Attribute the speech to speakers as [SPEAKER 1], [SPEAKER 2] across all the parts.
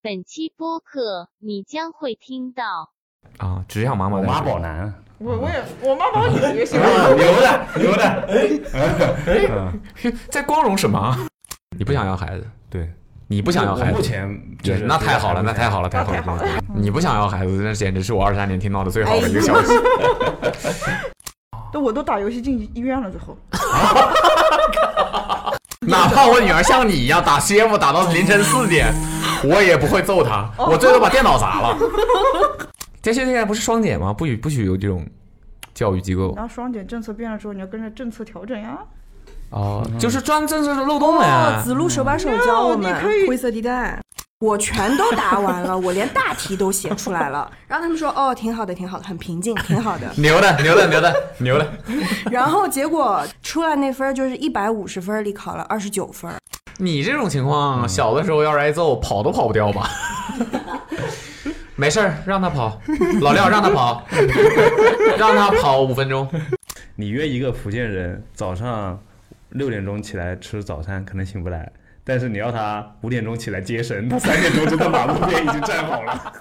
[SPEAKER 1] 本期播客你将会听到
[SPEAKER 2] 啊，只想妈妈
[SPEAKER 3] 我
[SPEAKER 2] 的
[SPEAKER 3] 妈
[SPEAKER 2] 事
[SPEAKER 3] 宝男，
[SPEAKER 4] 我我也我妈宝女行吗？
[SPEAKER 3] 牛的牛的，
[SPEAKER 2] 哎
[SPEAKER 3] 嗯
[SPEAKER 2] 在光荣什么啊？你不想要孩子，
[SPEAKER 3] 对，
[SPEAKER 2] 你不想要
[SPEAKER 3] 我
[SPEAKER 2] 孩
[SPEAKER 3] 目
[SPEAKER 2] 子，
[SPEAKER 3] 前就
[SPEAKER 2] 对，
[SPEAKER 3] 是
[SPEAKER 2] 那太好了，那太好
[SPEAKER 3] 了，
[SPEAKER 2] 了，太好了，对你不想要孩子，那简直是我二十三年听到的最好
[SPEAKER 5] 哎
[SPEAKER 2] 的一个消息。
[SPEAKER 4] 都我都打游戏进医院了，最后
[SPEAKER 2] 哪怕我女儿像你一样打 CF 打到凌晨四点，我也不会揍她，
[SPEAKER 3] 哦
[SPEAKER 2] 我最多把电脑砸了。这现在不是双减吗？不许不许有这种教育机构
[SPEAKER 3] 哦
[SPEAKER 4] 然后双减政策变了之后，你要跟着政策调整呀。
[SPEAKER 2] 哦，就是钻政策的漏洞
[SPEAKER 5] 哦，
[SPEAKER 2] 呗。
[SPEAKER 5] 子路手把手教我们
[SPEAKER 4] 你可以
[SPEAKER 5] 灰色地带。我全都答完了，我连大题都写出来了。 然后他们说：“哦，挺好的，挺好的，很平静，挺好 的。
[SPEAKER 2] 牛的，牛的，牛的，牛的！”
[SPEAKER 5] 然后结果出来那分儿就是一百五十分儿里考了二十九分儿。
[SPEAKER 2] 你这种情况，小的时候要是挨揍，跑都跑不掉吧？ 没事儿，让他跑，老廖让他跑， 让他跑五分钟。
[SPEAKER 3] 你约一个福建人早上六点钟起来吃早餐，可能醒不来。但是你要他五点钟起来接神，他三点钟就在马路边已经站好了。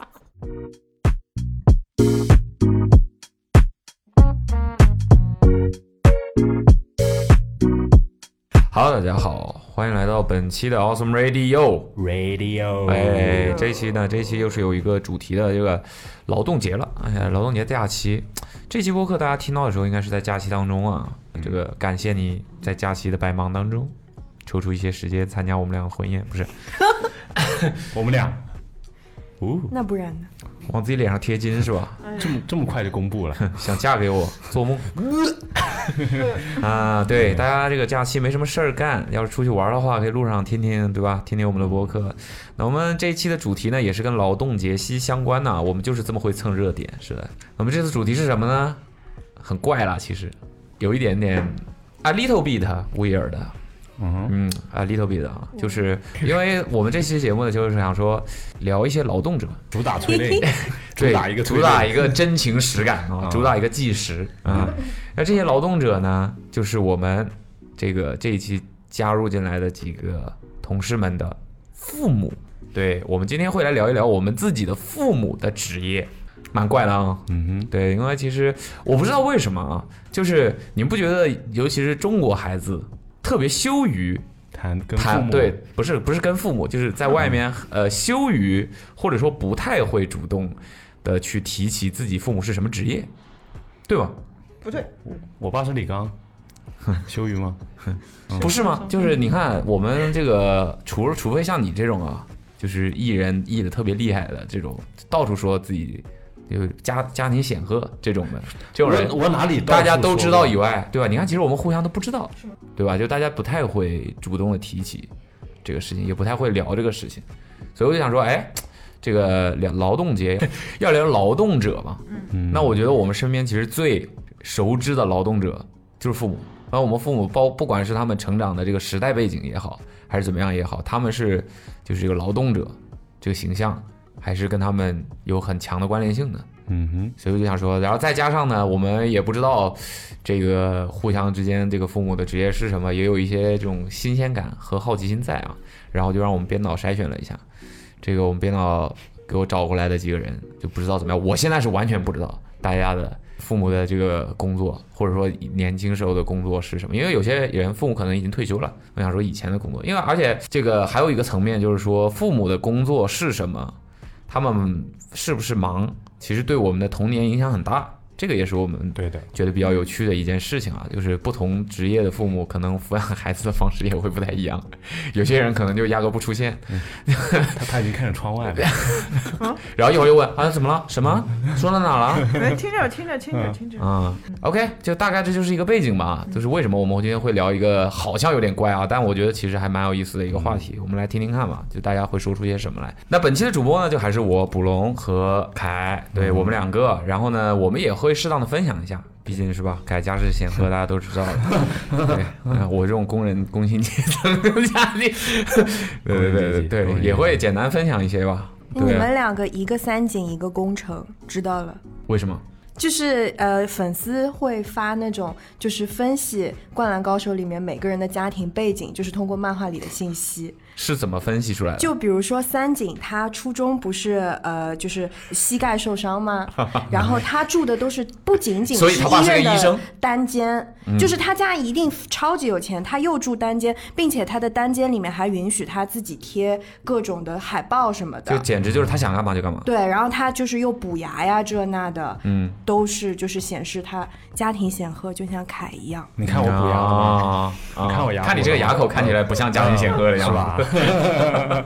[SPEAKER 2] Hello，大家好，欢迎来到本期的 Awesome Radio。
[SPEAKER 3] 哦 Radio，
[SPEAKER 2] 哎，这一期呢，这一期又是有一个主题的这个劳动节了。哎呀，劳动节假期，这期播客大家听到的时候，应该是在假期当中啊。这个感谢你在假期的百忙当中，抽出一些时间参加我们俩的婚宴，不是
[SPEAKER 3] 我们俩，哦，
[SPEAKER 5] 那不然呢？
[SPEAKER 2] 往自己脸上贴金是吧？
[SPEAKER 3] 这么这么快就公布了，
[SPEAKER 2] 想嫁给我，做梦。啊，对，大家这个假期没什么事儿干，要是出去玩儿的话，可以路上听听，对吧？听听我们的播客。那我们这一期的主题呢，也是跟劳动节息息相关呐、我们就是这么会蹭热点，是的。我们这次主题是什么呢？很怪啦，其实有一点点 a little bit weird。
[SPEAKER 3] 嗯
[SPEAKER 2] 嗯，a little bit 啊，就是因为我们这期节目呢，就是想说聊一些劳动者，
[SPEAKER 3] 主打催泪，主
[SPEAKER 2] 对，
[SPEAKER 3] 打一个催
[SPEAKER 2] 主
[SPEAKER 3] 泪
[SPEAKER 2] 打一个真情实 感啊
[SPEAKER 3] 啊，
[SPEAKER 2] 主打一个纪实
[SPEAKER 3] 嗯
[SPEAKER 2] 啊。那这些劳动者呢，就是我们这个这一期加入进来的几个同事们的父母。对，我们今天会来聊一聊我们自己的父母的职业，蛮怪的啊。
[SPEAKER 3] 嗯
[SPEAKER 2] 对，因为其实我不知道为什么啊，就是你们不觉得，尤其是中国孩子特别羞于
[SPEAKER 3] 哼，谈跟父
[SPEAKER 2] 谈
[SPEAKER 3] 母
[SPEAKER 2] 对，不是不是跟父母，就是在外面、呃羞于或者说不太会主动的去提起自己父母是什么职业，对吧？
[SPEAKER 4] 不对，
[SPEAKER 3] 我爸是李刚， 羞于吗？嗯
[SPEAKER 2] 不是吗？就是你看我们这个，除除非像你这种啊，就是艺人艺的特别厉害的这种，到处说自己就是家家庭显赫这种的，这种人
[SPEAKER 3] 我我哪里到
[SPEAKER 2] 大家
[SPEAKER 3] 处
[SPEAKER 2] 都
[SPEAKER 3] 说
[SPEAKER 2] 知道
[SPEAKER 3] 过
[SPEAKER 2] 以外，对吧？你看，其实我们互相都不知道，对吧？就大家不太会主动的提起这个事情，也不太会聊这个事情，所以我就想说，哎，这个聊劳动 节要聊劳动者嘛，
[SPEAKER 3] 嗯
[SPEAKER 2] 那我觉得我们身边其实最熟知的劳动者就是父母。然后我们父母包不管是他们成长的这个时代背景也好，还是怎么样也好，他们是就是这个劳动者这个形象，还是跟他们有很强的关联性的。
[SPEAKER 3] 嗯哼，
[SPEAKER 2] 所以我就想说，然后再加上呢，我们也不知道这个互相之间这个父母的职业是什么，也有一些这种新鲜感和好奇心在啊。然后就让我们编导筛选了一下，这个我们编导给我找过来的几个人就不知道怎么样，我现在是完全不知道大家的父母的这个工作，或者说年轻时候的工作是什么，因为有些人父母可能已经退休了，我想说以前的工作，因为而且这个还有一个层面就是说父母的工作是什么，他们是不是忙，其实对我们的童年影响很大。这个也是我们
[SPEAKER 3] 对的，
[SPEAKER 2] 觉得比较有趣的一件事情啊，就是不同职业的父母可能抚养 孩子的方式也会不太一样，有些人可能就压根不出现，
[SPEAKER 3] 他他已经看着窗外了，
[SPEAKER 2] 然后一会儿又问啊怎么了？什么？说到哪了？
[SPEAKER 4] 哎，听着听着听着
[SPEAKER 3] 嗯
[SPEAKER 4] 听着，
[SPEAKER 2] 啊、o k 就大概这就是一个背景吧，就是为什么我们今天会聊一个好像有点怪啊，但我觉得其实还蛮有意思的一个话题，我们来听听看吧，就大家会说出些什么来。那本期的主播呢，就还是我卜龙和凯，对、我们两个，然后呢，我们也会适当的分享一下。毕竟是吧，凯家世显赫，大家都知道的。对，啊我这种工人工薪阶层的家庭，对对对对
[SPEAKER 3] 工人阶级工人阶
[SPEAKER 2] 对，
[SPEAKER 3] 级
[SPEAKER 2] 也会简单分享一些吧。
[SPEAKER 5] 那你
[SPEAKER 2] 对，啊
[SPEAKER 5] 们两个一个三井，一个工程，知道了。
[SPEAKER 2] 为什么？
[SPEAKER 5] 就是呃，粉丝会发那种就是分析《灌篮高手》里面每个人的家庭背景，就是通过漫画里的信息。
[SPEAKER 2] 是怎么分析出来的？
[SPEAKER 5] 就比如说三井，他初中不是呃，就是膝盖受 伤吗？然后他住的都是不仅仅
[SPEAKER 2] 所以
[SPEAKER 5] 是
[SPEAKER 2] 他爸
[SPEAKER 5] 医
[SPEAKER 2] 是个
[SPEAKER 5] 院
[SPEAKER 2] 医生嗯
[SPEAKER 5] 的单间，就是他家一定超级有钱，他又住单间，并且他的单间里面还允许他自己贴各种的海报什么
[SPEAKER 2] 就
[SPEAKER 5] 的。
[SPEAKER 2] 简直就是他想干嘛就干嘛。
[SPEAKER 5] 对，然后他就是又补牙呀这那的，嗯，都是就是显示他家庭显赫，就像凯一样。
[SPEAKER 3] 你看我补牙了吗，
[SPEAKER 2] 啊，啊
[SPEAKER 3] 看我牙口
[SPEAKER 2] 看你这个牙口看起来不像家庭显赫的样子
[SPEAKER 3] 是吧？
[SPEAKER 2] 啊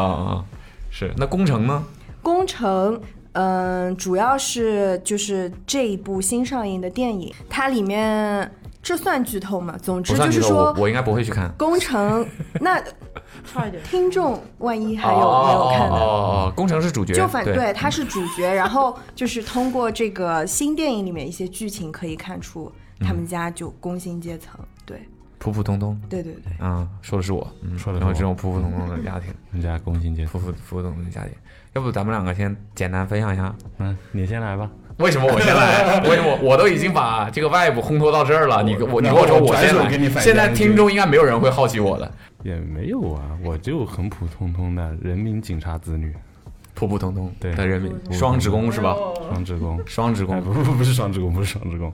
[SPEAKER 2] 啊，是。那工程呢？
[SPEAKER 5] 工程，嗯、主要是就是这一部新上映的电影，它里面这算剧透吗？总
[SPEAKER 2] 不
[SPEAKER 5] 之
[SPEAKER 2] 算
[SPEAKER 5] 就
[SPEAKER 2] 剧
[SPEAKER 5] 是
[SPEAKER 2] 透，我
[SPEAKER 5] 说，
[SPEAKER 2] 我应该不会去看。
[SPEAKER 5] 工 程那
[SPEAKER 4] 差一
[SPEAKER 3] 啊
[SPEAKER 4] 点。
[SPEAKER 5] 听众万一还有没有看
[SPEAKER 2] 哦哦
[SPEAKER 5] 的。
[SPEAKER 2] 哦，工程是主角，
[SPEAKER 5] 就反
[SPEAKER 2] 对，
[SPEAKER 5] 他是主角，然后就是通过这个新电影里面一些剧情可以看出他们家就工薪阶层，对
[SPEAKER 2] 普普通通。
[SPEAKER 5] 对对对，
[SPEAKER 2] 啊，说的是我，嗯，
[SPEAKER 3] 说的是
[SPEAKER 2] 然后
[SPEAKER 3] 我
[SPEAKER 2] 这种普普通通的家庭，
[SPEAKER 3] 你家工薪阶层，
[SPEAKER 2] 普普普普通通的家庭，要不咱们两个先简单分享一下，
[SPEAKER 3] 嗯，你先来吧。
[SPEAKER 2] 为什么我先来？ 为什么我都已经把这个外部烘托到这儿了？你跟我你
[SPEAKER 3] 然
[SPEAKER 2] 跟
[SPEAKER 3] 后
[SPEAKER 2] 我说
[SPEAKER 3] 我
[SPEAKER 2] 我
[SPEAKER 3] 转
[SPEAKER 2] 先
[SPEAKER 3] 手
[SPEAKER 2] 来
[SPEAKER 3] 给你，反
[SPEAKER 2] 现在
[SPEAKER 3] 将军
[SPEAKER 2] 听众应该没有人会好奇我的，
[SPEAKER 3] 也没有啊，我就很普通通的人民警察子女，
[SPEAKER 2] 普普通通
[SPEAKER 3] 对
[SPEAKER 2] 的人民
[SPEAKER 3] 普，普
[SPEAKER 2] 双职工是吧？
[SPEAKER 3] 双职工。
[SPEAKER 2] 双职
[SPEAKER 3] 哎，
[SPEAKER 2] 工
[SPEAKER 3] 不不不是双职工，不是双职工，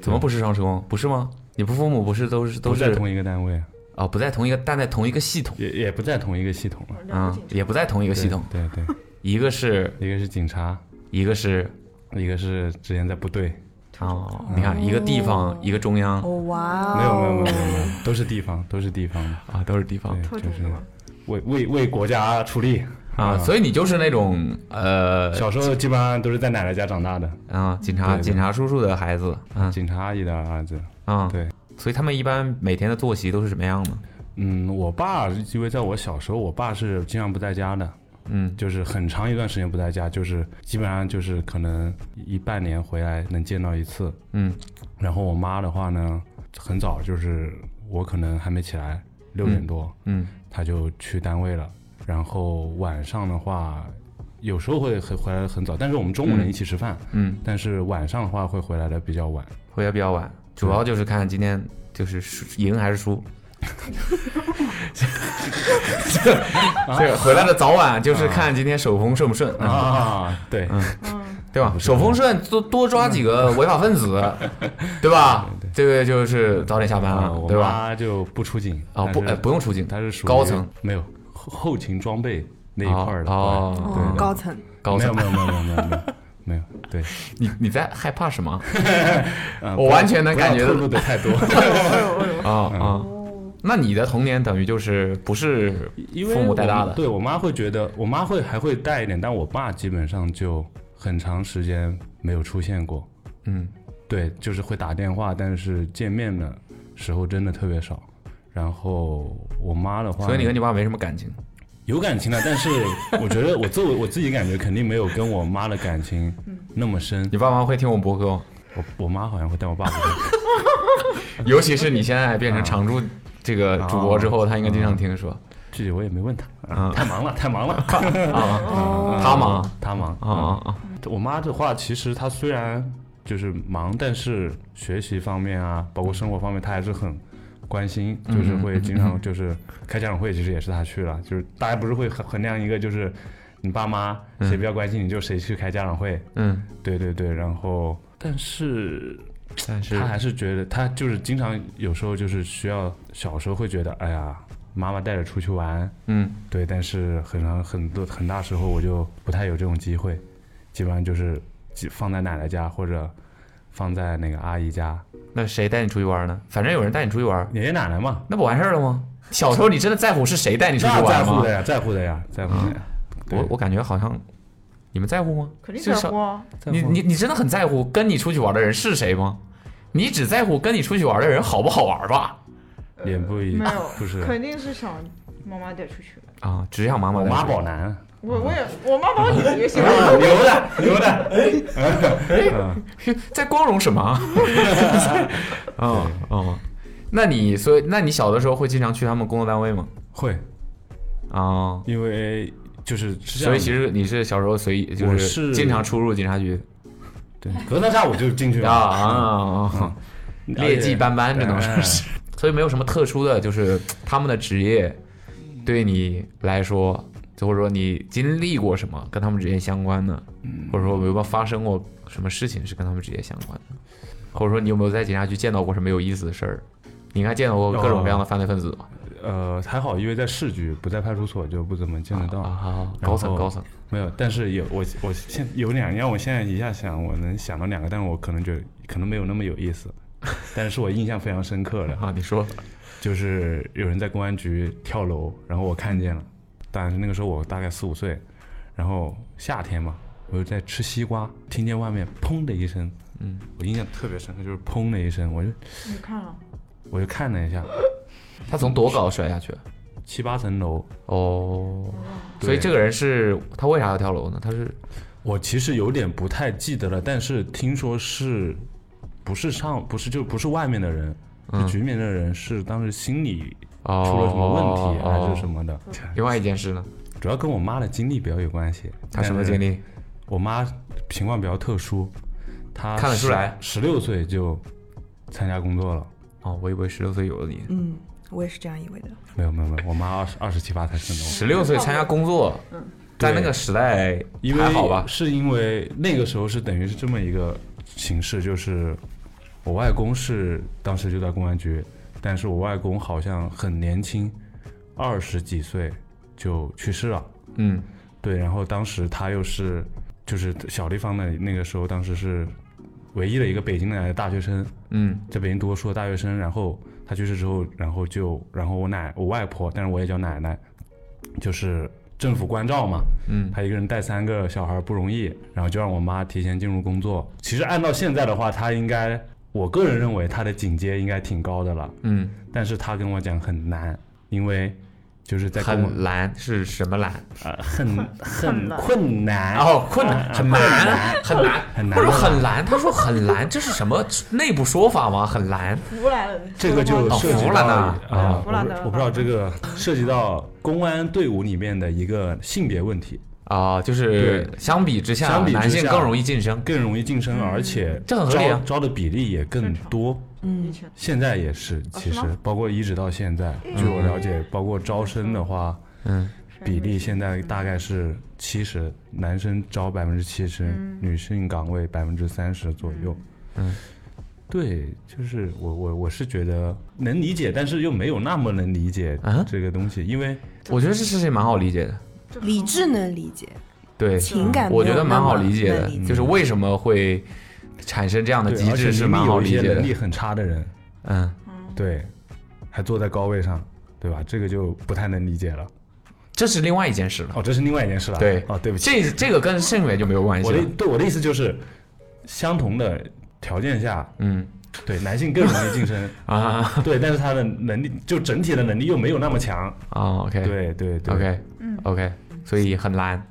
[SPEAKER 2] 怎么不是双职工？不是吗？你不父母不是都是都
[SPEAKER 3] 不在
[SPEAKER 2] 是
[SPEAKER 3] 同一个单位，啊
[SPEAKER 2] 哦，不在同一个，但在同一个系统
[SPEAKER 3] 也也不在同一个系统了。
[SPEAKER 2] 啊，也不在同一个系统，
[SPEAKER 3] 对对，
[SPEAKER 2] 一个是
[SPEAKER 3] 对一个是警察，
[SPEAKER 2] 一个是
[SPEAKER 3] 一个是之前在部队，
[SPEAKER 2] 哦，你看一个地方一个中央
[SPEAKER 5] 哦哇哦，
[SPEAKER 3] 没有没有没有没有没有，都是地方，都是地方的，
[SPEAKER 2] 啊，都是地方
[SPEAKER 3] 对，就是为为为国家出力
[SPEAKER 2] 啊，所以你就是那种呃
[SPEAKER 3] 小时候基本上都是在奶奶家长大的，
[SPEAKER 2] 啊，警察
[SPEAKER 3] 对对
[SPEAKER 2] 警察叔叔的孩子，嗯
[SPEAKER 3] 警察阿姨的儿子。
[SPEAKER 2] 啊，
[SPEAKER 3] 对，
[SPEAKER 2] 所以他们一般每天的作息都是什么样的？
[SPEAKER 3] 嗯，我爸因为在我小时候，我爸是经常不在家的，
[SPEAKER 2] 嗯，
[SPEAKER 3] 就是很长一段时间不在家，就是基本上就是可能一半年回来能见到一次。
[SPEAKER 2] 嗯，
[SPEAKER 3] 然后我妈的话呢，很早就是我可能还没起来，六点多，
[SPEAKER 2] 嗯，
[SPEAKER 3] 她就去单位了。然后晚上的话，有时候会很回来的很早，但是我们中午能一起吃饭。
[SPEAKER 2] 嗯，
[SPEAKER 3] 但是晚上的话会回来的比较晚。
[SPEAKER 2] 回家比较晚，主要就是看今天就是输赢还是输。 这个回来的早晚就是看今天手风顺不顺啊，
[SPEAKER 3] 啊， 对，
[SPEAKER 2] 对吧？手风顺多多抓几个违法分 子，对吧？这个就是早点下班
[SPEAKER 3] 啊，
[SPEAKER 2] 了，
[SPEAKER 3] 我
[SPEAKER 2] 嗯对吧？
[SPEAKER 3] 妈就不出警
[SPEAKER 2] 哦，不，哎，不用出警，
[SPEAKER 3] 他是属于
[SPEAKER 2] 高层，
[SPEAKER 3] 没有后后勤装备那一块儿的
[SPEAKER 2] 哦
[SPEAKER 3] 对
[SPEAKER 2] 哦
[SPEAKER 3] 对对
[SPEAKER 5] 高层，
[SPEAKER 2] 高层
[SPEAKER 3] 没，有没有没有没有没有没有没有， 对，
[SPEAKER 2] 你你在害怕 什么？
[SPEAKER 3] 呃
[SPEAKER 2] 我
[SPEAKER 3] 不要
[SPEAKER 2] 完全能感觉
[SPEAKER 3] 不要嗯
[SPEAKER 2] 到
[SPEAKER 3] 透露的 太多，
[SPEAKER 2] 啊啊！那你的童年等于就是不是
[SPEAKER 3] 因为
[SPEAKER 2] 父母带大
[SPEAKER 3] 我
[SPEAKER 2] 的
[SPEAKER 3] 对我妈会觉得，我妈会还会带一点，但我爸基本上就很长时间没有出现过。
[SPEAKER 2] 嗯，
[SPEAKER 3] 对，就是会打电话，但是见面的时候真的特别少。然后我妈的话，
[SPEAKER 2] 所以你跟你爸没什么感情。
[SPEAKER 3] 有感情的，但是我觉得我作为我自己感觉肯定没有跟我妈的感情
[SPEAKER 2] 嗯
[SPEAKER 3] 那么深。
[SPEAKER 2] 你爸妈会听我们播客吗？
[SPEAKER 3] 我我妈好像会，但我爸不会。
[SPEAKER 2] 尤其是你现在变成常驻这个主播之后，他应该经常听说
[SPEAKER 3] 具体我也没问他，啊 太忙了，太忙了， 哦
[SPEAKER 2] 他忙
[SPEAKER 3] 他忙
[SPEAKER 2] 啊啊！啊！
[SPEAKER 3] 我妈的话，其实她虽然就是忙，但是学习方面啊，包括生活方面，她还是很关心，就是会经常就是开家长会，其实也是她去了，就是大家不是会衡衡量一个就是你爸妈谁比较关心你，就谁去开家长会，
[SPEAKER 2] 嗯，
[SPEAKER 3] 对对对，然后但是
[SPEAKER 2] 但是
[SPEAKER 3] 她还是觉得她就是经常有时候就是需要小时候会觉得，哎呀，妈妈带着出去玩，
[SPEAKER 2] 嗯，
[SPEAKER 3] 对，但是很长很多很大时候我就不太有这种机会，基本上就是寄放在奶奶家或者放在那个阿姨家，
[SPEAKER 2] 那谁带你出去玩呢？反正有人带你出去玩，
[SPEAKER 3] 爷爷奶奶嘛，
[SPEAKER 2] 那不完事儿了吗？小时候你真的在乎是谁带你出去
[SPEAKER 3] 那在
[SPEAKER 2] 玩
[SPEAKER 3] 乎
[SPEAKER 2] 吗
[SPEAKER 3] 的？呀，在乎的呀，在乎的呀，对
[SPEAKER 2] 我我感觉好像你们在乎吗？
[SPEAKER 4] 肯定在乎啊！
[SPEAKER 3] 在乎
[SPEAKER 2] 你你你真的很在乎跟你出去玩的人是谁吗？你只在乎跟你出去玩的人好不好玩吧？
[SPEAKER 3] 嗯也不一
[SPEAKER 4] 没有，
[SPEAKER 3] 不是
[SPEAKER 4] 肯定是想妈妈带出去。
[SPEAKER 2] 啊，只想妈妈
[SPEAKER 3] 我啊
[SPEAKER 2] 带出去
[SPEAKER 3] 妈宝男，
[SPEAKER 4] 我我也我妈帮你的也行，
[SPEAKER 3] 牛的 牛的，
[SPEAKER 2] 在光荣什么？啊啊！那你所以，那你小的时候会经常去他们工作单位吗？
[SPEAKER 3] 会，
[SPEAKER 2] 啊，
[SPEAKER 3] 因为就是是这样
[SPEAKER 2] 所
[SPEAKER 3] 的
[SPEAKER 2] 以其实你是小时候随意，就
[SPEAKER 3] 我是
[SPEAKER 2] 经常出入警察局
[SPEAKER 3] 对隔三差五就进去
[SPEAKER 2] 啊
[SPEAKER 3] 了，
[SPEAKER 2] 啊啊，
[SPEAKER 3] 而且
[SPEAKER 2] 劣迹斑斑，这都
[SPEAKER 3] 哎
[SPEAKER 2] 是。所以没有什么特殊的，就是他们的职业对你来说，就或者说你经历过什么跟他们直接相关的，
[SPEAKER 3] 嗯
[SPEAKER 2] 或者说有没有发生过什么事情是跟他们直接相关的，或者说你有没有在警察局见到过什么有意思的事儿？你应该见到过各种各样的犯罪分子吧？
[SPEAKER 3] 呃，还好，因为在市局，不在派出所，就不怎么见得到。
[SPEAKER 2] 啊，好好
[SPEAKER 3] 然
[SPEAKER 2] 高层
[SPEAKER 3] 后
[SPEAKER 2] 高层，
[SPEAKER 3] 没有，但是有我我现有两样，我现在一下想我能想到两个，但是我可能觉得可能没有那么有意思，但是我印象非常深 刻的，
[SPEAKER 2] 啊，你说
[SPEAKER 3] 就是有人在公安局跳楼，然后我看见了，但是那个时候我大概四五岁，然后夏天嘛，我就在吃西瓜，听见外面砰的一声，
[SPEAKER 2] 嗯，
[SPEAKER 3] 我印象特别深刻，就是砰的一声，我就
[SPEAKER 4] 你看了？
[SPEAKER 3] 我就看了一下，
[SPEAKER 2] 他从多高摔下去？啊
[SPEAKER 3] 七八层楼，
[SPEAKER 2] 哦，所以
[SPEAKER 3] 对
[SPEAKER 2] 这个人是他为啥要跳楼呢？他是
[SPEAKER 3] 我其实有点不太记得了，但是听说是不是上不是就不是外面的人，
[SPEAKER 2] 嗯
[SPEAKER 3] 是局面的人，是当时心理
[SPEAKER 2] 哦
[SPEAKER 3] 出了什么问题啊还是什
[SPEAKER 2] 么？
[SPEAKER 3] 么的，
[SPEAKER 2] 哦另外一件事呢？
[SPEAKER 3] 主要跟我妈的经历比较有关系。
[SPEAKER 2] 他什么
[SPEAKER 3] 哎
[SPEAKER 2] 经？历？
[SPEAKER 3] 我妈情况比较特殊，她
[SPEAKER 2] 看得出来
[SPEAKER 3] 十六岁就参加工作了。
[SPEAKER 2] 哦，我以为十六岁有了你，
[SPEAKER 5] 嗯，我也是这样以为的。
[SPEAKER 3] 没有没有没有，我妈二十二十七八才生的我。
[SPEAKER 2] 十六岁参加工作，
[SPEAKER 5] 嗯
[SPEAKER 2] 在那个时代
[SPEAKER 3] 因
[SPEAKER 2] 还
[SPEAKER 3] 为
[SPEAKER 2] 好吧？
[SPEAKER 3] 是因为那个时候是等于是这么一个形式，就是我外公是当时就在公安局，但是我外公好像很年轻，二十几岁就去世了。
[SPEAKER 2] 嗯，
[SPEAKER 3] 对，然后当时他又是就是小地方的那个时候，当时是唯一的一个北京来的大学生，
[SPEAKER 2] 嗯
[SPEAKER 3] 在北京读过书的大学生。然后他去世之后，然后就然后我奶我外婆，但是我也叫奶奶，就是政府关照嘛，
[SPEAKER 2] 嗯
[SPEAKER 3] 她一个人带三个小孩不容易，然后就让我妈提前进入工作。其实按照现在的话，她应该，我个人认为她的警阶应该挺高的了，
[SPEAKER 2] 嗯，
[SPEAKER 3] 但是她跟我讲很难，因为就是在跟我
[SPEAKER 2] 很难是什么难？
[SPEAKER 3] 呃很很
[SPEAKER 4] 很难
[SPEAKER 3] 困难，
[SPEAKER 2] 哦，困难，很难，很难，
[SPEAKER 3] 很啊难啊
[SPEAKER 2] 他说很难，他说很难，这是什么内部说法吗？很难，
[SPEAKER 4] 福来了，
[SPEAKER 3] 这个就
[SPEAKER 2] 哦
[SPEAKER 3] 涉及
[SPEAKER 2] 弗
[SPEAKER 3] 到
[SPEAKER 2] 兰啊
[SPEAKER 3] 啊，
[SPEAKER 4] 弗
[SPEAKER 3] 我
[SPEAKER 4] 兰
[SPEAKER 3] 不
[SPEAKER 4] 德
[SPEAKER 3] 我不知道这个涉及到公安队伍里面的一个性别问题，
[SPEAKER 2] 啊，就是
[SPEAKER 3] 对
[SPEAKER 2] 相比之下，
[SPEAKER 3] 相比之
[SPEAKER 2] 男性
[SPEAKER 3] 下
[SPEAKER 2] 更容易晋升。
[SPEAKER 3] 更容易晋升，而且
[SPEAKER 2] 嗯这很
[SPEAKER 3] 招
[SPEAKER 2] 合理啊嗯
[SPEAKER 3] 招的比例也更
[SPEAKER 4] 正常
[SPEAKER 3] 多。
[SPEAKER 4] 以前
[SPEAKER 3] 现在也是，其实
[SPEAKER 4] 是吗
[SPEAKER 3] 包括一直到现在，据我了解，包括招生的话，
[SPEAKER 2] 嗯，
[SPEAKER 3] 比例现在大概是七十，男生招百分之七十，女性岗位百分之三十左右。
[SPEAKER 2] 嗯，
[SPEAKER 3] 对，就是我我我是觉得能理解，但是又没有那么能理解
[SPEAKER 2] 啊
[SPEAKER 3] 这个东西，因为
[SPEAKER 2] 我觉得这事情蛮好理解的，
[SPEAKER 5] 理智能理解，
[SPEAKER 2] 对，
[SPEAKER 5] 情感
[SPEAKER 2] 我觉得蛮好理解
[SPEAKER 5] 没有那
[SPEAKER 2] 的
[SPEAKER 5] 么能理，
[SPEAKER 2] 就是为什么会产生这样的
[SPEAKER 3] 对，
[SPEAKER 2] 机
[SPEAKER 3] 而且
[SPEAKER 2] 制是
[SPEAKER 3] 你
[SPEAKER 2] 蛮
[SPEAKER 3] 有
[SPEAKER 2] 好
[SPEAKER 3] 一
[SPEAKER 2] 理
[SPEAKER 3] 些
[SPEAKER 2] 解
[SPEAKER 3] 能
[SPEAKER 2] 的
[SPEAKER 3] 力。很差的人，
[SPEAKER 2] 嗯，
[SPEAKER 3] 对，还坐在高位上，对吧？这个就不太能理解了。
[SPEAKER 2] 这是另外一件事了。
[SPEAKER 3] 哦，这是另外一件事了。
[SPEAKER 2] 对
[SPEAKER 3] 哦，对不起，
[SPEAKER 2] 这这个跟性别就没有关系
[SPEAKER 3] 我的
[SPEAKER 2] 了。
[SPEAKER 3] 对我的意思就是，相同的条件下，
[SPEAKER 2] 嗯
[SPEAKER 3] 对男性更容易 晋升，
[SPEAKER 2] 啊
[SPEAKER 3] 对，但是他的能力就整体的能力又没有那么强，
[SPEAKER 2] 啊，OK
[SPEAKER 3] 对对对
[SPEAKER 2] OK OK，所以很难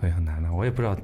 [SPEAKER 3] 所以很难的，啊我也不知道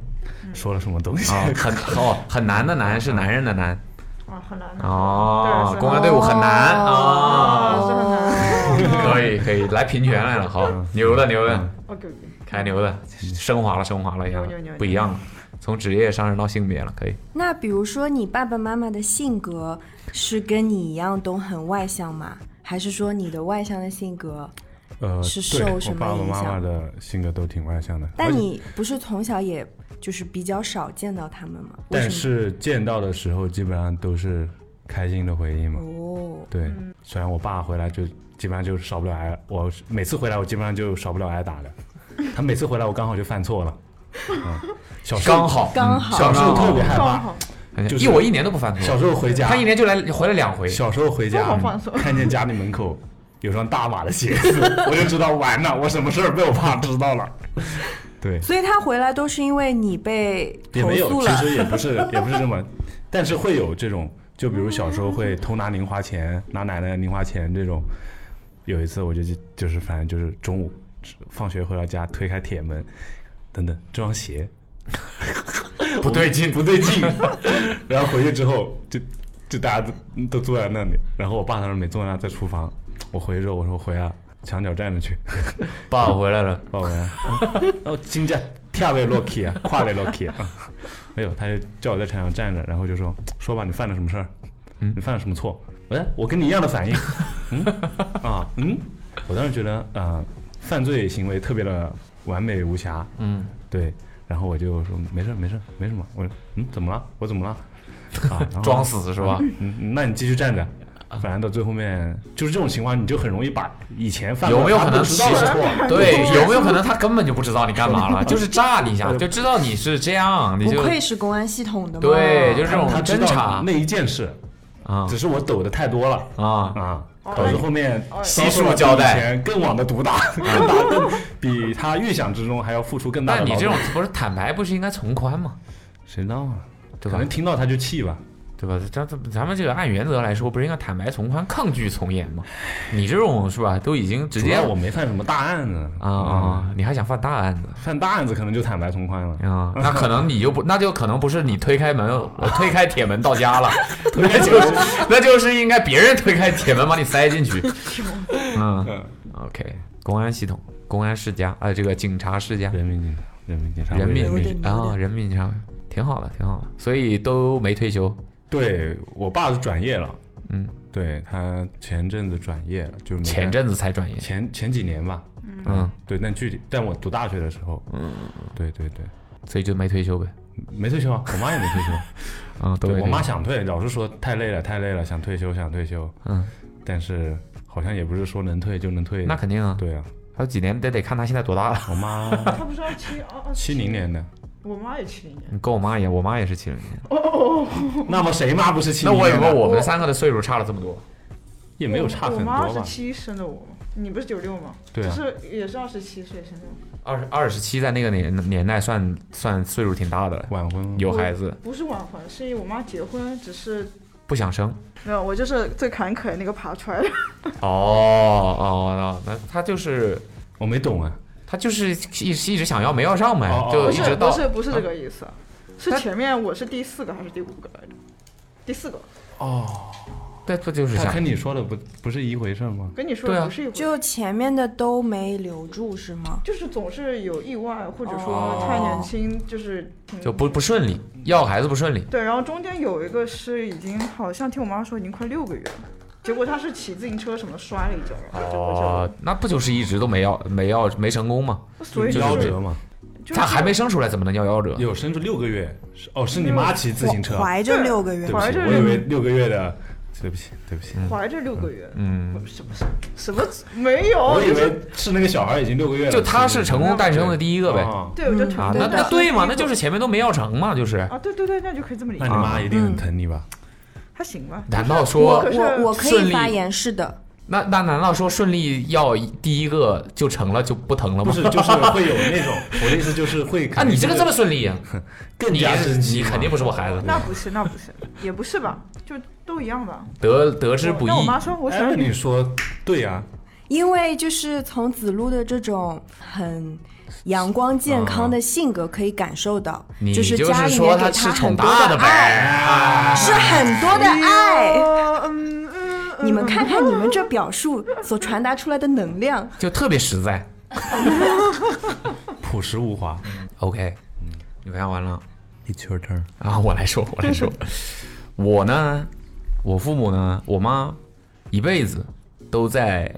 [SPEAKER 5] 嗯
[SPEAKER 3] 说了什么东西。
[SPEAKER 2] 啊，很哦很难的难是男人的难
[SPEAKER 4] 啊，很难的。
[SPEAKER 2] 哦
[SPEAKER 4] 对，是
[SPEAKER 2] 公安队伍很难
[SPEAKER 4] 啊，
[SPEAKER 2] 啊，
[SPEAKER 4] 是很
[SPEAKER 5] 哦
[SPEAKER 4] 难的。
[SPEAKER 2] 可以可以来平权来了，好
[SPEAKER 3] 嗯
[SPEAKER 2] 牛的牛的，
[SPEAKER 4] OK OK，
[SPEAKER 2] 太牛的，升华了升华了一样
[SPEAKER 4] 牛牛牛，
[SPEAKER 2] 不一样了，从职业上升到性别了，可以。
[SPEAKER 5] 那比如说，你爸爸妈妈的性格是跟你一样都很外向吗？还是说你的外向的性格，
[SPEAKER 3] 呃，
[SPEAKER 5] 是受
[SPEAKER 3] 对
[SPEAKER 5] 什么
[SPEAKER 3] 我爸爸
[SPEAKER 5] 影
[SPEAKER 3] 妈
[SPEAKER 5] 响
[SPEAKER 3] 妈的性格都挺外向的，而
[SPEAKER 5] 但
[SPEAKER 3] 且
[SPEAKER 5] 你不是从小也就是比较少见到他们吗？为
[SPEAKER 3] 但
[SPEAKER 5] 什么
[SPEAKER 3] 是见到的时候基本上都是开心的回忆嘛。
[SPEAKER 5] 哦，
[SPEAKER 3] 对，
[SPEAKER 2] 嗯
[SPEAKER 3] 虽然我爸回来就基本上就少不了挨，我每次回来我基本上就少不了挨打 的。他每次回来我刚好就犯错了，嗯，小时候
[SPEAKER 2] 刚好，
[SPEAKER 5] 刚好
[SPEAKER 3] 小时候特别害
[SPEAKER 4] 刚
[SPEAKER 3] 怕，
[SPEAKER 4] 好
[SPEAKER 2] 嗯，
[SPEAKER 3] 就是
[SPEAKER 2] 一我一年都不犯
[SPEAKER 3] 小
[SPEAKER 2] 错，
[SPEAKER 3] 时候回家，
[SPEAKER 2] 他一年就来回来两回，
[SPEAKER 3] 小时候回
[SPEAKER 4] 多
[SPEAKER 3] 家
[SPEAKER 4] 好放松
[SPEAKER 3] 看见家里门口有双大码的鞋子，我就知道完了，我什么事儿被我爸知道了。对，
[SPEAKER 5] 所以他回来都是因为你被
[SPEAKER 3] 也
[SPEAKER 5] 投
[SPEAKER 3] 没有，
[SPEAKER 5] 诉
[SPEAKER 3] 其
[SPEAKER 5] 了，
[SPEAKER 3] 实也不是，也不是这么，但是会有这种，就比如小时候会偷拿零花钱，拿奶奶的零花钱这种。有一次我就就就是反正就是中午放学回到家，推开铁门，等等，这双 鞋
[SPEAKER 2] 不对劲，
[SPEAKER 3] 不对劲，然后回去之后就就大家都都坐在那里，然后我爸当时没坐在那，在厨房。我回去之后我说回啊，墙角站着去，
[SPEAKER 2] 爸我回来了。
[SPEAKER 3] 报文， 然
[SPEAKER 2] 哦
[SPEAKER 3] 后金价跳来落去啊，跨来落去 啊，没有，他就叫我在场上站着，然后就说说吧，你犯了什么事儿？你犯了什
[SPEAKER 2] 嗯
[SPEAKER 3] 么 嗯错？哎，我跟你一样的反应，嗯啊嗯，我当时觉得啊、呃犯罪行为特别的完美无瑕，
[SPEAKER 2] 嗯，
[SPEAKER 3] 对。然后我就说没事儿没事儿没什么，我说嗯怎么了我怎么了啊？ 然后
[SPEAKER 2] 装啊死是吧？
[SPEAKER 3] 嗯，那你继续站着。反正到最后面就是这种情况，你就很容易把以前犯过
[SPEAKER 2] 有没有
[SPEAKER 3] 他
[SPEAKER 2] 可
[SPEAKER 3] 不
[SPEAKER 2] 能
[SPEAKER 3] 知道
[SPEAKER 2] 其实
[SPEAKER 3] 的错，
[SPEAKER 2] 对，有没有可能他根本就不知道你干嘛 了，就是炸你一下，就知道你是这样，你
[SPEAKER 5] 不
[SPEAKER 2] 就
[SPEAKER 5] 愧是公安系统的嘛，
[SPEAKER 2] 对，就是这种
[SPEAKER 3] 他知
[SPEAKER 2] 侦
[SPEAKER 3] 道
[SPEAKER 2] 查
[SPEAKER 3] 那一件事，
[SPEAKER 2] 啊
[SPEAKER 3] 只是我抖的太多了
[SPEAKER 2] 啊，
[SPEAKER 3] 啊，导致后面
[SPEAKER 2] 悉数交代啊
[SPEAKER 3] 遭受了比以前更往的毒打， 更打更比他预想之中还要付出更大
[SPEAKER 2] 那
[SPEAKER 3] 的
[SPEAKER 2] 你
[SPEAKER 3] 劳
[SPEAKER 2] 这种
[SPEAKER 3] 动。
[SPEAKER 2] 不是坦白，不是应该从宽吗？
[SPEAKER 3] 谁知道啊？
[SPEAKER 2] 对
[SPEAKER 3] 可
[SPEAKER 2] 吧
[SPEAKER 3] 能？听到他就气吧。
[SPEAKER 2] 对吧？咱咱咱们这个按原则来说，不是应该坦白从宽，抗拒从严吗？你这种是吧，都已经直
[SPEAKER 3] 主
[SPEAKER 2] 接
[SPEAKER 3] 要我没犯什么大案子
[SPEAKER 2] 啊啊，你还想犯大案子？
[SPEAKER 3] 犯大案子可能就坦白从宽了。
[SPEAKER 2] 啊、那可能你就不，那就可能不是你推开门，我推开铁门到 家了，那就是那就是应该别人推开铁门把你塞 进去。嗯，OK，公安系统，公安世家，呃，这个警察世家，
[SPEAKER 3] 人民警察，人民警察，
[SPEAKER 2] 人民
[SPEAKER 3] 人民
[SPEAKER 2] 警察，啊，人民警察，挺好的，挺好的，所以都没退休。
[SPEAKER 3] 对我爸是转业了，
[SPEAKER 2] 嗯，
[SPEAKER 3] 对他前阵子转业了，就是没
[SPEAKER 2] 前阵子才转业，
[SPEAKER 3] 前前几年吧，
[SPEAKER 2] 嗯，
[SPEAKER 3] 对，但具体但我读大学的时候，嗯，对对对，
[SPEAKER 2] 所以就没退休呗。
[SPEAKER 3] 没退休啊，我妈也没退休，
[SPEAKER 2] 嗯， 都没
[SPEAKER 3] 对
[SPEAKER 2] 退
[SPEAKER 3] 我
[SPEAKER 2] 休
[SPEAKER 3] 妈想退，老是说太累了，太累了，想退休，想退休，
[SPEAKER 2] 嗯，
[SPEAKER 3] 但是好像也不是说能退就能退的，
[SPEAKER 2] 那肯定啊，
[SPEAKER 3] 对啊，
[SPEAKER 2] 还有几年得得看他现在多大了。
[SPEAKER 3] 我妈
[SPEAKER 4] 他不是要七二二
[SPEAKER 3] 七零年的，
[SPEAKER 4] 我妈也七零年，
[SPEAKER 2] 你跟我妈一样，我妈也是七零年，
[SPEAKER 3] 那么谁妈不是七
[SPEAKER 2] 那
[SPEAKER 3] 零
[SPEAKER 2] 我以
[SPEAKER 3] 年
[SPEAKER 2] 为
[SPEAKER 3] 的？
[SPEAKER 2] 我们三个的岁数差了这么多。
[SPEAKER 3] 也没有差很
[SPEAKER 4] 我
[SPEAKER 3] 多
[SPEAKER 4] 妈是
[SPEAKER 3] 吧？
[SPEAKER 4] 七生的我嘛，你不是九六吗？
[SPEAKER 3] 对啊
[SPEAKER 4] 就是也是二十七岁生的我，
[SPEAKER 2] 二十二十七，在那个年年代算算岁数挺大的了，
[SPEAKER 3] 晚婚
[SPEAKER 2] 有孩子
[SPEAKER 4] 不是晚婚，是因为我妈结婚，只是
[SPEAKER 2] 不想生。
[SPEAKER 4] 没有，我就是最坎坷的那个爬出来的。
[SPEAKER 2] 哦哦，那那他就是
[SPEAKER 3] 我没懂啊，
[SPEAKER 2] 他就是一一直想要没要上呗，
[SPEAKER 3] 哦哦
[SPEAKER 2] 就
[SPEAKER 4] 不
[SPEAKER 2] 一
[SPEAKER 4] 是
[SPEAKER 2] 直到啊
[SPEAKER 4] 不是不是这个意思，是
[SPEAKER 2] 他
[SPEAKER 4] 前面我是第四个还是第五个来着？第四个，
[SPEAKER 2] 对，不就是
[SPEAKER 3] 他
[SPEAKER 2] 想
[SPEAKER 3] 跟你说的不不是一回事吗？
[SPEAKER 4] 跟你说
[SPEAKER 2] 对啊
[SPEAKER 4] 的不是一回事。
[SPEAKER 5] 就前面的都没留住是吗？
[SPEAKER 4] 就是总是有意外，或者
[SPEAKER 5] 哦
[SPEAKER 4] 说太年轻，就是挺
[SPEAKER 2] 就不不顺利，要孩子不顺利。
[SPEAKER 4] 对。然后中间有一个是已经好像听我妈说已经快六个月了，结果她是骑自行车什么摔了一跤，然后就回去
[SPEAKER 2] 哦
[SPEAKER 4] 了。，
[SPEAKER 2] 那不就是一直都没要没要没成功吗？
[SPEAKER 4] 所以就
[SPEAKER 3] 夭
[SPEAKER 4] 是
[SPEAKER 3] 折嘛，
[SPEAKER 4] 就是
[SPEAKER 2] 他还没生出来，怎么能叫夭折？
[SPEAKER 3] 有生至六个月，是哦，是你妈骑自行
[SPEAKER 2] 啊
[SPEAKER 3] 车，
[SPEAKER 5] 怀着六个月
[SPEAKER 3] 对不
[SPEAKER 4] 怀
[SPEAKER 3] 起，
[SPEAKER 4] 着
[SPEAKER 3] 我以为六个月的，对不起，对不起，
[SPEAKER 4] 怀着六个月，
[SPEAKER 2] 嗯，
[SPEAKER 4] 不是不是什么没有，
[SPEAKER 3] 我以
[SPEAKER 4] 就是
[SPEAKER 3] 为是那个小孩已经六个月了，哦
[SPEAKER 2] 就他是成功诞生的第一
[SPEAKER 3] 一
[SPEAKER 2] 个呗。
[SPEAKER 4] 对，我就
[SPEAKER 2] 啊
[SPEAKER 4] 挺，
[SPEAKER 2] 那
[SPEAKER 5] 对的
[SPEAKER 2] 那对嘛，那就是前面都没要成嘛，就是。
[SPEAKER 4] 啊，对对对，那就可以这么理
[SPEAKER 3] 那
[SPEAKER 4] 解
[SPEAKER 3] 你，妈一定
[SPEAKER 5] 嗯
[SPEAKER 3] 很疼你吧？
[SPEAKER 4] 还行吧。
[SPEAKER 2] 难道
[SPEAKER 4] 我
[SPEAKER 2] 说
[SPEAKER 4] 可是
[SPEAKER 5] 我我可
[SPEAKER 2] 顺利
[SPEAKER 5] 以发言，是的，
[SPEAKER 2] 那那难道说顺利要第一个就成了就不疼了
[SPEAKER 3] 不
[SPEAKER 2] 吗？
[SPEAKER 3] 是，就是会有那种，我的意思就是会。
[SPEAKER 2] 啊，你这个这么顺利，
[SPEAKER 3] 更
[SPEAKER 2] 你
[SPEAKER 3] 加珍惜
[SPEAKER 2] 你
[SPEAKER 3] 嘛
[SPEAKER 2] 肯定不是我孩子，
[SPEAKER 4] 那不是，那不是，也不是吧，就都一样吧。
[SPEAKER 2] 得得之不易
[SPEAKER 4] 那。我妈说，我
[SPEAKER 3] 哎，
[SPEAKER 4] 想
[SPEAKER 3] 那
[SPEAKER 4] 让
[SPEAKER 3] 你
[SPEAKER 4] 你
[SPEAKER 3] 说对啊呀，
[SPEAKER 5] 因为就是从子路的这种很阳光健康的性格可以感受到，
[SPEAKER 2] 嗯你
[SPEAKER 5] 是
[SPEAKER 2] 就
[SPEAKER 5] 家
[SPEAKER 2] 是
[SPEAKER 5] 里
[SPEAKER 2] 说
[SPEAKER 5] 面给
[SPEAKER 2] 是
[SPEAKER 5] 很
[SPEAKER 2] 宠
[SPEAKER 5] 多
[SPEAKER 2] 大呗，
[SPEAKER 5] 爱，是很多的爱。
[SPEAKER 4] 嗯嗯嗯，
[SPEAKER 5] 你们看看你们这表述所传达出来的能量，
[SPEAKER 2] 就特别实在。
[SPEAKER 3] 朴实无华。
[SPEAKER 2] OK，你
[SPEAKER 3] 嗯
[SPEAKER 2] 看完了
[SPEAKER 3] It's your turn。
[SPEAKER 2] 啊，我来说，我来 说，我呢，我父母呢，我妈一辈子都在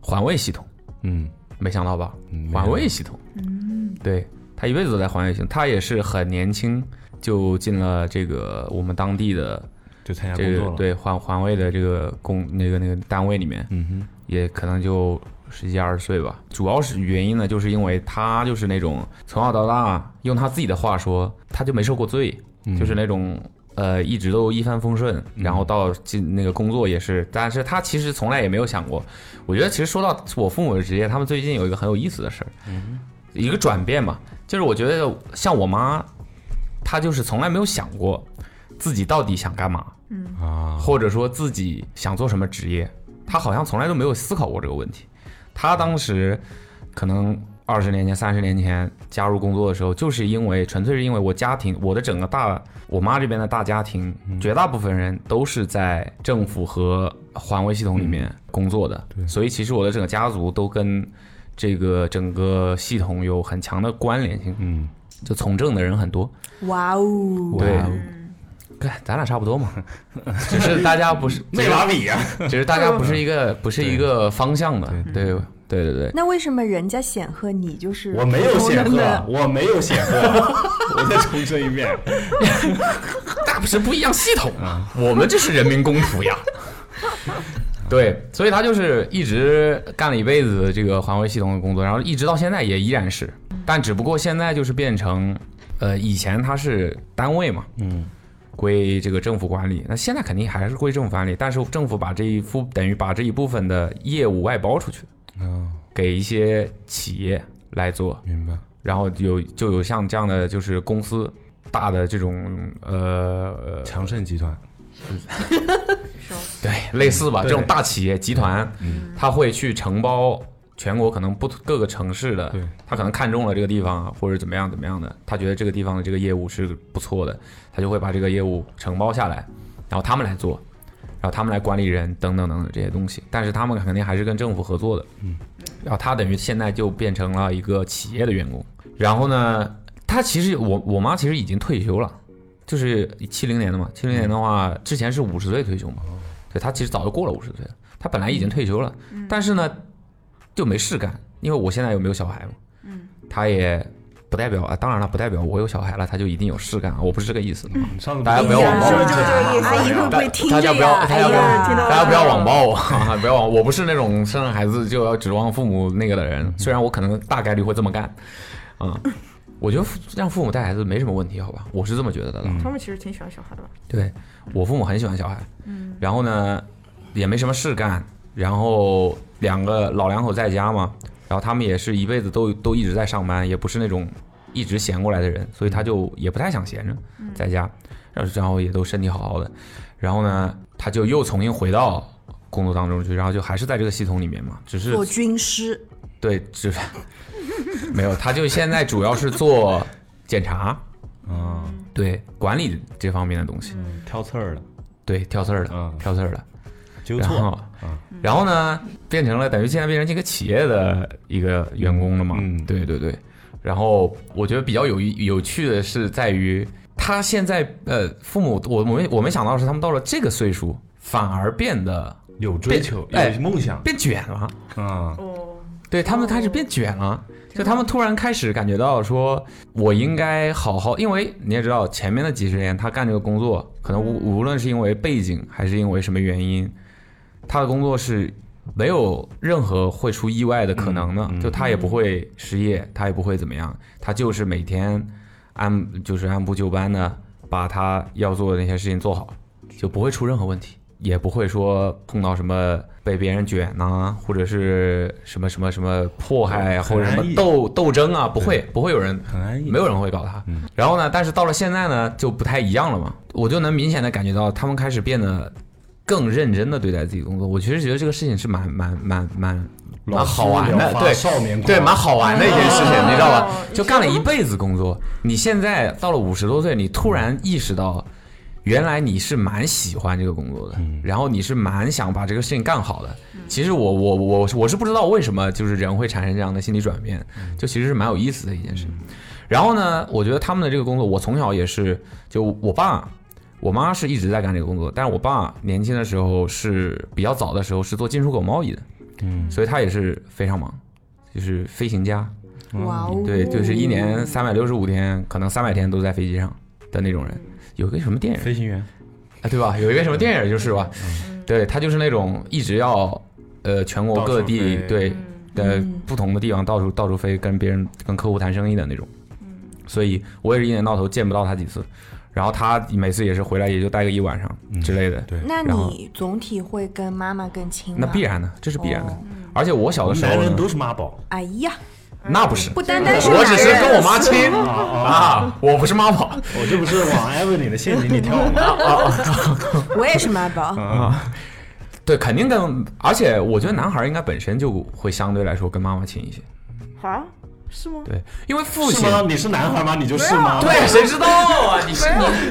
[SPEAKER 2] 环卫系统。
[SPEAKER 3] 嗯，
[SPEAKER 2] 没想到吧
[SPEAKER 3] 嗯？
[SPEAKER 2] 环卫系统，嗯，对他一辈子都在环卫系统，他也是很年轻就进了这个我们当地的
[SPEAKER 3] 就参加
[SPEAKER 2] 这
[SPEAKER 3] 工作
[SPEAKER 2] 个
[SPEAKER 3] 了。，
[SPEAKER 2] 对环环卫的这个工那个那个单位里面，
[SPEAKER 3] 嗯
[SPEAKER 2] 也可能就十几二十岁吧。主要是原因呢，就是因为他就是那种从小到大，用他自己的话说，他就没受过罪，
[SPEAKER 3] 嗯
[SPEAKER 2] 就是那种。呃，一直都一帆风顺，然后到进那个工作也是，但是他其实从来也没有想过。我觉得其实说到我父母的职业，他们最近有一个很有意思的事儿，
[SPEAKER 3] 嗯
[SPEAKER 2] 一个转变吧，就是我觉得像我妈，她就是从来没有想过自己到底想干嘛，
[SPEAKER 3] 哼啊，
[SPEAKER 2] 或者说自己想做什么职业，他好像从来都没有思考过这个问题。他当时可能二十年前、三十年前加入工作的时候，就是因为纯粹是因为我家庭，我的整个大我妈这边的大家庭，
[SPEAKER 3] 嗯
[SPEAKER 2] 绝大部分人都是在政府和环卫系统里面
[SPEAKER 3] 嗯
[SPEAKER 2] 工作的，所以其实我的整个家族都跟这个整个系统有很强的关联性，
[SPEAKER 3] 嗯，
[SPEAKER 2] 就从政的人很多。
[SPEAKER 5] 哇哦！
[SPEAKER 2] 对
[SPEAKER 3] 哇哦，
[SPEAKER 2] 对，咱俩差不多嘛，只是大家不是
[SPEAKER 3] 没把比呀。啊
[SPEAKER 2] 只是大家不是一个不是一个方向的，对对对对对，
[SPEAKER 5] 那为什么人家显赫，你就是
[SPEAKER 3] 我没有显
[SPEAKER 5] 普通人
[SPEAKER 3] 赫
[SPEAKER 2] 啊
[SPEAKER 5] 的，
[SPEAKER 3] 我没有显赫， 我再重申一遍，
[SPEAKER 2] 那不是不一样系统啊，我们这是人民公仆呀。对，所以他就是一直干了一辈子这个环卫系统的工作，然后一直到现在也依然是，但只不过现在就是变成，呃，以前他是单位嘛，
[SPEAKER 3] 嗯，
[SPEAKER 2] 归这个政府管理，那现在肯定还是归政府管理，但是政府把这一部等于把这一部分的业务外包出去，
[SPEAKER 3] 哦，
[SPEAKER 2] 给一些企业来做，
[SPEAKER 3] 明白，
[SPEAKER 2] 然后有就有像这样的就是公司大的这种呃
[SPEAKER 3] 强盛集团，
[SPEAKER 2] 对，类似吧，
[SPEAKER 3] 对嗯
[SPEAKER 2] 这种大企业集团，他会去承包全国可能不各个城市的
[SPEAKER 3] 对，
[SPEAKER 2] 他可能看中了这个地方啊或者怎么样怎么样的，他觉得这个地方的这个业务是不错的，他就会把这个业务承包下来，然后他们来做，然后他们来管理人等等等等这些东西，但是他们肯定还是跟政府合作的，嗯，然后他等于现在就变成了一个企业的员工，然后呢，他其实我我妈其实已经退休了。就是七零年的嘛，七零年的话，之前是五十岁退休嘛，对他其实早就过了五十岁了，他本来
[SPEAKER 5] 嗯
[SPEAKER 2] 已经退休了，但是呢就没事干，因为我现在又没有小孩嘛，嗯，他也不代表啊，当然了，不代表我有小孩了他就一定有事干啊，我不是这个意思，
[SPEAKER 3] 你上次
[SPEAKER 2] 大家不要
[SPEAKER 3] 说
[SPEAKER 2] 往
[SPEAKER 5] 哎
[SPEAKER 2] 包
[SPEAKER 5] 呀
[SPEAKER 2] 里
[SPEAKER 4] 就这个意思
[SPEAKER 5] 阿姨会不会听
[SPEAKER 2] 大
[SPEAKER 5] 这
[SPEAKER 2] 家
[SPEAKER 5] 个
[SPEAKER 2] 不要大
[SPEAKER 5] 呀？哎
[SPEAKER 2] 家不要
[SPEAKER 4] 听到
[SPEAKER 2] 大
[SPEAKER 5] 呀，
[SPEAKER 2] 家不要网暴我，啊不要网，我不是那种生了孩子就要指望父母那个的人，虽然我可能大概率会这么干，啊、我觉得父让父母带孩子没什么问题，好吧，我是这么觉得的，
[SPEAKER 4] 他们其实挺喜欢小孩的吧？
[SPEAKER 2] 对我父母很喜欢小孩，然后呢也没什么事干，然后两个老两口在家嘛，然后他们也是一辈子都都一直在上班，也不是那种一直闲过来的人，所以他就也不太想闲着，在家，然后然后也都身体好好的，然后呢他就又重新回到工作当中去，然后就还是在这个系统里面嘛，只是
[SPEAKER 5] 做军师，
[SPEAKER 2] 对只 没有，他就现在主要是做检查，
[SPEAKER 3] 啊，
[SPEAKER 2] 对管理这方面的东西，
[SPEAKER 3] 挑刺儿了，
[SPEAKER 2] 对挑刺儿的，
[SPEAKER 3] 嗯
[SPEAKER 2] 挑刺儿的。
[SPEAKER 3] 纠
[SPEAKER 2] 然
[SPEAKER 3] 错，嗯
[SPEAKER 2] 后，然后呢，变成了等于现在变成一个企业的一个员工了嘛？
[SPEAKER 3] 嗯
[SPEAKER 2] 对对对。然后我觉得比较有意有趣的是在于，他现在呃，父母我我没我没想到是他们到了这个岁数，反而变得
[SPEAKER 3] 有追求，
[SPEAKER 2] 哎
[SPEAKER 3] 有梦想，
[SPEAKER 2] 变卷了。
[SPEAKER 3] 啊，
[SPEAKER 4] 哦，
[SPEAKER 2] 对他们开始变卷了，就他们突然开始感觉到说，我应该好好，因为你也知道，前面的几十年他干这个工作，可能
[SPEAKER 3] 嗯
[SPEAKER 2] 无无论是因为背景还是因为什么原因，他的工作是没有任何会出意外的可能的，
[SPEAKER 3] 嗯嗯
[SPEAKER 2] 就他也不会失业，他也不会怎么样，他就是每天按就是按部就班的把他要做的那些事情做好，就不会出任何问题，也不会说碰到什么被别人卷呐、或者是什么什么什么迫害啊，
[SPEAKER 3] 很
[SPEAKER 2] 或者什
[SPEAKER 3] 安
[SPEAKER 2] 么
[SPEAKER 3] 逸
[SPEAKER 2] 斗斗争啊，不会不会有人
[SPEAKER 3] 很安逸，
[SPEAKER 2] 没有人会搞他。
[SPEAKER 3] 嗯
[SPEAKER 2] 然后呢，但是到了现在呢，就不太一样了嘛。我就能明显的感觉到他们开始变得更认真的对待自己工作。我其实觉得这个事情是蛮蛮蛮蛮蛮好玩
[SPEAKER 3] 老
[SPEAKER 2] 的，
[SPEAKER 3] 夫聊发
[SPEAKER 2] 对
[SPEAKER 3] 少年狂
[SPEAKER 2] 对，蛮好玩的一件事情，
[SPEAKER 4] 哦
[SPEAKER 2] 你知道吧？
[SPEAKER 4] 你
[SPEAKER 2] 就干了一辈子工作，你现在到了五十多岁，你突然意识到。原来你是蛮喜欢这个工作的，然后你是蛮想把这个事情干好的。其实我我我我是不知道为什么就是人会产生这样的心理转变，就其实是蛮有意思的一件事。然后呢，我觉得他们的这个工作，我从小也是，就我爸、我妈是一直在干这个工作，但是我爸年轻的时候是比较早的时候是做进出口贸易的，
[SPEAKER 3] 嗯，
[SPEAKER 2] 所以他也是非常忙，就是飞行家，
[SPEAKER 5] 哇哦，
[SPEAKER 2] 嗯对，就是一年三百六十五天，可能三百天都在飞机上的那种人。有个什么电影
[SPEAKER 3] 飞嗯行员，
[SPEAKER 2] 啊，对吧？有一个什么电影就是吧，嗯对他就是那种一直要呃全国各地
[SPEAKER 3] 到处飞
[SPEAKER 2] 对呃
[SPEAKER 5] 嗯
[SPEAKER 2] 不同的地方到处到处飞，跟别人跟客户谈生意的那种。
[SPEAKER 5] 嗯
[SPEAKER 2] 所以我也是一年到头见不到他几次，然后他每次也是回来也就待个一晚上之类的。
[SPEAKER 3] 嗯对
[SPEAKER 5] 那
[SPEAKER 2] 然后
[SPEAKER 5] 你总体会跟妈妈更亲吗？
[SPEAKER 2] 那必。然的，这是必然的
[SPEAKER 5] 哦。
[SPEAKER 2] 而且我小的时候
[SPEAKER 3] 男人
[SPEAKER 2] 呢，
[SPEAKER 3] 都是妈宝，
[SPEAKER 5] 哎呀，
[SPEAKER 2] 那不是，
[SPEAKER 5] 不单单是
[SPEAKER 2] 我只
[SPEAKER 5] 男
[SPEAKER 2] 是
[SPEAKER 5] 人
[SPEAKER 2] 跟我妈亲
[SPEAKER 3] 啊
[SPEAKER 2] 啊，我不是妈宝。
[SPEAKER 3] 我这不是往艾文里的陷阱里跳吗？
[SPEAKER 5] 我也是妈宝，
[SPEAKER 2] 对，肯定跟，而且我觉得男孩应该本身就会相对来说跟妈妈亲一些。
[SPEAKER 4] 啊，是吗？
[SPEAKER 2] 对，因为父
[SPEAKER 3] 是
[SPEAKER 2] 亲
[SPEAKER 3] 吗？你是男孩吗？你就是吗？
[SPEAKER 2] 对，谁知道啊？你是你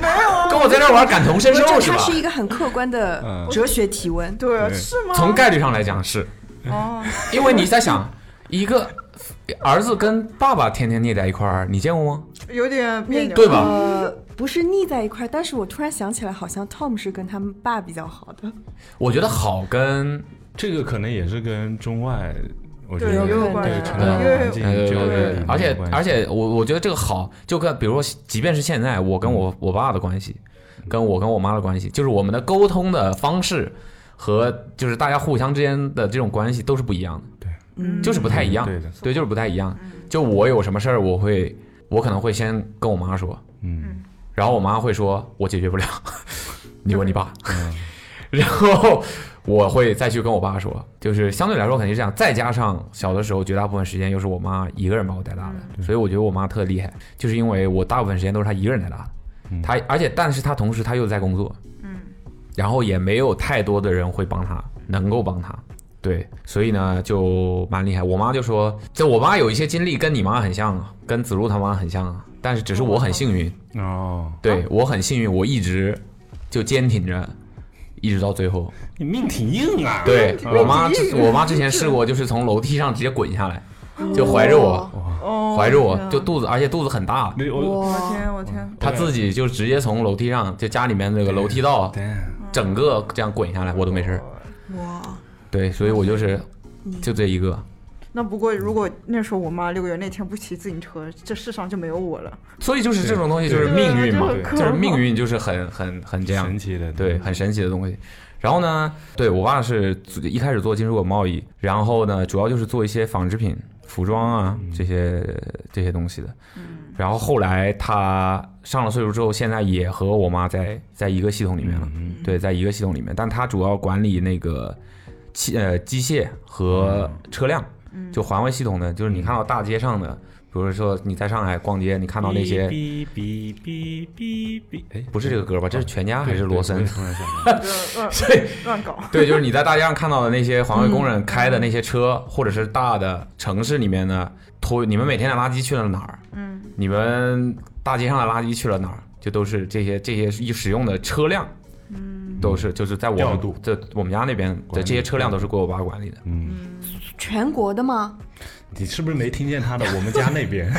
[SPEAKER 2] 跟我在这儿玩感同身受
[SPEAKER 5] 这
[SPEAKER 2] 是
[SPEAKER 5] 它
[SPEAKER 2] 吧？
[SPEAKER 5] 是一个很客观的
[SPEAKER 3] 嗯
[SPEAKER 5] 哲学提问。
[SPEAKER 4] 对，啊
[SPEAKER 3] 对
[SPEAKER 4] 是吗？
[SPEAKER 2] 从概率上来讲是，
[SPEAKER 4] 哦，
[SPEAKER 2] 因为你在想一个儿子跟爸爸天天腻在一块儿，你见过吗？
[SPEAKER 4] 有点别
[SPEAKER 5] 那
[SPEAKER 4] 扭。
[SPEAKER 5] 个
[SPEAKER 2] 对吧
[SPEAKER 5] 呃不是腻在一块儿，但是我突然想起来，好像 Tom 是跟他们爸比较好的。
[SPEAKER 2] 我觉得好跟
[SPEAKER 3] 这个可能也是跟中外我觉
[SPEAKER 4] 对，也
[SPEAKER 3] 得
[SPEAKER 4] 有
[SPEAKER 5] 对
[SPEAKER 4] 关
[SPEAKER 3] 对
[SPEAKER 4] 系，
[SPEAKER 3] 成
[SPEAKER 2] 对
[SPEAKER 3] 长环
[SPEAKER 2] 对
[SPEAKER 3] 境
[SPEAKER 2] 对
[SPEAKER 3] 教育理
[SPEAKER 2] 对
[SPEAKER 3] 念，
[SPEAKER 2] 而且
[SPEAKER 3] 有关系
[SPEAKER 2] 而且我我觉得这个好，就跟比如说，即便是现在我
[SPEAKER 3] 嗯
[SPEAKER 2] 跟我我爸的关系，跟我跟我妈的关系，就是我们的沟通的方式和就是大家互相之间的这种关系都是不一样的，
[SPEAKER 4] 嗯
[SPEAKER 2] 就是不太一样，
[SPEAKER 3] 对的，
[SPEAKER 2] 对，就是不太一样。就我有什么事儿，我会我可能会先跟我妈说，
[SPEAKER 3] 嗯
[SPEAKER 2] 然后我妈会说我解决不了， 你问你爸，
[SPEAKER 3] 嗯
[SPEAKER 2] 然后我会再去跟我爸说，就是相对来说肯定是这样，再加上小的时候绝大部分时间又是我妈一个人把我带大的，
[SPEAKER 4] 嗯
[SPEAKER 2] 所以我觉得我妈特厉害，就是因为我大部分时间都是她一个人带大的，
[SPEAKER 3] 嗯
[SPEAKER 2] 她而且但是她同时她又在工作，
[SPEAKER 4] 嗯，
[SPEAKER 2] 然后也没有太多的人会帮她，能够帮她。对，所以呢就蛮厉害。我妈就说，就我妈有一些经历跟你妈很像啊，跟子路他妈很像啊，但是只是我很幸运，
[SPEAKER 3] 哦，
[SPEAKER 2] 对我很幸运，我一直就坚挺着，一直到最后。
[SPEAKER 3] 你命挺硬啊，
[SPEAKER 2] 对
[SPEAKER 4] 哦
[SPEAKER 2] 我妈之，我妈之前试 过，就是从楼梯上直接滚下来，就怀着我，
[SPEAKER 4] 哦，
[SPEAKER 2] 怀着我
[SPEAKER 4] 天啊啊
[SPEAKER 2] 就肚子，而且肚子很大，
[SPEAKER 3] 那我
[SPEAKER 4] 我
[SPEAKER 5] 哇，
[SPEAKER 4] 天，我天，
[SPEAKER 2] 她自己就直接从楼梯上，就家里面那个楼梯道，
[SPEAKER 3] damn，
[SPEAKER 2] 整个这样滚下来，我都没事儿。
[SPEAKER 5] 哇，
[SPEAKER 2] 对，所以我
[SPEAKER 4] 哦
[SPEAKER 2] 就是就这一个。
[SPEAKER 4] 那不过如果那时候我妈六个月那天不骑自行车，这世上就没有我 了。
[SPEAKER 2] 所以就是这种东西就是
[SPEAKER 4] 对
[SPEAKER 2] 命运嘛
[SPEAKER 4] 对，
[SPEAKER 2] 就是命运就是很很很这样
[SPEAKER 3] 神奇的，
[SPEAKER 2] 对，很神奇的东西。然后呢，对我爸是做一开始做进出口贸易，然后呢，主要就是做一些纺织品、服装啊这些这些东西的。然后后来他上了岁数之后，现在也和我妈在在一个系统里面了。
[SPEAKER 3] 嗯
[SPEAKER 2] 对，在一个系统里面，但他主要管理那个器呃机械和车辆，就环卫系统的，就是你看到大街上的，比如说你在上海逛街，你看到那些
[SPEAKER 3] 哔哔哔哔哔，哎，
[SPEAKER 2] 不是这个歌吧？这是全家还是罗森？
[SPEAKER 3] 突然想到，
[SPEAKER 4] 乱
[SPEAKER 2] 对。
[SPEAKER 4] 乱搞，
[SPEAKER 2] 对，就是你在大街上看到的那些环卫工人开的那些车，或者是大的城市里面的拖，你们每天的垃圾去了哪儿？嗯，你们大街上的垃圾去了哪儿？就都是这些这些使用的车辆，嗯，都是就是在我
[SPEAKER 3] 调
[SPEAKER 2] 们
[SPEAKER 3] 度
[SPEAKER 2] 这我们家那边的
[SPEAKER 3] 管理
[SPEAKER 2] 这些车辆都是归我爸管理的。
[SPEAKER 3] 嗯，
[SPEAKER 5] 全国的吗？
[SPEAKER 3] 你是不是没听见他的？我们家那边，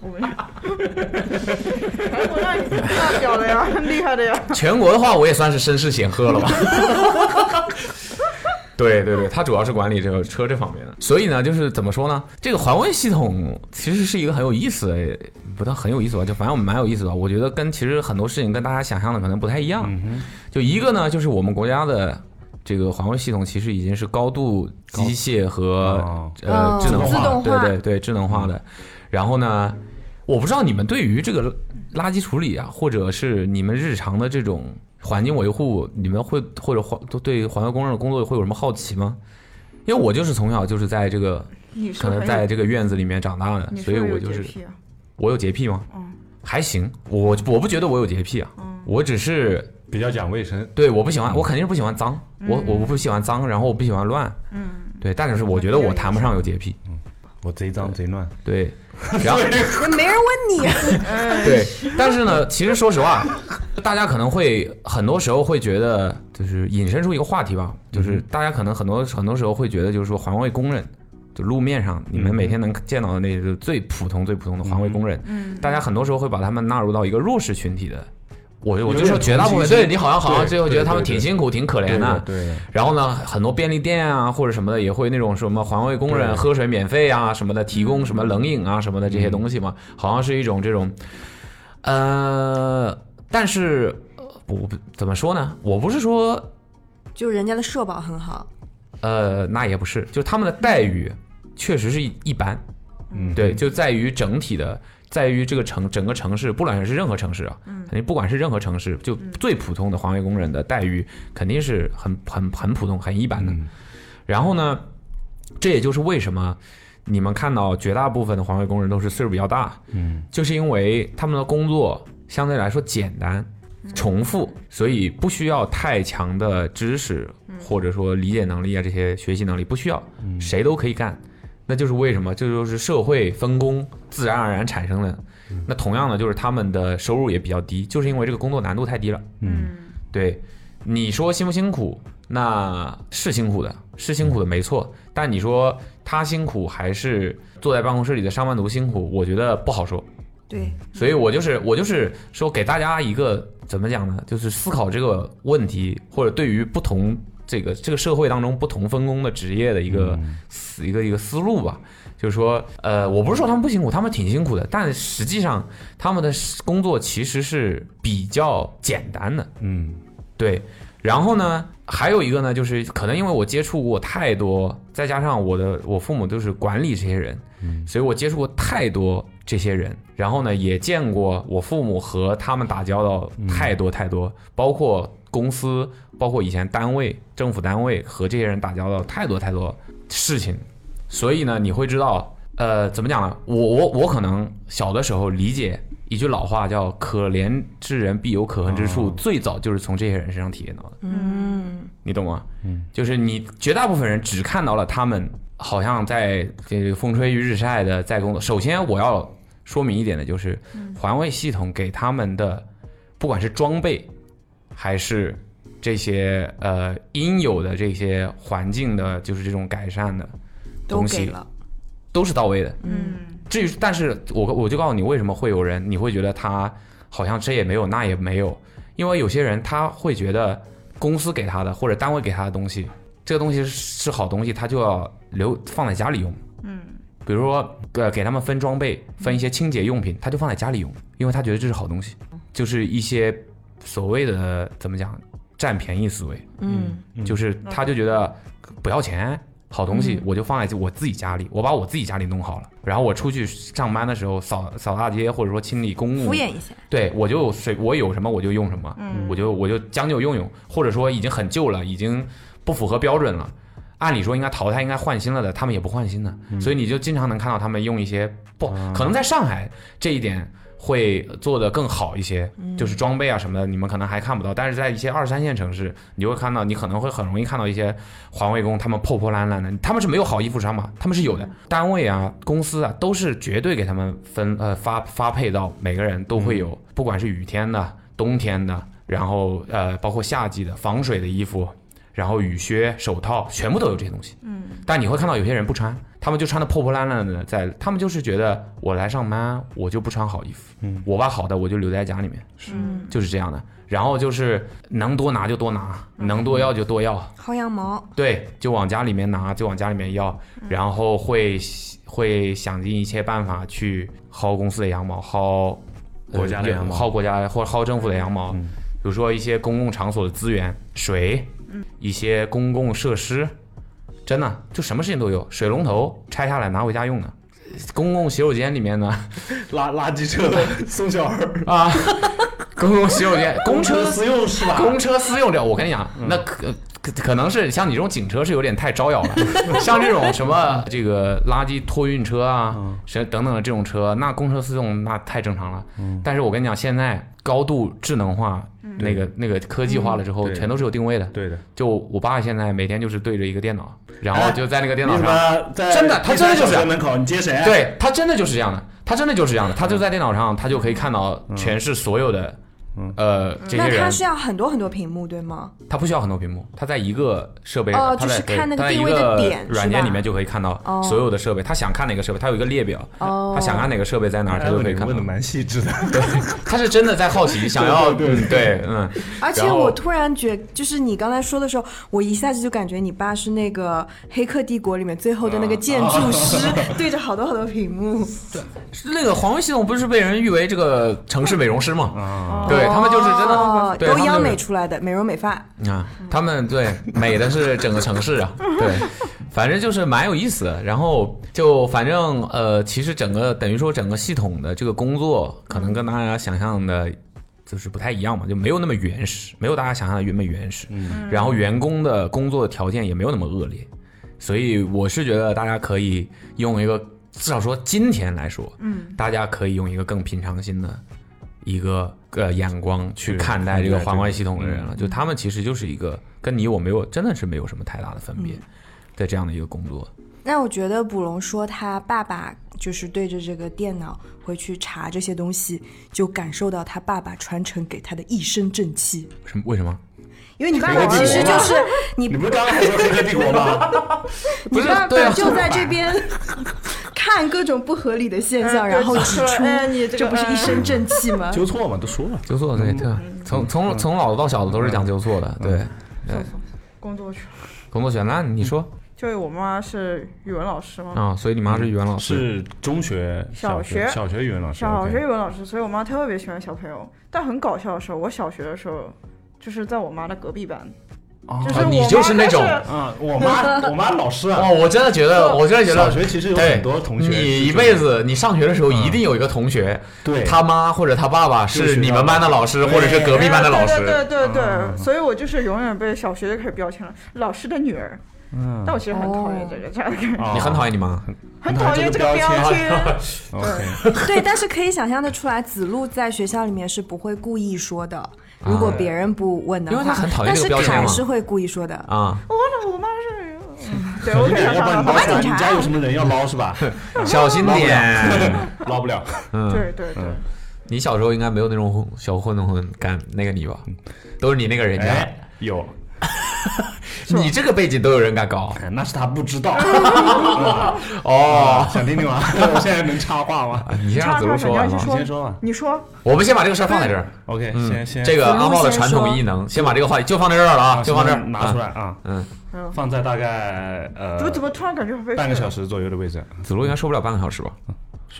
[SPEAKER 4] 我们，我让你大屌的呀，厉害的呀，
[SPEAKER 2] 全国的话，我也算是身世显赫了吧。对对对，他主要是管理这个车这方面的，所以呢，就是怎么说呢？这个环卫系统其实是一个很有意思的，不但很有意思吧，就反正蛮有意思的吧。我觉得跟其实很多事情跟大家想象的可能不太一样。就一个呢，就是我们国家的这个环卫系统其实已经是高度机械和
[SPEAKER 3] 哦
[SPEAKER 2] 呃
[SPEAKER 5] 嗯
[SPEAKER 2] 智能
[SPEAKER 5] 自
[SPEAKER 2] 化，
[SPEAKER 5] 动
[SPEAKER 2] 对
[SPEAKER 5] 化
[SPEAKER 2] 对对，智能
[SPEAKER 4] 嗯
[SPEAKER 2] 化的。然后呢，我不知道你们对于这个垃圾处理啊，或者是你们日常的这种环境维护，你们会或者环都对环卫工人的工作会有什么好奇吗？因为我就是从小就是在这个
[SPEAKER 4] 你是
[SPEAKER 2] 可
[SPEAKER 4] 很
[SPEAKER 2] 能
[SPEAKER 4] 有
[SPEAKER 2] 在这个院子里面长大的，
[SPEAKER 4] 你
[SPEAKER 2] 啊所以
[SPEAKER 4] 是不是
[SPEAKER 2] 我
[SPEAKER 4] 有
[SPEAKER 2] 就
[SPEAKER 4] 洁
[SPEAKER 2] 是
[SPEAKER 4] 癖啊
[SPEAKER 2] 我有洁癖吗？
[SPEAKER 4] 嗯
[SPEAKER 2] 还行，我我不觉得我有洁癖啊，我只是
[SPEAKER 3] 比较讲卫生，
[SPEAKER 2] 对我不喜欢，我肯定是不喜欢脏，我我不喜欢脏，然后我不喜欢乱，
[SPEAKER 4] 嗯，
[SPEAKER 2] 对，但是我觉得我谈不上有洁癖，
[SPEAKER 3] 我贼脏贼乱，
[SPEAKER 2] 对，然后。
[SPEAKER 5] 也没人问你。
[SPEAKER 2] 对，但是呢，其实说实话，大家可能会很多时候会觉得，就是引申出一个话题吧，就是
[SPEAKER 3] 嗯
[SPEAKER 2] 大家可能很多很多时候会觉得，就是说环卫工人，就路面上你
[SPEAKER 3] 嗯
[SPEAKER 2] 们每天能见到的那些最普通、最普通的环卫工人，
[SPEAKER 4] 嗯
[SPEAKER 2] 大家很多时候会把他们纳入到一个弱势群体的。我我
[SPEAKER 3] 有
[SPEAKER 2] 就说
[SPEAKER 3] 点
[SPEAKER 2] 绝大部
[SPEAKER 3] 同
[SPEAKER 2] 分，
[SPEAKER 3] 情
[SPEAKER 2] 对
[SPEAKER 3] 心
[SPEAKER 2] 你好像好像
[SPEAKER 3] 对
[SPEAKER 2] 最后觉得
[SPEAKER 3] 对
[SPEAKER 2] 他们
[SPEAKER 3] 对
[SPEAKER 2] 挺
[SPEAKER 3] 对
[SPEAKER 2] 辛苦、挺可怜的，
[SPEAKER 3] 对的，
[SPEAKER 2] 然后呢，很多便利店啊或者什么的也会那种什么环卫工人
[SPEAKER 3] 对
[SPEAKER 2] 喝水免费啊什么的，提供什么冷饮啊什么的这些东西嘛，好像是一种这种，呃，但是呃不不怎么说呢？我不是说
[SPEAKER 5] 就人家的社保很好，
[SPEAKER 2] 呃，那也不是，就是他们的待遇确实是一一般，
[SPEAKER 3] 嗯
[SPEAKER 2] 对，就在于整体的，在于这个城整个城市，不管是任何城市啊，肯定不管是任何城市，就最普通的环卫工人的待遇肯定是很很很普通、很一般的。
[SPEAKER 3] 嗯
[SPEAKER 2] 然后呢，这也就是为什么你们看到绝大部分的环卫工人都是岁数比较大，
[SPEAKER 3] 嗯，
[SPEAKER 2] 就是因为他们的工作相对来说简单。重复，所以不需要太强的知识，或者说理解能力啊，这些学习能力不需要，
[SPEAKER 3] 嗯
[SPEAKER 2] 谁都可以干。那就是为什么，这就是社会分工自然而然产生的。那同样的，就是他们的收入也比较低，就是因为这个工作难度太低了。
[SPEAKER 4] 嗯
[SPEAKER 2] 对，你说辛不辛苦？那是辛苦的，是辛苦的，没错。但你说他辛苦还是坐在办公室里的上班族辛苦，我觉得不好说。
[SPEAKER 5] 对，
[SPEAKER 2] 所以我就是我就是说给大家一个怎么讲呢？就是思考这个问题，或者对于不同这个这个社会当中不同分工的职业的一个思、一个一个思路吧。就是说，呃，我不是说他们不辛苦，他们挺辛苦的，但实际上他们的工作其实是比较简单的，
[SPEAKER 3] 嗯
[SPEAKER 2] 对。然后呢，还有一个呢，就是可能因为我接触过太多，再加上我的我父母都是管理这些人，所以我接触过太多这些人，然后呢，也见过我父母和他们打交道太多太多，包括公司，包括以前单位、政府单位和这些人打交道太多太多事情，所以呢，你会知道，呃，怎么讲呢？我我我可能小的时候理解一句老话叫“可怜之人必有可恨之处”，
[SPEAKER 3] 哦
[SPEAKER 2] 最早就是从这些人身上体验到的。
[SPEAKER 5] 嗯，
[SPEAKER 2] 你懂吗？
[SPEAKER 3] 嗯，
[SPEAKER 2] 就是你绝大部分人只看到了他们好像在这个风吹雨日晒的在工作。首先我要说明一点的就是，
[SPEAKER 3] 嗯
[SPEAKER 2] 环卫系统给他们的不管是装备还是这些呃应有的这些环境的，就是这种改善的
[SPEAKER 5] 都
[SPEAKER 2] 东西
[SPEAKER 5] 给了，
[SPEAKER 2] 都是到位的。
[SPEAKER 4] 嗯，
[SPEAKER 2] 至于，但是我我就告诉你，为什么会有人你会觉得他好像这也没有那也没有，因为有些人他会觉得公司给他的或者单位给他的东西，这个东西是是好东西，他就要留放在家里用。
[SPEAKER 4] 嗯，
[SPEAKER 2] 比如说，呃，给他们分装备，分一些清洁用品，他就放在家里用，因为他觉得这是好东西，就是一些所谓的怎么讲占便宜思维。
[SPEAKER 5] 嗯
[SPEAKER 2] 就是他就觉得不要钱，好东西我就放在我自己家里，我把我自己家里弄好了，然后我出去上班的时候扫扫大街或者说清理公
[SPEAKER 5] 敷
[SPEAKER 2] 务，
[SPEAKER 5] 衍一下，
[SPEAKER 2] 对我就谁我有什么我就用什么，我就我就将就用用，或者说已经很旧了，已经不符合标准了。按理说应该淘汰、应该换新了的，他们也不换新的，所以你就经常能看到他们用一些不可能在上海这一点会做得更好一些，就是装备啊什么的，你们可能还看不到，但是在一些二三线城市，你会看到，你可能会很容易看到一些环卫工，他们破破烂烂的，他们是没有好衣服穿嘛，他们是有的，单位啊、公司啊都是绝对给他们分呃发发配到每个人都会有，不管是雨天的、冬天的，然后呃包括夏季的防水的衣服，然后雨靴、手套，全部都有这些东西。嗯，但你会看到有些人不穿，他们就穿的破破烂烂的在，他们就是觉得我来上班，我就不穿好衣服，
[SPEAKER 3] 嗯
[SPEAKER 2] 我把好的我就留在家里面，是，
[SPEAKER 4] 嗯
[SPEAKER 2] 就是这样的。然后就是能多拿就多拿，能多要就多要，
[SPEAKER 5] 薅羊毛，
[SPEAKER 2] 对，就往家里面拿，就往家里面要，然后会会想尽一切办法去薅公司的羊毛，薅呃
[SPEAKER 3] 国家的羊毛
[SPEAKER 2] 薅国家或者薅政府的羊毛。
[SPEAKER 3] 嗯
[SPEAKER 2] 比如说一些公共场所的资源，水，
[SPEAKER 3] 嗯
[SPEAKER 2] 一些公共设施，真的就什么事情都有。水龙头拆下来拿回家用的，公共洗手间里 面呢
[SPEAKER 3] 垃垃圾车宋小儿，
[SPEAKER 2] 啊，公共洗手间，公车
[SPEAKER 3] 私用是吧
[SPEAKER 2] 公车私用掉，我跟你讲，
[SPEAKER 3] 嗯
[SPEAKER 2] 那可可可能是像你这种警车是有点太招摇了，像这种什么 这个垃圾托运车啊，
[SPEAKER 3] 嗯
[SPEAKER 2] 什等等的这种车，那公车私用那太正常了。
[SPEAKER 3] 嗯
[SPEAKER 2] 但是我跟你讲，现在高度智能化，
[SPEAKER 5] 嗯
[SPEAKER 2] 那个那个科技化了之后，
[SPEAKER 3] 嗯对
[SPEAKER 2] 全都是有定位的。
[SPEAKER 3] 对的，
[SPEAKER 2] 就我爸现在每天就是对着一个电脑，然
[SPEAKER 3] 哎
[SPEAKER 2] 后就在那个电脑上，
[SPEAKER 3] 么在
[SPEAKER 2] 真的他真的就是
[SPEAKER 3] 第三小学门口，你接谁啊，
[SPEAKER 2] 对他真的就是这样的，他真的就是这样的，
[SPEAKER 3] 嗯
[SPEAKER 2] 他就在电脑上，他就可以看到全市所有的。
[SPEAKER 3] 嗯
[SPEAKER 2] 呃，这些
[SPEAKER 5] 嗯那
[SPEAKER 2] 人
[SPEAKER 5] 它是要很多很多屏幕对吗？
[SPEAKER 2] 它不需要很多屏幕，它在一个设备，
[SPEAKER 5] 哦
[SPEAKER 2] 它
[SPEAKER 5] 就是
[SPEAKER 2] 在
[SPEAKER 5] 看那个
[SPEAKER 2] 它在一
[SPEAKER 5] 定位的点是吧
[SPEAKER 2] 软件里面就可以看到
[SPEAKER 5] 哦
[SPEAKER 2] 所有的设备，他想看哪个设备，它有一个列表，
[SPEAKER 5] 哦
[SPEAKER 2] 他想看哪个设备在哪儿，他
[SPEAKER 3] 哎
[SPEAKER 2] 都
[SPEAKER 3] 呦
[SPEAKER 2] 可
[SPEAKER 3] 你
[SPEAKER 2] 以看
[SPEAKER 3] 问
[SPEAKER 2] 到
[SPEAKER 3] 的。蛮细致的，
[SPEAKER 2] 他是真的在好奇，想 要
[SPEAKER 3] 对对
[SPEAKER 2] 嗯对嗯，
[SPEAKER 5] 而且
[SPEAKER 2] 然后
[SPEAKER 5] 我突然觉，就是你刚才说的时候，我一下子就感觉你爸是那个《黑客帝国》里面最后的那个建筑师，
[SPEAKER 2] 啊
[SPEAKER 5] 对着好多好多屏幕。
[SPEAKER 2] 那个环卫系统不是被人誉为这个城市美容师吗？
[SPEAKER 3] 啊，
[SPEAKER 2] 对他们就是真
[SPEAKER 5] 哦
[SPEAKER 2] 的，对
[SPEAKER 5] 都央
[SPEAKER 2] 美
[SPEAKER 5] 美出来的美容美发，
[SPEAKER 2] 啊，他们对美的是整个城市啊，对，反正就是蛮有意思的。然后就反正呃，其实整个等于说整个系统的这个工作，可能跟大家想象的。就是不太一样嘛，就没有那么原始，没有大家想象的那么原始。嗯，然后员工的工作条件也没有那么恶劣，所以我是觉得大家可以用一个，至少说今天来说，嗯，大家可以用一个更平常心的一个呃眼光去
[SPEAKER 3] 对
[SPEAKER 2] 看待这个
[SPEAKER 3] 看待这个嗯
[SPEAKER 2] 环外系统的人了，就他们其实就是一个跟你我没有真的是没有什么太大的分
[SPEAKER 3] 嗯
[SPEAKER 2] 别的这样的一个工作。
[SPEAKER 5] 那我觉得卜龙说他爸爸就是对着这个电脑会去查这些东西，就感受到他爸爸传承给他的一身正气。
[SPEAKER 2] 什么？为什么？
[SPEAKER 5] 因为你爸
[SPEAKER 3] 黑
[SPEAKER 5] 爸
[SPEAKER 3] 客帝
[SPEAKER 5] 其
[SPEAKER 3] 国
[SPEAKER 5] 实
[SPEAKER 3] 嘛
[SPEAKER 5] 就是你，
[SPEAKER 3] 你不是刚刚还说黑客帝国吗？
[SPEAKER 5] 你
[SPEAKER 2] 是
[SPEAKER 5] 爸
[SPEAKER 2] 对
[SPEAKER 5] 爸
[SPEAKER 2] 啊
[SPEAKER 5] 就在这边 看各种不合理的现象，
[SPEAKER 4] 嗯
[SPEAKER 5] 然后
[SPEAKER 4] 对
[SPEAKER 5] 指
[SPEAKER 4] 就
[SPEAKER 5] 出
[SPEAKER 4] 是哎你这个
[SPEAKER 5] 这不是一身正气吗？
[SPEAKER 3] 纠错嘛，都说了，
[SPEAKER 2] 嗯纠错对对，从从从老的到小的都是讲纠错的，对。对，
[SPEAKER 4] 工作去，
[SPEAKER 2] 嗯工作选那你说
[SPEAKER 4] 就是我妈是语文老师
[SPEAKER 3] 嗯
[SPEAKER 4] 嘛，
[SPEAKER 2] 啊、所以你妈是语文老师，
[SPEAKER 3] 是中学、
[SPEAKER 4] 小
[SPEAKER 3] 学、
[SPEAKER 4] 学
[SPEAKER 3] 小学语文老师，
[SPEAKER 4] 小
[SPEAKER 3] OK
[SPEAKER 4] 学语文老师，所以我妈特别喜欢小朋友。但很搞笑的是，我小学的时候就是在我妈的隔壁班，
[SPEAKER 3] 哦
[SPEAKER 4] 就是我
[SPEAKER 2] 你
[SPEAKER 4] 妈
[SPEAKER 2] 就是那种
[SPEAKER 4] 开始
[SPEAKER 3] 啊，我 妈，我妈老师啊，
[SPEAKER 2] 哇，哦我真的觉得，我真的觉
[SPEAKER 3] 小
[SPEAKER 2] 得，
[SPEAKER 3] 学其实有
[SPEAKER 2] 对
[SPEAKER 3] 很多同学，
[SPEAKER 2] 你一辈子，你上学的时候一定有一个同学，
[SPEAKER 3] 嗯对啊
[SPEAKER 2] 他妈或者他爸爸是你们班的老师，
[SPEAKER 3] 对
[SPEAKER 2] 或者是隔壁班的老
[SPEAKER 4] 对对
[SPEAKER 2] 师。
[SPEAKER 4] 对对对，所以我就是永远被小学就开始标签了，老师的女儿。
[SPEAKER 3] 嗯
[SPEAKER 4] 但我其实很讨厌这个这样的人，
[SPEAKER 2] 你很讨厌你妈，
[SPEAKER 4] 很讨厌这个标签。
[SPEAKER 3] 厌。OK，
[SPEAKER 5] 对，但是可以想象的出来，子路在学校里面是不会故意说的。如果别人不问的
[SPEAKER 2] 因
[SPEAKER 5] 话，
[SPEAKER 2] 为他很讨厌
[SPEAKER 5] 但
[SPEAKER 2] 这个
[SPEAKER 5] 是
[SPEAKER 2] 标签嘛
[SPEAKER 5] 凯是会故意说的。
[SPEAKER 3] 哦
[SPEAKER 2] 啊，
[SPEAKER 4] 我的我妈是，嗯对我可以想
[SPEAKER 3] 要不然你捞
[SPEAKER 4] 象到她
[SPEAKER 3] 出来，
[SPEAKER 5] 警察
[SPEAKER 3] 你家有什么人要捞 是吧？
[SPEAKER 2] 小心
[SPEAKER 3] 捞不
[SPEAKER 2] 点。
[SPEAKER 3] 了，捞不了。
[SPEAKER 4] 对对对，
[SPEAKER 2] 你小时候应该没有那种混小混混干那个你吧？都是你那个人家，
[SPEAKER 3] 哎，有，
[SPEAKER 4] 吧
[SPEAKER 2] 你这个背景都有人敢搞
[SPEAKER 3] 哎那是他不知 道。
[SPEAKER 2] 哦。
[SPEAKER 3] 想 听听吗？啊我现在能插话吗？
[SPEAKER 2] 你先让
[SPEAKER 4] 叉
[SPEAKER 2] 子
[SPEAKER 4] 叉
[SPEAKER 2] 路
[SPEAKER 4] 小
[SPEAKER 2] 说啊完
[SPEAKER 4] 你
[SPEAKER 2] 吧
[SPEAKER 4] 先。
[SPEAKER 3] 你先说吧。
[SPEAKER 4] 你说
[SPEAKER 2] 我们先把这个事儿放在这儿。
[SPEAKER 3] OK，
[SPEAKER 2] 嗯
[SPEAKER 3] 先，先
[SPEAKER 2] 这个
[SPEAKER 5] 子路
[SPEAKER 2] 阿茂的
[SPEAKER 5] 先
[SPEAKER 2] 传
[SPEAKER 5] 说
[SPEAKER 2] 统异能，先把这个话题就放在这儿了啊，
[SPEAKER 3] 哎啊
[SPEAKER 2] 就放这儿
[SPEAKER 3] 拿出。
[SPEAKER 2] 啊
[SPEAKER 3] 来啊，
[SPEAKER 2] 嗯，
[SPEAKER 3] 放在大概呃
[SPEAKER 4] 怎么怎啊么突然感觉好被
[SPEAKER 3] 半个小
[SPEAKER 4] 时
[SPEAKER 3] 时左右的位置。
[SPEAKER 2] 啊子路应该说不了半个小时吧？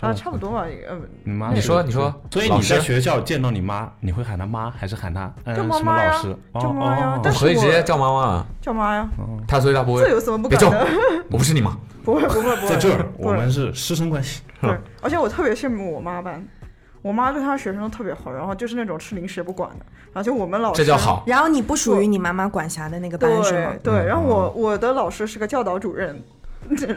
[SPEAKER 4] 啊，
[SPEAKER 3] 嗯
[SPEAKER 4] 差不多吧，呃，
[SPEAKER 3] 你妈
[SPEAKER 2] 你
[SPEAKER 3] 是，
[SPEAKER 2] 说，你说，
[SPEAKER 3] 所以
[SPEAKER 2] 老
[SPEAKER 3] 你
[SPEAKER 2] 师
[SPEAKER 3] 在学校见到你妈，你会喊她妈还是喊她嗯
[SPEAKER 4] 就妈
[SPEAKER 3] 什么
[SPEAKER 4] 妈呀
[SPEAKER 3] 老师？哦
[SPEAKER 4] 就妈呀
[SPEAKER 3] 哦哦
[SPEAKER 2] 我
[SPEAKER 4] 啊但是
[SPEAKER 2] 可以直
[SPEAKER 4] 我
[SPEAKER 2] 接叫妈妈啊，
[SPEAKER 4] 叫妈呀，
[SPEAKER 3] 嗯
[SPEAKER 2] 她所以她不会
[SPEAKER 4] 这有什么不
[SPEAKER 2] 别
[SPEAKER 4] 敢
[SPEAKER 2] 叫
[SPEAKER 4] 的？
[SPEAKER 2] 我不是你妈，
[SPEAKER 4] 不会不 会不会，
[SPEAKER 3] 在这儿
[SPEAKER 4] 不
[SPEAKER 3] 我
[SPEAKER 4] 会
[SPEAKER 3] 们是师生关系。
[SPEAKER 4] 对，而且我特别羡慕我妈班，我妈对她学生都特别好，然后就是那种吃零食不管的，然后就我们老师
[SPEAKER 2] 这叫。好。
[SPEAKER 5] 然后你不属于你妈妈管辖的那个班是吗
[SPEAKER 3] 嗯
[SPEAKER 4] 对？对，然后我我的老师是个教导主任，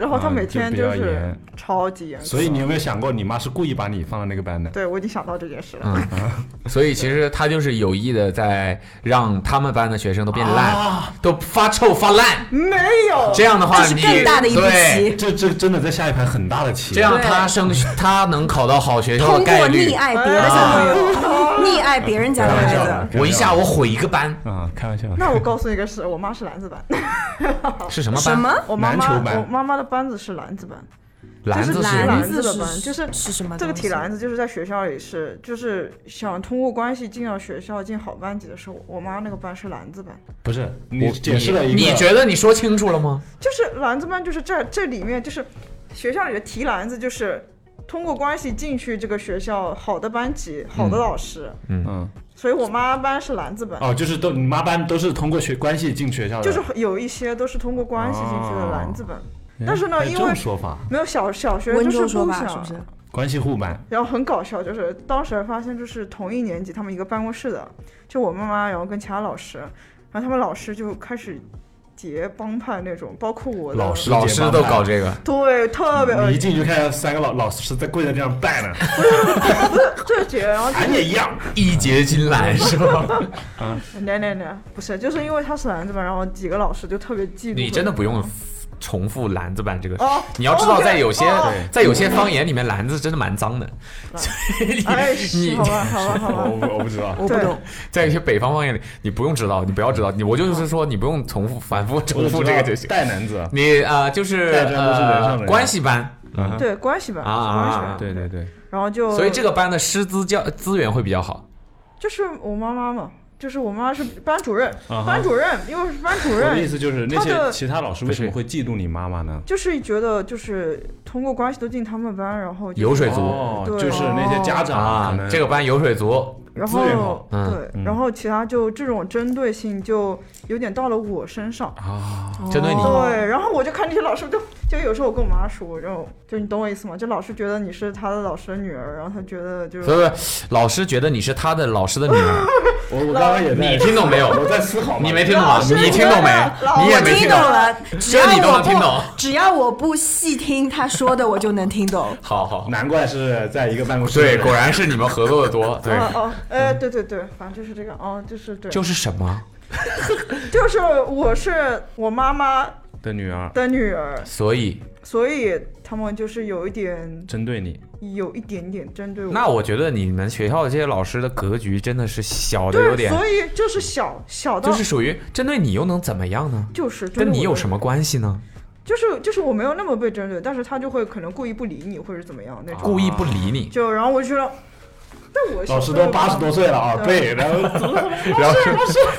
[SPEAKER 4] 然后他
[SPEAKER 3] 啊
[SPEAKER 4] 每
[SPEAKER 3] 就
[SPEAKER 4] 天
[SPEAKER 3] 比较
[SPEAKER 4] 是
[SPEAKER 3] 严
[SPEAKER 4] 超级严格，
[SPEAKER 3] 所以你有没有想过，你妈是故意把你放到那个班的？
[SPEAKER 4] 对我已经想到这件事了。
[SPEAKER 3] 嗯
[SPEAKER 5] 啊
[SPEAKER 2] 所以其实她就是有意的在让他们班的学生都变
[SPEAKER 3] 啊
[SPEAKER 2] 烂，都发臭发烂。
[SPEAKER 4] 没 有，
[SPEAKER 2] 这样的话，
[SPEAKER 5] 这是
[SPEAKER 2] 你
[SPEAKER 5] 更大的一步
[SPEAKER 2] 对
[SPEAKER 5] 棋，
[SPEAKER 3] 这这真的在下一盘很大的棋。
[SPEAKER 2] 这样他升他能考到好学校
[SPEAKER 5] 通
[SPEAKER 2] 的
[SPEAKER 5] 过
[SPEAKER 2] 概率
[SPEAKER 5] 溺。爱别的小朋友，溺爱别人家的孩子。
[SPEAKER 2] 我一下我毁一个班，
[SPEAKER 3] 啊，开玩笑。
[SPEAKER 4] 那我告诉你个事，我妈是篮子班，
[SPEAKER 2] 是什么
[SPEAKER 5] 什
[SPEAKER 2] 班？
[SPEAKER 5] 么？
[SPEAKER 4] 我妈妈
[SPEAKER 3] 篮球班
[SPEAKER 4] 我妈妈的班子是篮子班，
[SPEAKER 2] 篮子
[SPEAKER 4] 就是篮
[SPEAKER 5] 子
[SPEAKER 4] 子的
[SPEAKER 5] 是
[SPEAKER 4] 班就是
[SPEAKER 5] 是什么
[SPEAKER 4] 这
[SPEAKER 5] 东西？
[SPEAKER 4] 个体篮子就是在学校里是，就是想通过关系进到学校进好班级的时候，我妈那个班是篮子班，
[SPEAKER 3] 不是你解释了一个，
[SPEAKER 2] 你觉得你说清楚了吗？
[SPEAKER 4] 就是篮子班就是这这里面就是学校里的提篮子就是。通过关系进去这个学校，好的班级，好的老师，
[SPEAKER 3] 嗯
[SPEAKER 4] 所以我妈班是篮子班，
[SPEAKER 3] 哦，就是都你妈班都是通过学关系进学校的，
[SPEAKER 4] 就是有一些都是通过关系进去的
[SPEAKER 5] 哦
[SPEAKER 4] 篮子班。但是
[SPEAKER 3] 还
[SPEAKER 4] 呢，
[SPEAKER 5] 哎
[SPEAKER 3] 有
[SPEAKER 4] 因
[SPEAKER 3] 哎这
[SPEAKER 4] 为
[SPEAKER 3] 种说法
[SPEAKER 4] 没有小小学
[SPEAKER 5] 温
[SPEAKER 4] 就是不
[SPEAKER 5] 州说吧，
[SPEAKER 4] 想
[SPEAKER 5] 是不是？
[SPEAKER 3] 关系户班
[SPEAKER 4] 然后很搞笑，就是当时还发现，就是同一年级他们一个办公室的，就我妈妈，然后跟其他老师，然后他们老师就开始结帮派那种，包括我的
[SPEAKER 3] 老师
[SPEAKER 2] 老师都搞这个，
[SPEAKER 4] 对，呃特别
[SPEAKER 3] 你一进去就看到三个老老师在跪在地上拜 呢，
[SPEAKER 4] 这结，然
[SPEAKER 2] 哎
[SPEAKER 4] 后
[SPEAKER 3] 俺也一样。
[SPEAKER 2] 一结金 兰是吧？
[SPEAKER 4] 那那那不是，就是因为他是男子嘛，然后几个老师就特别嫉妒
[SPEAKER 2] 你真的不用重复篮子班这个事
[SPEAKER 4] 哦
[SPEAKER 2] 你要知道，
[SPEAKER 4] ，OK，
[SPEAKER 2] 在有些、
[SPEAKER 4] 哦
[SPEAKER 2] 在有些方言里面，篮子真的蛮脏的，所以你、
[SPEAKER 4] 哎，
[SPEAKER 2] 你
[SPEAKER 4] 是好吧，好吧，好吧
[SPEAKER 3] 我，不我不知道，
[SPEAKER 5] 我不
[SPEAKER 4] 对
[SPEAKER 5] 懂。
[SPEAKER 2] 在一些北方方言里，你不用知道，你不要知道，你我就是说，你不用重复、反复
[SPEAKER 3] 我
[SPEAKER 2] 重
[SPEAKER 3] 只
[SPEAKER 2] 复
[SPEAKER 3] 知
[SPEAKER 2] 这
[SPEAKER 3] 道
[SPEAKER 2] 个就行。
[SPEAKER 3] 带男子，
[SPEAKER 2] 你啊、呃就是
[SPEAKER 3] 大家都是人上
[SPEAKER 2] 呃
[SPEAKER 3] 人
[SPEAKER 2] 关系班，
[SPEAKER 4] 对关系吧，
[SPEAKER 2] 啊啊
[SPEAKER 4] 关系
[SPEAKER 2] 啊
[SPEAKER 4] 吧，
[SPEAKER 3] 对对对，
[SPEAKER 4] 然后就
[SPEAKER 2] 所以这个班的师资教资源会比较好。
[SPEAKER 4] 就是我妈妈嘛。就是我妈是班主任，
[SPEAKER 3] 啊哈
[SPEAKER 4] 班主任，因为是班主
[SPEAKER 3] 我的
[SPEAKER 4] 任
[SPEAKER 3] 意，思就是那
[SPEAKER 4] 他
[SPEAKER 3] 些
[SPEAKER 4] 的
[SPEAKER 3] 其他老师为什么会嫉妒你妈妈呢？
[SPEAKER 4] 就是觉得就是通过关系都进他们班，然后就是
[SPEAKER 2] 油水族
[SPEAKER 3] 哦，
[SPEAKER 4] 对啊
[SPEAKER 3] 就是那些家长可
[SPEAKER 2] 啊
[SPEAKER 3] 能，
[SPEAKER 2] 这个班有水族，
[SPEAKER 4] 然
[SPEAKER 3] 资源好
[SPEAKER 4] 后
[SPEAKER 2] 嗯
[SPEAKER 4] 对，然后其他就这种针对性就有点到了我身上。
[SPEAKER 2] 针对你，
[SPEAKER 4] 对，然后我就看那些老师就就有时候我跟我妈说，我就就你懂我意思吗？就老师觉得你是他的老师的女儿，然后他觉得就是啊
[SPEAKER 2] 所以老师觉得你是他的老师的女儿，
[SPEAKER 3] 我我刚刚也在
[SPEAKER 2] 你听懂没有？
[SPEAKER 3] 我在思考嘛，
[SPEAKER 2] 你没听懂吗？
[SPEAKER 4] 老师
[SPEAKER 2] 你听懂没
[SPEAKER 4] 觉得？老
[SPEAKER 2] 你也
[SPEAKER 5] 我
[SPEAKER 2] 没
[SPEAKER 5] 听
[SPEAKER 2] 懂
[SPEAKER 5] 懂。了，只要
[SPEAKER 2] 这你都
[SPEAKER 5] 我
[SPEAKER 2] 能听懂
[SPEAKER 5] 不，只要我不细听他说的，我就能听懂。
[SPEAKER 2] 好好，好
[SPEAKER 3] 难怪是在一个办公室，
[SPEAKER 2] 对，果然是你们合作的多，对，嗯
[SPEAKER 4] 哦 哦，呃，对对对，反正就是这个，哦，就是对，
[SPEAKER 2] 就是什么，
[SPEAKER 4] 就是我是我妈妈
[SPEAKER 3] 的女儿
[SPEAKER 4] 的女儿，
[SPEAKER 2] 所以
[SPEAKER 4] 所以他们就是有一点
[SPEAKER 3] 针对你，
[SPEAKER 4] 有一点点针对我。
[SPEAKER 2] 那我觉得你们学校的这些老师的格局真的是小的有
[SPEAKER 4] 对，
[SPEAKER 2] 点，
[SPEAKER 4] 所以就是小小到
[SPEAKER 2] 就是属于针对你又能怎么样呢？
[SPEAKER 4] 就是针对
[SPEAKER 2] 跟你
[SPEAKER 4] 我
[SPEAKER 2] 有
[SPEAKER 4] 的
[SPEAKER 2] 什么关系呢？
[SPEAKER 4] 就是就是我没有那么被针对，但是他就会可能故意不理你或者怎么样那种，
[SPEAKER 2] 故意不理你，
[SPEAKER 4] 就然后我就觉得，但我
[SPEAKER 3] 老师都八十多啊岁了，耳背，然后
[SPEAKER 2] 然后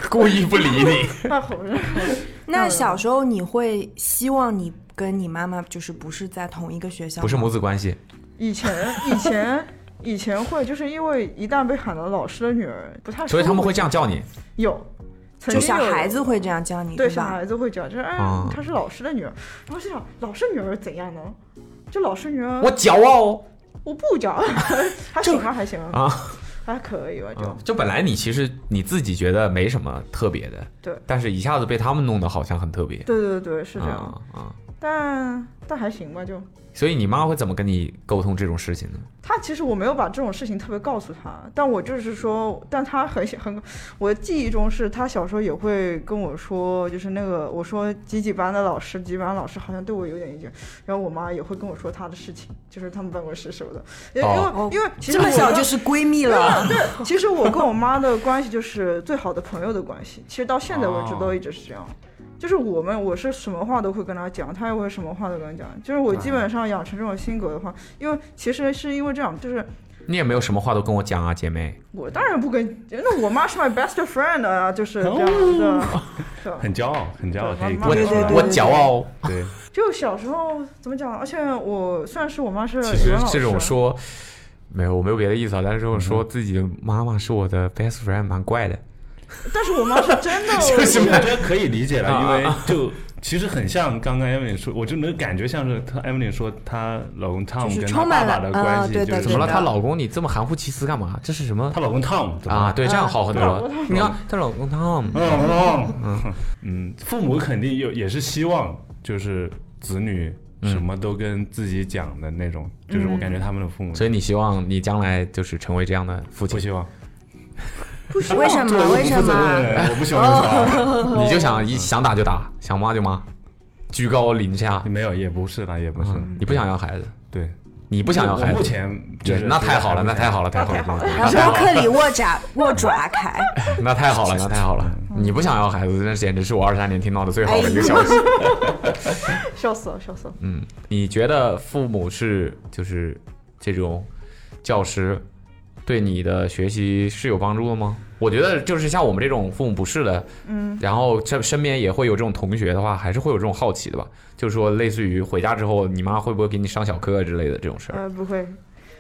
[SPEAKER 2] 故意不理你，
[SPEAKER 4] 那好人，
[SPEAKER 5] 那小时候你会希望你跟你妈妈就是不是在同一个学校吗？
[SPEAKER 2] 不是母子关系，
[SPEAKER 4] 以前以前以前会，就是因为一旦被喊了老师的女儿，不太
[SPEAKER 2] 所以他们会这
[SPEAKER 4] 样
[SPEAKER 2] 样叫你。
[SPEAKER 4] 有，曾
[SPEAKER 5] 就
[SPEAKER 4] 经
[SPEAKER 5] 小
[SPEAKER 4] 有
[SPEAKER 5] 孩子会这样教你，
[SPEAKER 4] 对
[SPEAKER 5] 是
[SPEAKER 4] 小
[SPEAKER 5] 吧？
[SPEAKER 4] 孩子会讲，就是哎
[SPEAKER 2] 啊，
[SPEAKER 4] 她是老师的女儿，然后心想老师女儿怎样呢？就老师女儿，
[SPEAKER 2] 我骄傲哦
[SPEAKER 4] 我不讲， 还行啊，还行啊，
[SPEAKER 2] 啊！
[SPEAKER 4] 还可以吧，就
[SPEAKER 2] 啊，就本来你其实你自己觉得没什么特别的，
[SPEAKER 4] 对，
[SPEAKER 2] 但是一下子被他们弄得好像很特别，
[SPEAKER 4] 对对对，是这样，
[SPEAKER 2] 啊啊！
[SPEAKER 4] 但但还行吧，就
[SPEAKER 2] 所以你妈会怎么跟你沟通这种事情呢？
[SPEAKER 4] 他其实我没有把这种事情特别告诉他，但我就是说，但他很很，我的记忆中是他小时候也会跟我说，就是那个我说几几班的老师，几几班老师好像对我有点意见，然后我妈也会跟我说她的事情，就是他们办公室什么的，因为、
[SPEAKER 5] 哦
[SPEAKER 4] 因为因为其实
[SPEAKER 5] 这么
[SPEAKER 4] 我
[SPEAKER 5] 小
[SPEAKER 4] 跟
[SPEAKER 5] 就是闺蜜了，
[SPEAKER 4] 其实我跟我妈的关系就是最好的朋友的关系，其实到现在为止
[SPEAKER 5] 哦
[SPEAKER 4] 都一直是这样。就是我们，我是什么话都会跟她讲，她也会什么话都跟她讲。就是我基本上养成这种性格的话，因为其实是因为这样，就是
[SPEAKER 2] 你也没有什么话都跟我讲啊，姐妹。
[SPEAKER 4] 我当然不跟，那我妈是 my best friend 啊，就是这样子。是吧
[SPEAKER 3] 哦很骄傲，很骄傲，可以
[SPEAKER 4] 对
[SPEAKER 2] 我
[SPEAKER 5] 对对对
[SPEAKER 2] 我骄傲。
[SPEAKER 3] 对，
[SPEAKER 4] 就小时候怎么讲，而且我虽然是我妈是
[SPEAKER 2] 其实
[SPEAKER 4] 语文老师
[SPEAKER 2] 这种说没有，我没有别的意思啊，但是这种说自己的妈妈是我的 best friend 蛮怪的。
[SPEAKER 4] 但是我妈是真 的，
[SPEAKER 3] 这是
[SPEAKER 4] 我
[SPEAKER 3] 我觉得可以理解
[SPEAKER 2] 啊
[SPEAKER 3] 了，因为就其实很像刚刚 Emily 说，我就能感觉像是她 Emily 说她老公 Tom
[SPEAKER 5] 就是
[SPEAKER 3] 跟她
[SPEAKER 5] 充
[SPEAKER 3] 爸
[SPEAKER 5] 满
[SPEAKER 3] 爸
[SPEAKER 5] 了
[SPEAKER 3] 的
[SPEAKER 5] 啊
[SPEAKER 3] 关系，
[SPEAKER 5] 对
[SPEAKER 3] 就是
[SPEAKER 5] 对
[SPEAKER 2] 怎么了？
[SPEAKER 5] 对
[SPEAKER 2] 她老公你这么含糊其辞干嘛？这是什么
[SPEAKER 3] 她？老公 Tom 怎么
[SPEAKER 2] 啊，
[SPEAKER 3] 了，
[SPEAKER 2] 对，这样好很多
[SPEAKER 4] 老
[SPEAKER 2] 了
[SPEAKER 4] 公。
[SPEAKER 2] 你看，她老公他
[SPEAKER 3] 嗯嗯嗯嗯，父母肯定有也是希望就是子女什么都跟自己讲的那种，
[SPEAKER 5] 嗯
[SPEAKER 3] 就是我感觉他们的父母
[SPEAKER 2] 所以你希望你将来就是成为这样的父
[SPEAKER 3] 不
[SPEAKER 2] 亲，
[SPEAKER 3] 希望，
[SPEAKER 5] 为什么？哦为什么？
[SPEAKER 3] 我不喜欢这种小孩
[SPEAKER 2] 你
[SPEAKER 5] 哦
[SPEAKER 2] 就想一想打就打，想骂就骂，居高临下。
[SPEAKER 3] 没啊有也不是啦，也不是，
[SPEAKER 2] 你不想要孩子，
[SPEAKER 3] 对，
[SPEAKER 2] 你嗯不想要
[SPEAKER 3] 嗯我
[SPEAKER 2] 孩
[SPEAKER 3] 目
[SPEAKER 2] 子，
[SPEAKER 3] 前就
[SPEAKER 2] 对，
[SPEAKER 3] 是
[SPEAKER 2] 那太好了，那太好了，
[SPEAKER 3] 了，
[SPEAKER 2] 太好了，
[SPEAKER 5] 然后
[SPEAKER 2] 啊
[SPEAKER 5] 播客里握爪握爪 凯，
[SPEAKER 2] 那太好了，那太好了！
[SPEAKER 3] 嗯
[SPEAKER 2] 你不想要孩子，那简直是我二三年听到的最
[SPEAKER 5] 哎
[SPEAKER 2] 好的一个消息。
[SPEAKER 4] 笑死了，笑死了。
[SPEAKER 2] 嗯，你觉得父母是就是这种教师对你的学习是有帮助的吗？我觉得就是像我们这种父母不是的，嗯，然后这身边也会有这种同学的话，还是会有这种好奇的吧？就是说，类似于回家之后，你妈会不会给你上小课之类的这种事儿，
[SPEAKER 4] 呃，不会，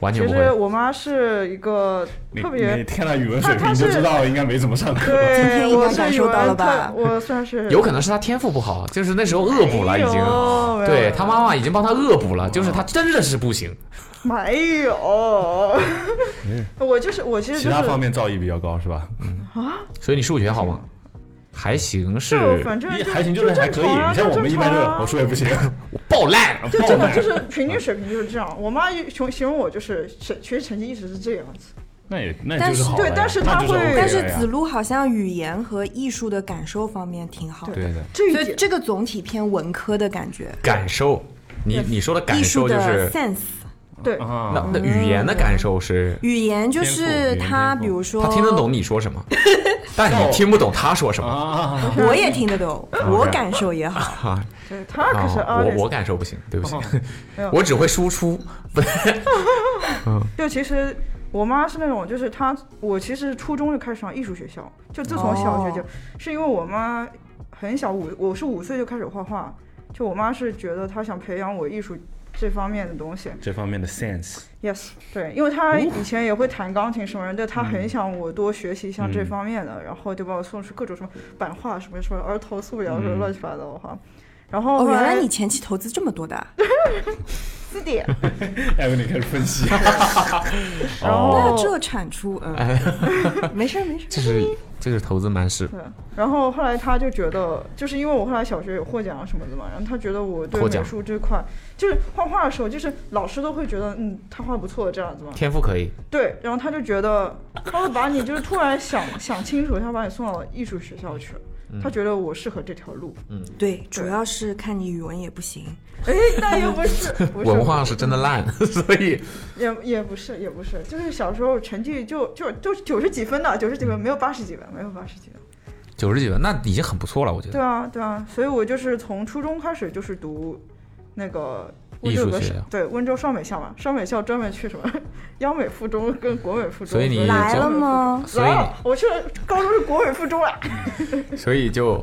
[SPEAKER 2] 完全
[SPEAKER 4] 其
[SPEAKER 2] 嗯不
[SPEAKER 4] 实
[SPEAKER 2] 会。
[SPEAKER 4] 我妈是 一个
[SPEAKER 3] 你
[SPEAKER 4] 特别
[SPEAKER 3] 你看到语文水
[SPEAKER 4] 他
[SPEAKER 3] 平
[SPEAKER 4] 他
[SPEAKER 3] 就是知道应该没怎么上课。
[SPEAKER 5] 今天
[SPEAKER 4] 对，
[SPEAKER 5] 应该
[SPEAKER 4] 我是
[SPEAKER 5] 感
[SPEAKER 4] 语
[SPEAKER 5] 受到
[SPEAKER 4] 文
[SPEAKER 5] 了吧
[SPEAKER 4] 特我算是哎
[SPEAKER 2] 有可能是他天赋不好，啊就是那时候恶补了已经。
[SPEAKER 4] 经
[SPEAKER 2] 对他妈妈已经帮他恶补
[SPEAKER 4] 哦
[SPEAKER 2] 了，就是他真的是不行。
[SPEAKER 4] 没有，
[SPEAKER 2] 嗯
[SPEAKER 4] 我就是我其实
[SPEAKER 3] 其
[SPEAKER 4] 就
[SPEAKER 3] 他方
[SPEAKER 4] 是
[SPEAKER 3] 面造诣比较高是吧？
[SPEAKER 2] 所以你数学好吗？还行，是
[SPEAKER 4] 就反正
[SPEAKER 3] 也
[SPEAKER 4] 就
[SPEAKER 3] 还行，就是还可以。
[SPEAKER 4] 正常啊
[SPEAKER 3] 你像我们一般
[SPEAKER 4] 就
[SPEAKER 3] 就
[SPEAKER 4] 正
[SPEAKER 3] 是
[SPEAKER 4] 常啊
[SPEAKER 3] 我数学不行，
[SPEAKER 2] 爆烂。
[SPEAKER 4] 就真的就是平均水平就是这样。我妈形形容我就是学学习成绩一直是这样子，
[SPEAKER 3] 那也那
[SPEAKER 5] 但
[SPEAKER 3] 就是是好
[SPEAKER 4] 对
[SPEAKER 3] 了呀
[SPEAKER 4] 但是
[SPEAKER 3] 那
[SPEAKER 4] 他
[SPEAKER 3] 就是
[SPEAKER 4] 会
[SPEAKER 3] OK
[SPEAKER 4] 对
[SPEAKER 5] 但
[SPEAKER 3] 了
[SPEAKER 5] 是
[SPEAKER 3] 呀
[SPEAKER 5] 子路好像语言和艺术的感受方面挺好的，
[SPEAKER 3] 对的，
[SPEAKER 4] 这
[SPEAKER 5] 所
[SPEAKER 4] 一
[SPEAKER 5] 以
[SPEAKER 4] 点
[SPEAKER 5] 这个总体偏文科的感觉，
[SPEAKER 2] 感受，你你说的感
[SPEAKER 5] 艺
[SPEAKER 2] 受
[SPEAKER 5] 术
[SPEAKER 2] 就
[SPEAKER 5] 的
[SPEAKER 2] 是
[SPEAKER 5] sense。
[SPEAKER 4] 对
[SPEAKER 2] 那
[SPEAKER 3] 啊，
[SPEAKER 2] 那语言的感受是，
[SPEAKER 4] 嗯
[SPEAKER 5] 语言就
[SPEAKER 3] 天赋
[SPEAKER 5] 是
[SPEAKER 3] 语言
[SPEAKER 5] 他，
[SPEAKER 3] 天赋
[SPEAKER 5] 比如说
[SPEAKER 2] 他听得懂你说什么， 但你听不懂他说
[SPEAKER 4] 哦
[SPEAKER 2] 什么
[SPEAKER 3] 啊，
[SPEAKER 5] 我也听得懂，我感受也好。
[SPEAKER 2] 啊。
[SPEAKER 4] 对她可是
[SPEAKER 2] 啊我
[SPEAKER 4] artist 哦
[SPEAKER 2] 我感受不行，对不起
[SPEAKER 4] 没有，
[SPEAKER 2] 我只会输出。
[SPEAKER 4] 就其实我妈是那种，就是她，我其实初中就开始上艺术学校，就自从小学就，
[SPEAKER 5] 哦
[SPEAKER 4] 是因为我妈很小五，我是五岁就开始画画，就我妈是觉得她想培养我艺术这方面的东西
[SPEAKER 3] 这方面的 sense，
[SPEAKER 4] ，yes，对，因为
[SPEAKER 2] 哦
[SPEAKER 4] 她以前也会弹钢琴什么的，她
[SPEAKER 2] 嗯
[SPEAKER 4] 很想我多学习一下这方面的，然后就把我送去各种什么版画什么什么儿童素养什
[SPEAKER 2] 嗯
[SPEAKER 4] 么乱七八糟的画，然后
[SPEAKER 5] 哦，
[SPEAKER 4] 后
[SPEAKER 5] 原
[SPEAKER 4] 来
[SPEAKER 5] 来你前期投资这么多的啊，
[SPEAKER 4] 字典，
[SPEAKER 3] 艾文你开始分析，
[SPEAKER 4] 然
[SPEAKER 5] 那
[SPEAKER 2] 哦
[SPEAKER 4] 后
[SPEAKER 5] 这产出，嗯，
[SPEAKER 2] 哎
[SPEAKER 5] 没事儿没事儿。
[SPEAKER 2] 这是这是投资蛮是
[SPEAKER 4] 对，然后后来他就觉得，就是因为我后来小学有获奖什么的嘛，然后他觉得我对
[SPEAKER 2] 获
[SPEAKER 4] 美
[SPEAKER 2] 奖
[SPEAKER 4] 术这块，就是画画的时候，就是老师都会觉得，嗯，他画不错这样子嘛。
[SPEAKER 2] 天赋可以，
[SPEAKER 4] 对，然后他就觉得，他会把你就是突然想想清楚，他把你送到艺术学校去，
[SPEAKER 2] 嗯
[SPEAKER 4] 他觉得我适合这条路。
[SPEAKER 5] 对，主要是看你语文也不行，
[SPEAKER 4] 哎， 那也不是，不 是
[SPEAKER 2] 文化是真的烂， 所以
[SPEAKER 4] 也也不是，也不是，就是小时候成绩就就就九十几分的，九十几分，没有八十几分，没有八十几分。
[SPEAKER 2] 九十几分那已经很不错了，我觉得
[SPEAKER 4] 对。啊，对啊，所以我就是从初中开始就是读那个温
[SPEAKER 2] 艺
[SPEAKER 4] 州有
[SPEAKER 2] 术
[SPEAKER 4] 个
[SPEAKER 2] 学
[SPEAKER 4] 是
[SPEAKER 2] 校
[SPEAKER 4] 对温州双美校嘛，双美校专门去什么央美附中跟国美附中，
[SPEAKER 2] 所以你
[SPEAKER 5] 来
[SPEAKER 2] 就
[SPEAKER 5] 了吗？
[SPEAKER 2] 所以
[SPEAKER 4] 来了，我去高中是国美附中了。
[SPEAKER 2] 所以就，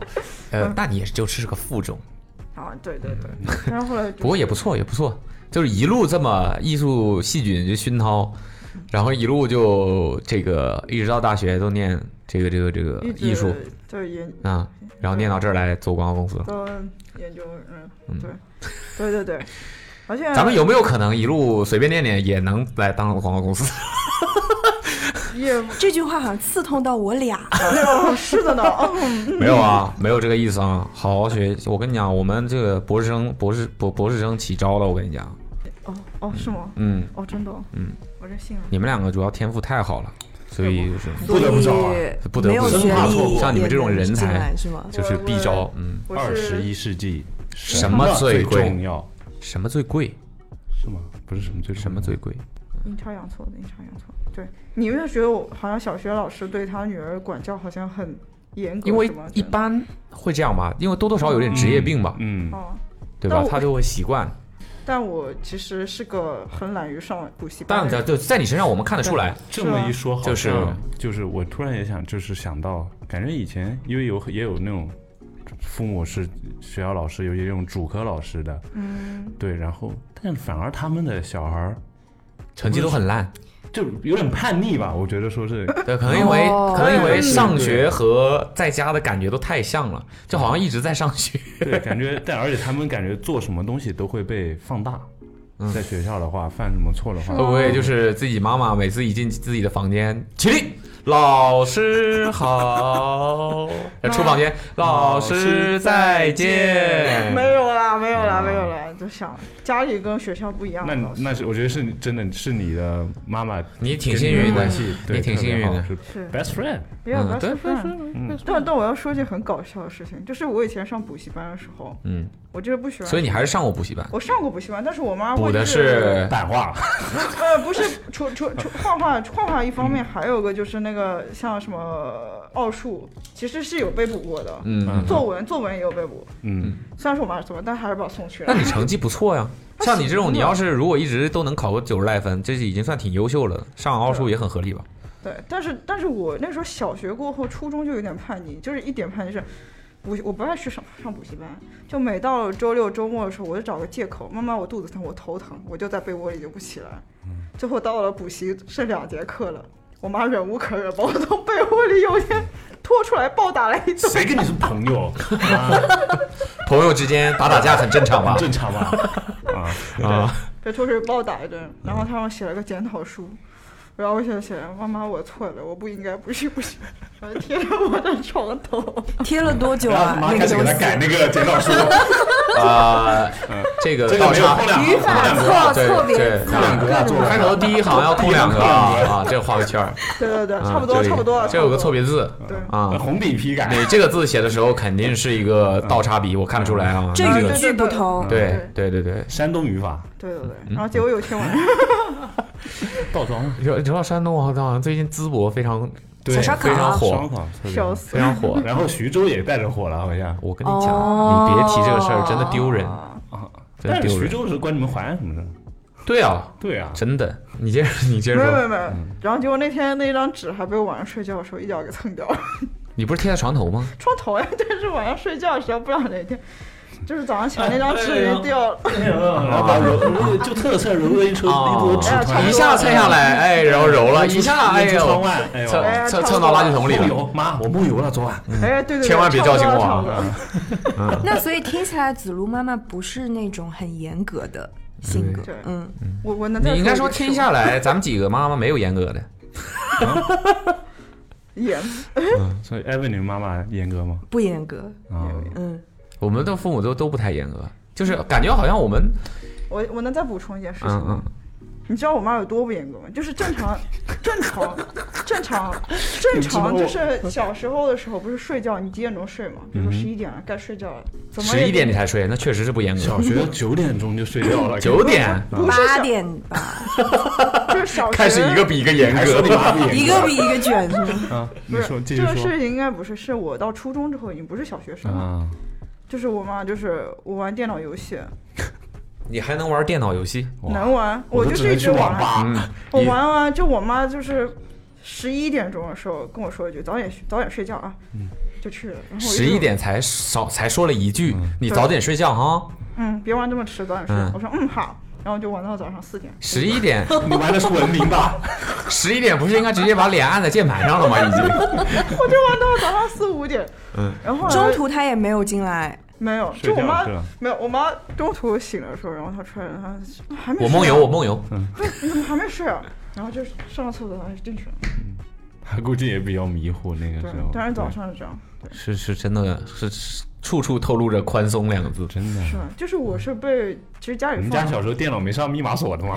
[SPEAKER 4] 嗯
[SPEAKER 2] 呃，那你也就是个附中，
[SPEAKER 4] 啊，对对
[SPEAKER 2] 嗯
[SPEAKER 4] 对，但是后 来
[SPEAKER 2] 不过也不错，也不错，就是一路这么艺术细菌就熏陶，然后一路就这个一直到大学都念这个这个这个
[SPEAKER 4] 一直
[SPEAKER 2] 艺术
[SPEAKER 4] 对研
[SPEAKER 2] 啊、然后念到这儿来做广告公司了。
[SPEAKER 4] 到研究，嗯，对，对对对，而且
[SPEAKER 2] 嗯咱们有没有可能一路随便念念也能来当广告公司？
[SPEAKER 4] 也
[SPEAKER 5] 这句话好像刺痛到我俩。
[SPEAKER 2] 哦
[SPEAKER 4] 没有是的呢，嗯
[SPEAKER 2] 没有啊，没有这个意思啊。好好学，我跟你讲，我们这个博士生、博士博博士生起招了，我跟你讲，
[SPEAKER 4] 哦哦是吗？
[SPEAKER 2] 嗯，
[SPEAKER 4] 哦真的，嗯，我真信了。
[SPEAKER 2] 你们两个主要天赋太好了，所以就是
[SPEAKER 3] 不得不招啊
[SPEAKER 2] 不得不
[SPEAKER 5] 没有
[SPEAKER 2] 招
[SPEAKER 5] 学
[SPEAKER 3] 生怕错
[SPEAKER 5] 历，
[SPEAKER 3] 过
[SPEAKER 2] 像你们这种人才
[SPEAKER 5] 是吗？
[SPEAKER 2] 就是必招，嗯，
[SPEAKER 4] 我
[SPEAKER 3] 二十
[SPEAKER 4] 是
[SPEAKER 3] 一世纪
[SPEAKER 2] 什么最
[SPEAKER 3] 最
[SPEAKER 2] 贵
[SPEAKER 3] 重要？
[SPEAKER 2] 什么最贵，
[SPEAKER 3] 是吗？不是什么最重要
[SPEAKER 2] 什么最贵，
[SPEAKER 4] 阴差阳错的，阴差阳错。对，你们觉得我好像小学老师对他女儿管教好像很严格，
[SPEAKER 2] 因为
[SPEAKER 4] 是吗
[SPEAKER 2] 一
[SPEAKER 4] 真的
[SPEAKER 2] 般会这样吧，因为多多少少有点职业病吧，
[SPEAKER 3] 嗯，
[SPEAKER 4] 哦，
[SPEAKER 2] 对吧
[SPEAKER 4] 那？我
[SPEAKER 2] 他就会习惯，
[SPEAKER 4] 但我其其实是个很懒于上补习班
[SPEAKER 2] 但
[SPEAKER 4] 的
[SPEAKER 2] 在
[SPEAKER 4] 人。
[SPEAKER 2] 就在你身上我们看得出来，
[SPEAKER 3] 这么一说，好
[SPEAKER 2] 就是
[SPEAKER 3] 像就是我突然也想，就是想到，感觉以前因为有也有那种父母是学校老师，有也有主科老师的，嗯，对，然后但反而他们的小孩儿
[SPEAKER 2] 成绩都很烂，
[SPEAKER 3] 就有点叛逆吧，我觉得说是
[SPEAKER 2] 对，可能因为
[SPEAKER 5] 哦
[SPEAKER 2] 可能因为
[SPEAKER 3] 对
[SPEAKER 2] 上学和在家的感觉都太像了，就好像一直在上学，
[SPEAKER 3] 对，感觉但而且他们感觉做什么东西都会被放大，在学校的话犯什么错的话
[SPEAKER 2] 会，不会嗯就是自己妈妈每次一进自己的房间，起立，老师 好，呃出房间，老师再见，
[SPEAKER 4] 没有啦，没有
[SPEAKER 2] 嗯
[SPEAKER 4] 啦，没有啦，就想家里跟学校不一样
[SPEAKER 3] 那
[SPEAKER 4] 的老师。
[SPEAKER 3] 那是我觉得是你真的是你的妈妈跟
[SPEAKER 2] 你挺
[SPEAKER 3] 的
[SPEAKER 2] 幸运的
[SPEAKER 3] 关系，对
[SPEAKER 2] 你挺
[SPEAKER 3] 特别
[SPEAKER 2] 幸运
[SPEAKER 3] 好
[SPEAKER 2] 的
[SPEAKER 3] 是
[SPEAKER 4] 是
[SPEAKER 3] best friend，
[SPEAKER 4] 没有，
[SPEAKER 2] 嗯
[SPEAKER 4] 不要
[SPEAKER 2] 对
[SPEAKER 4] 吃饭。但但我要说一件很搞笑的事情，就是我以前上补习班的时候，
[SPEAKER 2] 嗯，
[SPEAKER 4] 我就是不喜欢。
[SPEAKER 2] 所以你还是上过补习班，
[SPEAKER 4] 我上过补习班，但是我妈
[SPEAKER 2] 补
[SPEAKER 4] 会
[SPEAKER 2] 的
[SPEAKER 4] 就是
[SPEAKER 2] 是
[SPEAKER 3] 版画，
[SPEAKER 4] 呃，不是，除除除画画，画画一方面，还有个就是那个像什么奥数，其实是有被补过的。
[SPEAKER 2] 嗯，
[SPEAKER 4] 作文作文也有被补，
[SPEAKER 3] 嗯。
[SPEAKER 4] 虽然说我妈怎么，但还是把我送去
[SPEAKER 2] 那
[SPEAKER 4] 了。
[SPEAKER 2] 你成绩不错呀。像你这种，你要是如果一直都能考个九十来分，这已经算挺优秀了。上奥数也很合理吧？
[SPEAKER 4] 对，但是但是我那时候小学过后，初中就有点叛逆，就是一点叛逆是。补习我不爱去上上补习班，就每到周六周末的时候，我就找个借口，妈妈我肚子疼，我头疼，我就在被窝里就不起来。最后到了补习剩两节课了，我妈忍无可忍，把我从被窝里有一天拖出来暴打了一顿。
[SPEAKER 3] 谁跟你是朋友？ 啊
[SPEAKER 2] 朋友之间打打架很正常吧？
[SPEAKER 3] 正常吧？啊，
[SPEAKER 2] 啊，
[SPEAKER 4] 被拖出去暴打一顿，然
[SPEAKER 2] 嗯
[SPEAKER 4] 后他让我写了个检讨书，然后我写写妈妈我错了，我不应该，不是不是， 然后贴在我的床头。
[SPEAKER 5] 贴了多久
[SPEAKER 3] 然
[SPEAKER 5] 啊
[SPEAKER 3] 后？妈开
[SPEAKER 5] 那个
[SPEAKER 3] 始给
[SPEAKER 5] 东
[SPEAKER 3] 他
[SPEAKER 5] 西
[SPEAKER 3] 改那个检讨书，
[SPEAKER 2] 啊，这个
[SPEAKER 3] 这个
[SPEAKER 2] 倒
[SPEAKER 3] 没有
[SPEAKER 2] 插啊
[SPEAKER 3] 扣两
[SPEAKER 5] 语
[SPEAKER 3] 个，
[SPEAKER 5] 法
[SPEAKER 3] 扣
[SPEAKER 5] 错
[SPEAKER 2] 对
[SPEAKER 5] 错别
[SPEAKER 2] 对
[SPEAKER 5] 字，
[SPEAKER 3] 两个，扣两个，
[SPEAKER 2] 开头第一行要扣两个啊，啊这画个圈儿，
[SPEAKER 4] 对对对，
[SPEAKER 2] 啊
[SPEAKER 4] 差不多
[SPEAKER 2] 这里
[SPEAKER 4] 差不多。
[SPEAKER 2] 这有个错别字
[SPEAKER 4] 对
[SPEAKER 2] 啊，
[SPEAKER 3] 红笔批改，
[SPEAKER 2] 你这个字写的时候肯定是一个倒插笔，我看得出来啊。
[SPEAKER 5] 这
[SPEAKER 2] 那
[SPEAKER 5] 语
[SPEAKER 2] 个
[SPEAKER 5] 句不同。
[SPEAKER 2] 对对对对，
[SPEAKER 3] 山东语法，
[SPEAKER 4] 对对
[SPEAKER 2] 嗯
[SPEAKER 4] 对，然后结果有一天晚上，
[SPEAKER 3] 倒装，
[SPEAKER 2] 你说你知道山东好像最近淄博非常
[SPEAKER 5] 小烧烤
[SPEAKER 2] 非常火
[SPEAKER 3] 双，考特别
[SPEAKER 4] 笑
[SPEAKER 3] 好
[SPEAKER 4] 死
[SPEAKER 2] 嗯非常火。
[SPEAKER 3] 然后徐州也带着火了，好像。
[SPEAKER 2] 我跟你讲，
[SPEAKER 5] 哦
[SPEAKER 2] 你别提这个事儿，真的丢人，
[SPEAKER 3] 啊
[SPEAKER 2] 真
[SPEAKER 3] 但
[SPEAKER 2] 的
[SPEAKER 3] 是
[SPEAKER 2] 丢
[SPEAKER 3] 徐
[SPEAKER 2] 人。
[SPEAKER 3] 州是关你们淮安什么事？
[SPEAKER 2] 对啊，
[SPEAKER 3] 对啊，
[SPEAKER 2] 真的，你接着 你接
[SPEAKER 4] 没
[SPEAKER 2] 着
[SPEAKER 4] 有没
[SPEAKER 2] 说，
[SPEAKER 4] 有没有，然后结果那天那张纸还被我晚上睡觉的时候一脚给蹭掉了，
[SPEAKER 2] 你不是贴在床头吗？
[SPEAKER 4] 床头哎， 但是晚上睡觉的时候不知道哪天，就是早上起来那张纸已经掉
[SPEAKER 2] 哎
[SPEAKER 4] 了，
[SPEAKER 3] 然后把揉揉就特色揉了一坨一坨纸
[SPEAKER 4] 差不
[SPEAKER 3] 团
[SPEAKER 4] 多
[SPEAKER 2] 一，下蹭下来，哎，然后揉了一下，哎
[SPEAKER 3] 呦，窗
[SPEAKER 2] 呦，
[SPEAKER 3] 外，哎
[SPEAKER 2] 蹭
[SPEAKER 3] 呦，
[SPEAKER 4] 呀
[SPEAKER 2] 蹭
[SPEAKER 4] 差不多
[SPEAKER 2] 蹭到垃圾桶里
[SPEAKER 3] 梦
[SPEAKER 2] 了。
[SPEAKER 3] 游，妈，我梦游了，昨晚。
[SPEAKER 4] 哎对对对，
[SPEAKER 2] 千万别叫醒我
[SPEAKER 4] 差
[SPEAKER 2] 啊
[SPEAKER 4] 不多差不多
[SPEAKER 5] 那所以听起来，子路妈妈不是那种很严格的性格
[SPEAKER 4] 对，
[SPEAKER 5] 嗯，
[SPEAKER 4] 我我能再
[SPEAKER 2] 你应该说
[SPEAKER 4] 一次
[SPEAKER 2] 听下来，咱们几个妈妈没有严格的，
[SPEAKER 4] 也
[SPEAKER 3] 所以艾文，你们妈妈严格吗？
[SPEAKER 5] 不严格，
[SPEAKER 3] 啊，
[SPEAKER 5] 嗯，
[SPEAKER 2] 我们的父母都都不太严格，就是感觉好像我们，
[SPEAKER 4] 我我能再补充一件事情
[SPEAKER 2] 嗯
[SPEAKER 4] 吗
[SPEAKER 2] 嗯，
[SPEAKER 4] 你知道我妈有多不严格吗？就是正常，正常，正常，正常，就是小时候的时候，不是睡觉，你几点钟睡嘛？比如说十一点了，该睡觉了，怎么
[SPEAKER 2] 嗯
[SPEAKER 4] 也
[SPEAKER 2] 十一点你才睡，那确实是不严格
[SPEAKER 3] 小。学九点钟就睡觉了，
[SPEAKER 2] 九点
[SPEAKER 4] 不是
[SPEAKER 5] 八
[SPEAKER 4] 小，
[SPEAKER 5] 点 吧，
[SPEAKER 4] 就 是小学
[SPEAKER 2] 啊开始一个比一个 严
[SPEAKER 3] 还
[SPEAKER 2] 格
[SPEAKER 3] 说你妈不严格
[SPEAKER 5] 一个比啊一个卷，是 吗？
[SPEAKER 3] 啊，
[SPEAKER 4] 不
[SPEAKER 3] 你说
[SPEAKER 4] 是
[SPEAKER 3] 继
[SPEAKER 4] 这
[SPEAKER 3] 续
[SPEAKER 4] 个
[SPEAKER 3] 说
[SPEAKER 4] 事情应该不是，是我到初
[SPEAKER 2] 啊
[SPEAKER 4] 中之后已经不是小学生了，
[SPEAKER 3] 啊，
[SPEAKER 4] 就是我妈就是我玩电脑游戏，
[SPEAKER 2] 你还能玩电脑游戏？
[SPEAKER 3] 哇
[SPEAKER 4] 能玩，
[SPEAKER 3] 我都
[SPEAKER 4] 就
[SPEAKER 3] 只
[SPEAKER 4] 是
[SPEAKER 3] 能
[SPEAKER 4] 一
[SPEAKER 3] 去
[SPEAKER 4] 直
[SPEAKER 3] 网
[SPEAKER 4] 玩。
[SPEAKER 3] 吧。
[SPEAKER 2] 嗯
[SPEAKER 4] 我
[SPEAKER 2] 一
[SPEAKER 4] 玩完就我妈就是十一点钟的时候跟我说一句：“早点睡早点睡觉啊。”就去了。然后我就
[SPEAKER 2] 嗯十一，点才少才说了一句，你
[SPEAKER 4] 对
[SPEAKER 2] 早点睡觉哈。
[SPEAKER 4] 嗯，别玩这么迟，早点睡。
[SPEAKER 2] 嗯
[SPEAKER 4] 我说嗯好，然后就玩到早上四点。
[SPEAKER 2] 十一点，
[SPEAKER 3] 你玩的是文明吧？
[SPEAKER 2] 十一点不是应该直接把脸按在键盘上了吗？已经。
[SPEAKER 4] 我就玩到早上四五点。
[SPEAKER 2] 嗯，
[SPEAKER 4] 然后后来
[SPEAKER 5] 中途他也没有进来，
[SPEAKER 4] 没有，
[SPEAKER 3] 睡
[SPEAKER 4] 就我
[SPEAKER 3] 觉
[SPEAKER 4] 妈
[SPEAKER 3] 是吧
[SPEAKER 4] 没有，我妈中途醒了的时候，然后她出来了，她说还没
[SPEAKER 2] 我
[SPEAKER 4] 睡啊
[SPEAKER 2] 梦游，我梦游。
[SPEAKER 4] 你怎么还没睡啊？然后就上了厕所，然后就进去了。
[SPEAKER 3] 他估计也比较迷糊那个
[SPEAKER 4] 对
[SPEAKER 3] 时候。，
[SPEAKER 4] 当然早
[SPEAKER 3] 对
[SPEAKER 4] 上是这样，
[SPEAKER 2] 是是真的是是处处透露着宽松两个字。
[SPEAKER 3] 真的。
[SPEAKER 4] 是吧？嗯就是我是被其实家
[SPEAKER 3] 我
[SPEAKER 4] 里
[SPEAKER 3] 们
[SPEAKER 4] 放
[SPEAKER 3] 家小时候电脑没上密码锁的 嘛，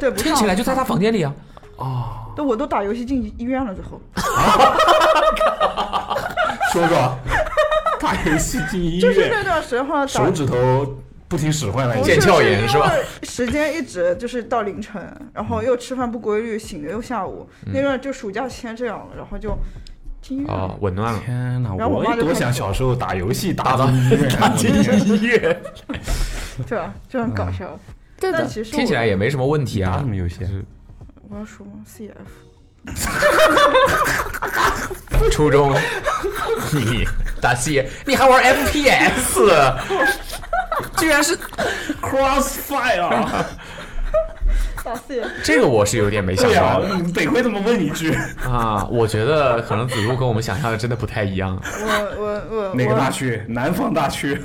[SPEAKER 4] 对不
[SPEAKER 2] 站
[SPEAKER 4] 上
[SPEAKER 2] 起来就在他房间里啊！
[SPEAKER 4] 对我都打游戏进医院了，最后
[SPEAKER 3] 说说，打游戏进医
[SPEAKER 4] 就是
[SPEAKER 3] 院，
[SPEAKER 4] 那段时间打
[SPEAKER 3] 手指头不听使唤了已
[SPEAKER 4] 不
[SPEAKER 3] 经
[SPEAKER 2] 腱
[SPEAKER 4] 是
[SPEAKER 2] 鞘炎是吧？
[SPEAKER 4] 因为时间一直就是到凌晨，然后又吃饭不规律，醒了又下午，
[SPEAKER 2] 嗯
[SPEAKER 4] 那段就暑假期间这样了，然后就进医院
[SPEAKER 2] 哦
[SPEAKER 4] 了。，
[SPEAKER 2] 紊乱了，
[SPEAKER 3] 天哪，
[SPEAKER 4] 然后我妈
[SPEAKER 3] 也
[SPEAKER 4] 就
[SPEAKER 3] 多
[SPEAKER 4] 开始
[SPEAKER 3] 想小时候打游戏打到医院，
[SPEAKER 2] 进医院。
[SPEAKER 4] 对啊，就很搞笑。
[SPEAKER 2] 对
[SPEAKER 4] 但其实
[SPEAKER 2] 嗯
[SPEAKER 4] 我
[SPEAKER 2] 听起来也没什么问题
[SPEAKER 3] 打
[SPEAKER 2] 啊
[SPEAKER 3] 什。么游戏？
[SPEAKER 4] 我要说吗？CF
[SPEAKER 2] 初 中，你打戏，你还玩 FPS，居然是
[SPEAKER 3] Crossfire，
[SPEAKER 4] 打 CF，
[SPEAKER 2] 这个，我是有点没想
[SPEAKER 3] 对呀
[SPEAKER 2] 到的，
[SPEAKER 3] 得亏这么问一句，
[SPEAKER 2] 啊。我觉得可能子路跟我们想象的真的不太一样。
[SPEAKER 4] 我我我
[SPEAKER 3] 哪个
[SPEAKER 4] 我
[SPEAKER 3] 大区？南方大区。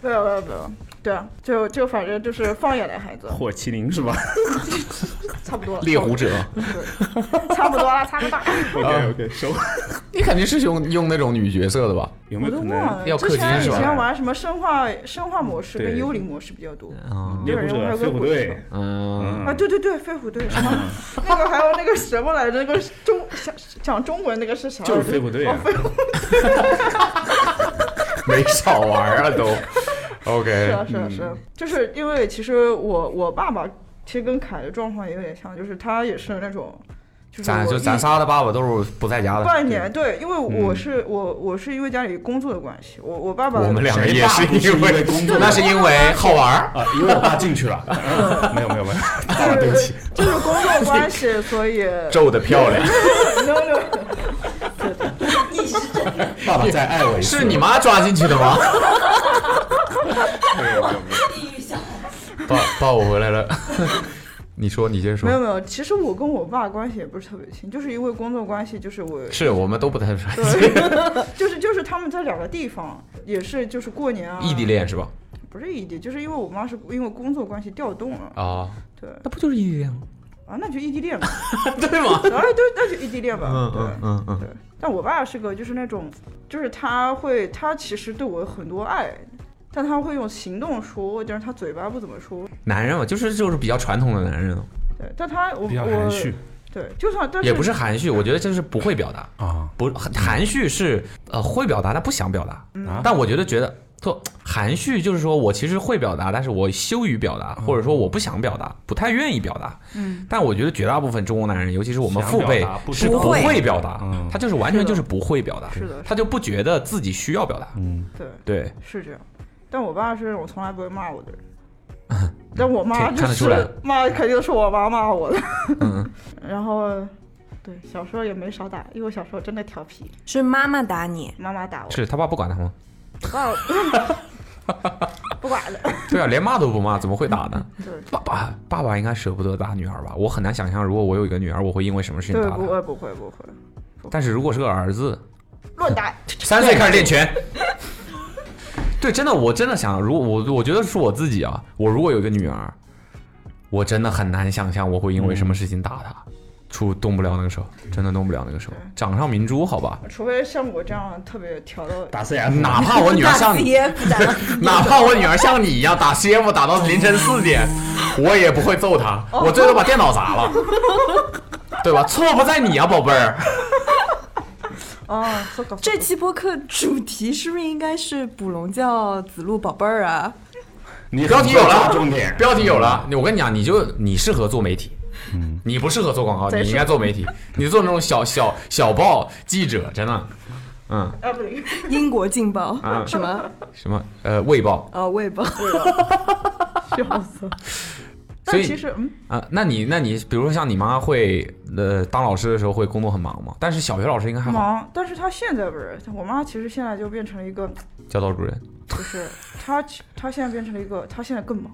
[SPEAKER 4] 没有没有没有，对啊，就就反正就是放眼来孩 子，
[SPEAKER 3] 火麒麟是吧
[SPEAKER 4] 差不多了，
[SPEAKER 2] 猎狐者，
[SPEAKER 4] 差不多了，差不多了。
[SPEAKER 3] ？OK OK，收。
[SPEAKER 2] 你肯定是用用那种女角色的吧？
[SPEAKER 3] 有没
[SPEAKER 4] 我
[SPEAKER 3] 有
[SPEAKER 4] 都
[SPEAKER 3] 可
[SPEAKER 4] 忘
[SPEAKER 3] 能
[SPEAKER 4] 了，
[SPEAKER 2] 要氪金
[SPEAKER 4] 之前以
[SPEAKER 2] 是吧
[SPEAKER 4] 前玩什么生化生化模式跟
[SPEAKER 3] 对
[SPEAKER 4] 幽灵模式比较多
[SPEAKER 2] 嗯
[SPEAKER 3] 猎捕者、飞虎队？
[SPEAKER 2] 嗯，
[SPEAKER 4] 啊，对对对，飞虎队什么 那个还有那个什么来着，那个中讲讲中文那个是啥来着？
[SPEAKER 3] 就是飞虎队啊
[SPEAKER 4] 哦飞虎
[SPEAKER 2] 没少玩啊都。
[SPEAKER 4] 是
[SPEAKER 2] OK，
[SPEAKER 4] 啊是啊是啊，就是因为其实我我爸爸其实跟凯的状况也有点像，就是他也是那种，就是
[SPEAKER 2] 咱
[SPEAKER 4] 我
[SPEAKER 2] 就
[SPEAKER 4] 一
[SPEAKER 2] 咱仨的爸爸都是不在家的，
[SPEAKER 4] 半年对，因为我是我我是因为家里工作的关系，我我爸爸
[SPEAKER 2] 我们两个
[SPEAKER 3] 谁
[SPEAKER 2] 也
[SPEAKER 3] 爸
[SPEAKER 2] 是
[SPEAKER 3] 不是
[SPEAKER 2] 因
[SPEAKER 3] 因
[SPEAKER 2] 为
[SPEAKER 3] 为工作
[SPEAKER 2] 那是因为好玩儿。
[SPEAKER 3] 啊，因为我爸进去 了。没有没有没有，爸爸对不起。
[SPEAKER 4] 就是工 作关系，所以
[SPEAKER 2] 皱的漂亮，
[SPEAKER 4] no no，
[SPEAKER 3] 爸爸再爱我一次。
[SPEAKER 2] 是你妈抓进去的吗？
[SPEAKER 3] 没有没有没有
[SPEAKER 2] 爸爸，我回来了。 你说，你先
[SPEAKER 4] 没有没有，其实我跟我爸关系也不是特别亲，就是因为工作关系，就 是我
[SPEAKER 2] 是我们都不太帅，
[SPEAKER 4] 对，就是就是他们在两个地方，也是就是过年啊，
[SPEAKER 2] 异地恋是吧？
[SPEAKER 4] 不是异地，就是因为我妈是因为工作关系调动了，
[SPEAKER 2] 啊，
[SPEAKER 4] 对
[SPEAKER 2] 那不就是异地恋吗？
[SPEAKER 4] 啊，那就异地恋吧，
[SPEAKER 2] 对吗？
[SPEAKER 4] 然后对，那就异地恋吧，
[SPEAKER 2] 嗯
[SPEAKER 4] 对
[SPEAKER 2] 嗯嗯嗯，
[SPEAKER 4] 对。但我爸是个就是那种，就是他会他其实对我有很多爱，但他会用行动说，但是他嘴巴不怎么说，
[SPEAKER 2] 男人嘛，就是就是比较传统的男人哦，
[SPEAKER 4] 对，但他我
[SPEAKER 3] 比较含蓄
[SPEAKER 4] 我对，就算但是
[SPEAKER 2] 也不是含蓄，我觉得这是不会表达，
[SPEAKER 3] 啊
[SPEAKER 2] 不含含蓄是呃会表达，但不想表达。
[SPEAKER 4] 嗯
[SPEAKER 3] 啊！
[SPEAKER 2] 但我觉得觉得特含蓄，就是说我其实会表达，但是我羞于表
[SPEAKER 3] 嗯
[SPEAKER 2] 达，或者说我不想表达，不太愿意表达。
[SPEAKER 4] 嗯，
[SPEAKER 2] 但我觉得绝大部分中国男人，尤其是我们
[SPEAKER 3] 想
[SPEAKER 2] 父
[SPEAKER 3] 表
[SPEAKER 2] 辈
[SPEAKER 3] 达，不
[SPEAKER 2] 是
[SPEAKER 5] 知
[SPEAKER 2] 不
[SPEAKER 5] 道
[SPEAKER 2] 会表达
[SPEAKER 3] 嗯，
[SPEAKER 2] 他就是完全
[SPEAKER 4] 是的
[SPEAKER 2] 就是不会表达，
[SPEAKER 4] 是的
[SPEAKER 2] 他就不觉得自己需要表达。
[SPEAKER 3] 嗯，
[SPEAKER 4] 对
[SPEAKER 2] 对，
[SPEAKER 4] 是这样，但我爸是那种从来不会骂我的人。 但我妈
[SPEAKER 2] 看
[SPEAKER 4] 就
[SPEAKER 2] 嗯看得出
[SPEAKER 4] 是
[SPEAKER 2] 来
[SPEAKER 4] 骂，肯定是我妈骂我的。
[SPEAKER 2] 嗯，
[SPEAKER 4] 然后，对，小时候也没少打，因为我小时候真的调皮，
[SPEAKER 5] 是妈妈打你，
[SPEAKER 4] 妈妈打我，
[SPEAKER 2] 是他爸不管他吗？
[SPEAKER 4] 爸不管了。
[SPEAKER 2] 对啊，连骂都不骂，怎么会打呢？
[SPEAKER 4] 嗯对，
[SPEAKER 2] 爸爸，爸爸应该舍不得打女儿吧？我很难想象，如果我有一个女儿，我会因为什么事情
[SPEAKER 4] 对，
[SPEAKER 2] 打
[SPEAKER 4] 不
[SPEAKER 2] 她。
[SPEAKER 4] 会，不会，不会，
[SPEAKER 2] 但是如果是个儿子，
[SPEAKER 4] 乱 打。
[SPEAKER 2] 三岁开始练拳。对，真的，我真的想，如果我我觉得是我自己啊，我如果有一个女儿，我真的很难想象我会因为什么事情打她，出动不了那个手，真的动不了那个手，掌上明珠，好吧？
[SPEAKER 4] 除非像我这样特别调到，
[SPEAKER 3] 打 CF
[SPEAKER 2] 哪怕我女儿像你，
[SPEAKER 5] CF 打
[SPEAKER 2] 哪怕我女儿像你一样打 CF 打到凌晨四点，我也不会揍她，我最多把电脑砸了，对吧？错不在你啊，宝贝儿。
[SPEAKER 4] 啊，糟糕
[SPEAKER 5] 这期播客主题是不是应该是捕龙叫子路宝贝儿 啊？
[SPEAKER 3] 你
[SPEAKER 2] 标题有了，
[SPEAKER 3] 重点
[SPEAKER 2] 标题有了。我跟你讲，你就你适合做媒体，你不适合做广告，
[SPEAKER 4] 再
[SPEAKER 2] 你
[SPEAKER 4] 说
[SPEAKER 2] 应该做媒体，你做那种小小小报记者，真的。嗯，
[SPEAKER 4] 啊，不对，
[SPEAKER 5] 英国劲爆
[SPEAKER 2] 啊
[SPEAKER 5] 什么
[SPEAKER 2] 什么呃卫报，
[SPEAKER 5] 呃卫报，
[SPEAKER 4] 笑死。
[SPEAKER 2] 所
[SPEAKER 4] 但
[SPEAKER 2] 以
[SPEAKER 4] 其实，嗯，
[SPEAKER 2] 啊、那你那你比如说像你妈会呃当老师的时候会工作很忙吗？但是小学老师应该还好，
[SPEAKER 4] 忙，但是他现在不是，我妈其实现在就变成了一个，
[SPEAKER 2] 教导主任
[SPEAKER 4] 就是她她现在变成了一个，她现在更忙，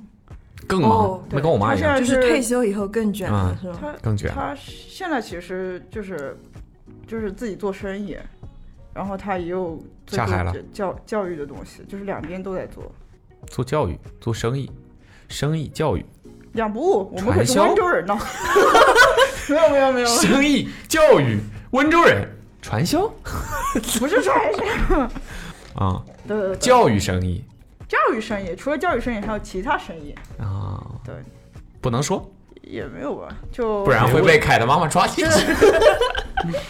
[SPEAKER 2] 更忙，
[SPEAKER 5] 哦
[SPEAKER 2] 那跟我妈一样
[SPEAKER 4] 对但
[SPEAKER 5] 就是是退休以后更卷了
[SPEAKER 2] 嗯
[SPEAKER 5] 是吗？
[SPEAKER 4] 她
[SPEAKER 2] 更卷。
[SPEAKER 4] 她现在其实就是就是自己做生意，然后她也有做
[SPEAKER 2] 下海了
[SPEAKER 4] 教教育的东西，就是两边都在做。
[SPEAKER 2] 做教育，做生意，生意教育，
[SPEAKER 4] 两不误，我们
[SPEAKER 2] 传
[SPEAKER 4] 可是
[SPEAKER 2] 销
[SPEAKER 4] 温州人呢。 没有没有没有，
[SPEAKER 2] 生意教育，温州人传销
[SPEAKER 4] 不是传销。
[SPEAKER 2] 啊、
[SPEAKER 4] 对对对，教
[SPEAKER 2] 教育生意
[SPEAKER 4] 教育生意，除了教育生意，还有其他生意，
[SPEAKER 2] 啊，
[SPEAKER 4] 对，
[SPEAKER 2] 不能说，
[SPEAKER 4] 也没有吧？就
[SPEAKER 2] 不然会被凯的妈妈抓起去。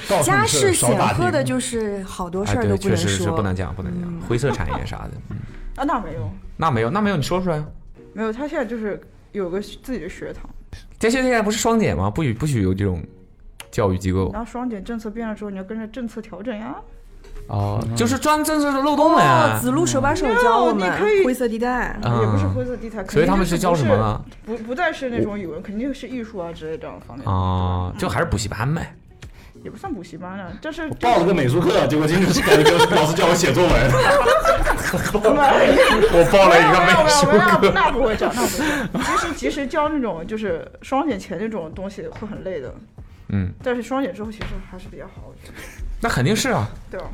[SPEAKER 3] 告诉
[SPEAKER 5] 家
[SPEAKER 3] 你
[SPEAKER 5] 世
[SPEAKER 3] 是少
[SPEAKER 5] 显
[SPEAKER 3] 打
[SPEAKER 5] 赫
[SPEAKER 3] 听
[SPEAKER 5] 的，就是好多
[SPEAKER 2] 哎，
[SPEAKER 5] 事儿
[SPEAKER 2] 对，
[SPEAKER 5] 都不
[SPEAKER 2] 确
[SPEAKER 5] 能
[SPEAKER 2] 实是
[SPEAKER 5] 说，哦
[SPEAKER 2] 不能讲，不能讲灰色产业啥的。嗯
[SPEAKER 4] 啊，那没有
[SPEAKER 2] 那没有，那没有，你说出来啊。
[SPEAKER 4] 没有，他现在就是有个自己的学堂。
[SPEAKER 2] 这些现在不是双减吗？不许不许有这种教育机构
[SPEAKER 4] 然后双减政策变了之后，你要跟着政策调整呀。
[SPEAKER 2] 哦，就是专政策的漏洞
[SPEAKER 5] 哦
[SPEAKER 2] 哎呀，。嗯
[SPEAKER 5] 子路手把手教我们
[SPEAKER 4] 没有你可以
[SPEAKER 5] 灰色地带，
[SPEAKER 2] 啊
[SPEAKER 4] 也不是灰色地带，
[SPEAKER 2] 所以他们
[SPEAKER 4] 肯定就是
[SPEAKER 2] 教什么呢？
[SPEAKER 4] 不是？不不再是那种语文，肯定是艺术啊之类这样的方面，
[SPEAKER 2] 啊，就还是补习班呗。
[SPEAKER 4] 也不算补习班了，这是
[SPEAKER 3] 报了个美术课，结果今天是感觉老师叫我写作 文，
[SPEAKER 4] 没有没有
[SPEAKER 2] 我报了一个
[SPEAKER 4] 没有
[SPEAKER 2] 美术
[SPEAKER 4] 没有
[SPEAKER 2] 课。
[SPEAKER 4] 那不那不会教，那不会教。其实其实教那种就是双减前那种东西会很累的，
[SPEAKER 2] 嗯，
[SPEAKER 4] 但是双减之后其实还是比较好，我觉得，
[SPEAKER 2] 那肯定是啊，
[SPEAKER 4] 对吧？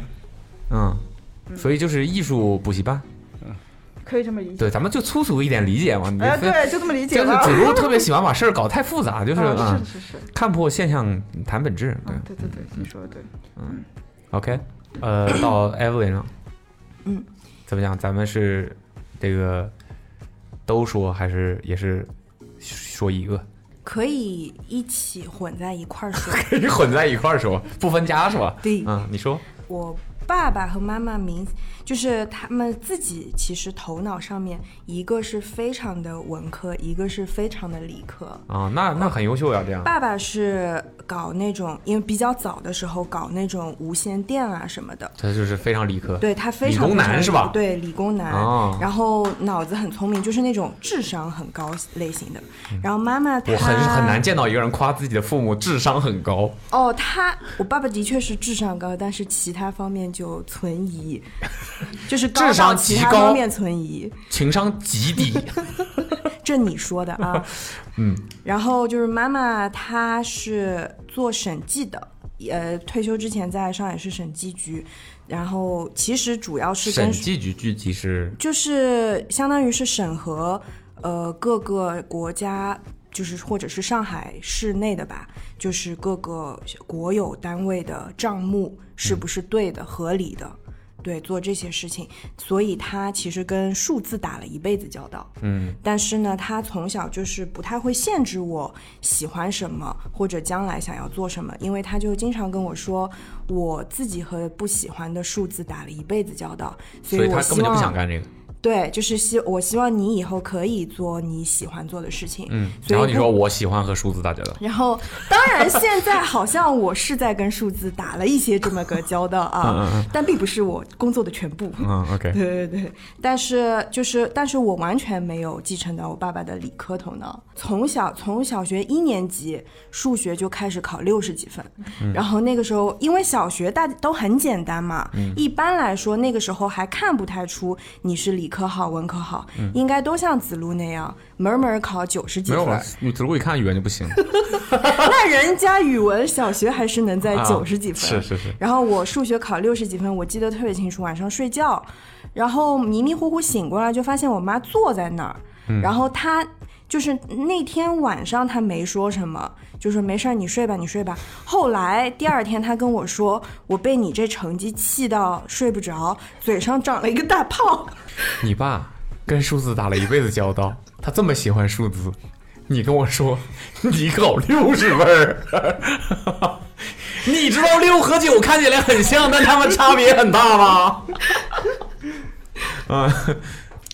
[SPEAKER 2] 嗯，所以就是艺术补习班。
[SPEAKER 4] 可以这么理解。
[SPEAKER 2] 对，咱们就粗俗一点理解嘛。你
[SPEAKER 4] 哎，
[SPEAKER 2] 分
[SPEAKER 4] 对，就这么理
[SPEAKER 2] 就
[SPEAKER 4] 解
[SPEAKER 2] 是
[SPEAKER 4] 吧。
[SPEAKER 2] 子路特别喜欢把事儿搞太复杂，就是
[SPEAKER 4] 啊，
[SPEAKER 2] 啊
[SPEAKER 4] 是，是是，
[SPEAKER 2] 看破现象，谈本质。对
[SPEAKER 4] 嗯，对对对，你说的对。
[SPEAKER 2] ，OK，呃，到 Evelyn 了，
[SPEAKER 5] 嗯，
[SPEAKER 2] 怎么样？咱们是这个都说还是也是说一 个？
[SPEAKER 5] 可以一起混在一块 儿说。
[SPEAKER 2] 混在一块儿说，不分家是吧？
[SPEAKER 5] 对
[SPEAKER 2] 嗯，你说，
[SPEAKER 5] 我爸爸和妈妈明，就是他们自己其实头脑上面，一个是非常的文科，一个是非常的理科。
[SPEAKER 2] 啊，那那很优秀呀，这样。
[SPEAKER 5] 爸爸是搞那种，因为比较早的时候搞那种无线电啊什么的，
[SPEAKER 2] 他就是非常理科，
[SPEAKER 5] 对他非
[SPEAKER 2] 理
[SPEAKER 5] 常
[SPEAKER 2] 工
[SPEAKER 5] 非常
[SPEAKER 2] 男是吧
[SPEAKER 5] 对，理工男，
[SPEAKER 2] 哦
[SPEAKER 5] 然后脑子很聪明，就是那种智商很高类型的。然后妈妈
[SPEAKER 2] 嗯
[SPEAKER 5] 她
[SPEAKER 2] 我很很难见到一个人夸自己的父母智商很高，
[SPEAKER 5] 哦，他我爸爸的确是智商高，但是其他方面就存疑，就是高
[SPEAKER 2] 智商
[SPEAKER 5] 到其
[SPEAKER 2] 极
[SPEAKER 5] 他
[SPEAKER 2] 高
[SPEAKER 5] 方面存疑。
[SPEAKER 2] 情商极 低。
[SPEAKER 5] 这你说的啊，
[SPEAKER 2] 嗯。
[SPEAKER 5] 然后就是妈妈，她是做审计的，呃，退休之前在上海市审计局，然后其实主要是
[SPEAKER 2] 审
[SPEAKER 5] 跟
[SPEAKER 2] 计局具体是
[SPEAKER 5] 就是相当于是审核，呃，各个国家就是或者是上海市内的吧，就是各个国有单位的账目
[SPEAKER 2] 嗯
[SPEAKER 5] 是不是对的、合理的。对，做这些事情，所以他其实跟数字打了一辈子交道。
[SPEAKER 2] 嗯，
[SPEAKER 5] 但是呢，他从小就是不太会限制我喜欢什么或者将来想要做什么，因为他就经常跟我说，我自己和不喜欢的数字打了一辈子交道，所
[SPEAKER 2] 所
[SPEAKER 5] 以
[SPEAKER 2] 以
[SPEAKER 5] 我
[SPEAKER 2] 他
[SPEAKER 5] 希
[SPEAKER 2] 根本就
[SPEAKER 5] 望
[SPEAKER 2] 不想干这个。
[SPEAKER 5] 对，就是希我希望你以后可以做你喜欢做的事情。
[SPEAKER 2] 嗯，
[SPEAKER 5] 所
[SPEAKER 2] 然
[SPEAKER 5] 以
[SPEAKER 2] 后你
[SPEAKER 5] 不
[SPEAKER 2] 说我喜欢和数字打交道，
[SPEAKER 5] 然后，当然，现在好像我是在跟数字打了一些这么个交道啊，但并不是我工作的全部。
[SPEAKER 2] 嗯，OK，
[SPEAKER 5] 对对对，但是就是，但是我完全没有继承到我爸爸的理科头脑。从小从小学一年级数学就开始考六十几分，
[SPEAKER 2] 嗯
[SPEAKER 5] 然后那个时候因为小学大都很简单嘛，
[SPEAKER 2] 嗯
[SPEAKER 5] 一般来说那个时候还看不太出你是理科好文科好，应该都像子路那样门门儿考九十几
[SPEAKER 2] 嗯没有啊
[SPEAKER 5] 分。
[SPEAKER 2] 吧？你子路一看语文就不行，
[SPEAKER 5] 那人家语文小学还是能在
[SPEAKER 2] 啊
[SPEAKER 5] 九十几分，
[SPEAKER 2] 是是是，
[SPEAKER 5] 然后我数学考六十几分，我记得特别清楚。晚上睡觉，然后迷迷糊糊醒过来，就发现我妈坐在那儿。然后她就是那天晚上她没说什么，就说没事儿，你睡吧，你睡吧。后来第二天她跟我说，我被你这成绩气到睡不着，嘴上长了一个大泡。
[SPEAKER 2] 你爸跟数字打了一辈子交道，他这么喜欢数字，你跟我说你考六十分儿， 你知道六和九看起来很像，但它们差别很大吗？啊，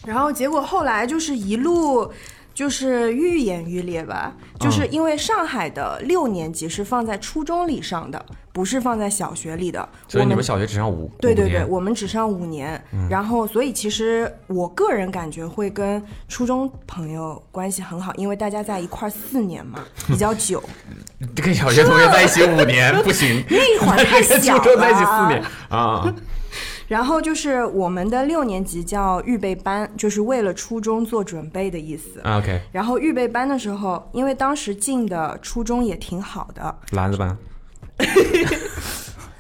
[SPEAKER 5] 然后结果后来就是一路就是愈演愈烈吧，就是
[SPEAKER 2] 嗯
[SPEAKER 5] 因为上海的六年级是放在初中里上的，不是放在小学里的。
[SPEAKER 2] 所以
[SPEAKER 5] 我
[SPEAKER 2] 你
[SPEAKER 5] 们
[SPEAKER 2] 们小学只上五
[SPEAKER 5] 对对
[SPEAKER 2] 五
[SPEAKER 5] 对，
[SPEAKER 2] 年嗯
[SPEAKER 5] 我们只上五年，然后所以其实我个人感觉会跟初中朋友关系很好，因为大家在一块儿四年嘛，比 较久。
[SPEAKER 2] 这跟小学同学在一起五年不 行，
[SPEAKER 5] 那会儿太
[SPEAKER 2] 跟
[SPEAKER 5] 小
[SPEAKER 2] 初中在一起四年
[SPEAKER 5] 了。
[SPEAKER 2] 啊，
[SPEAKER 5] 然后就是我们的六年级叫预备班，就是为了初中做准备的意思。
[SPEAKER 2] 啊 OK，
[SPEAKER 5] 然后预备班的时候，因为当时进的初中也挺好的，
[SPEAKER 2] 篮子 班，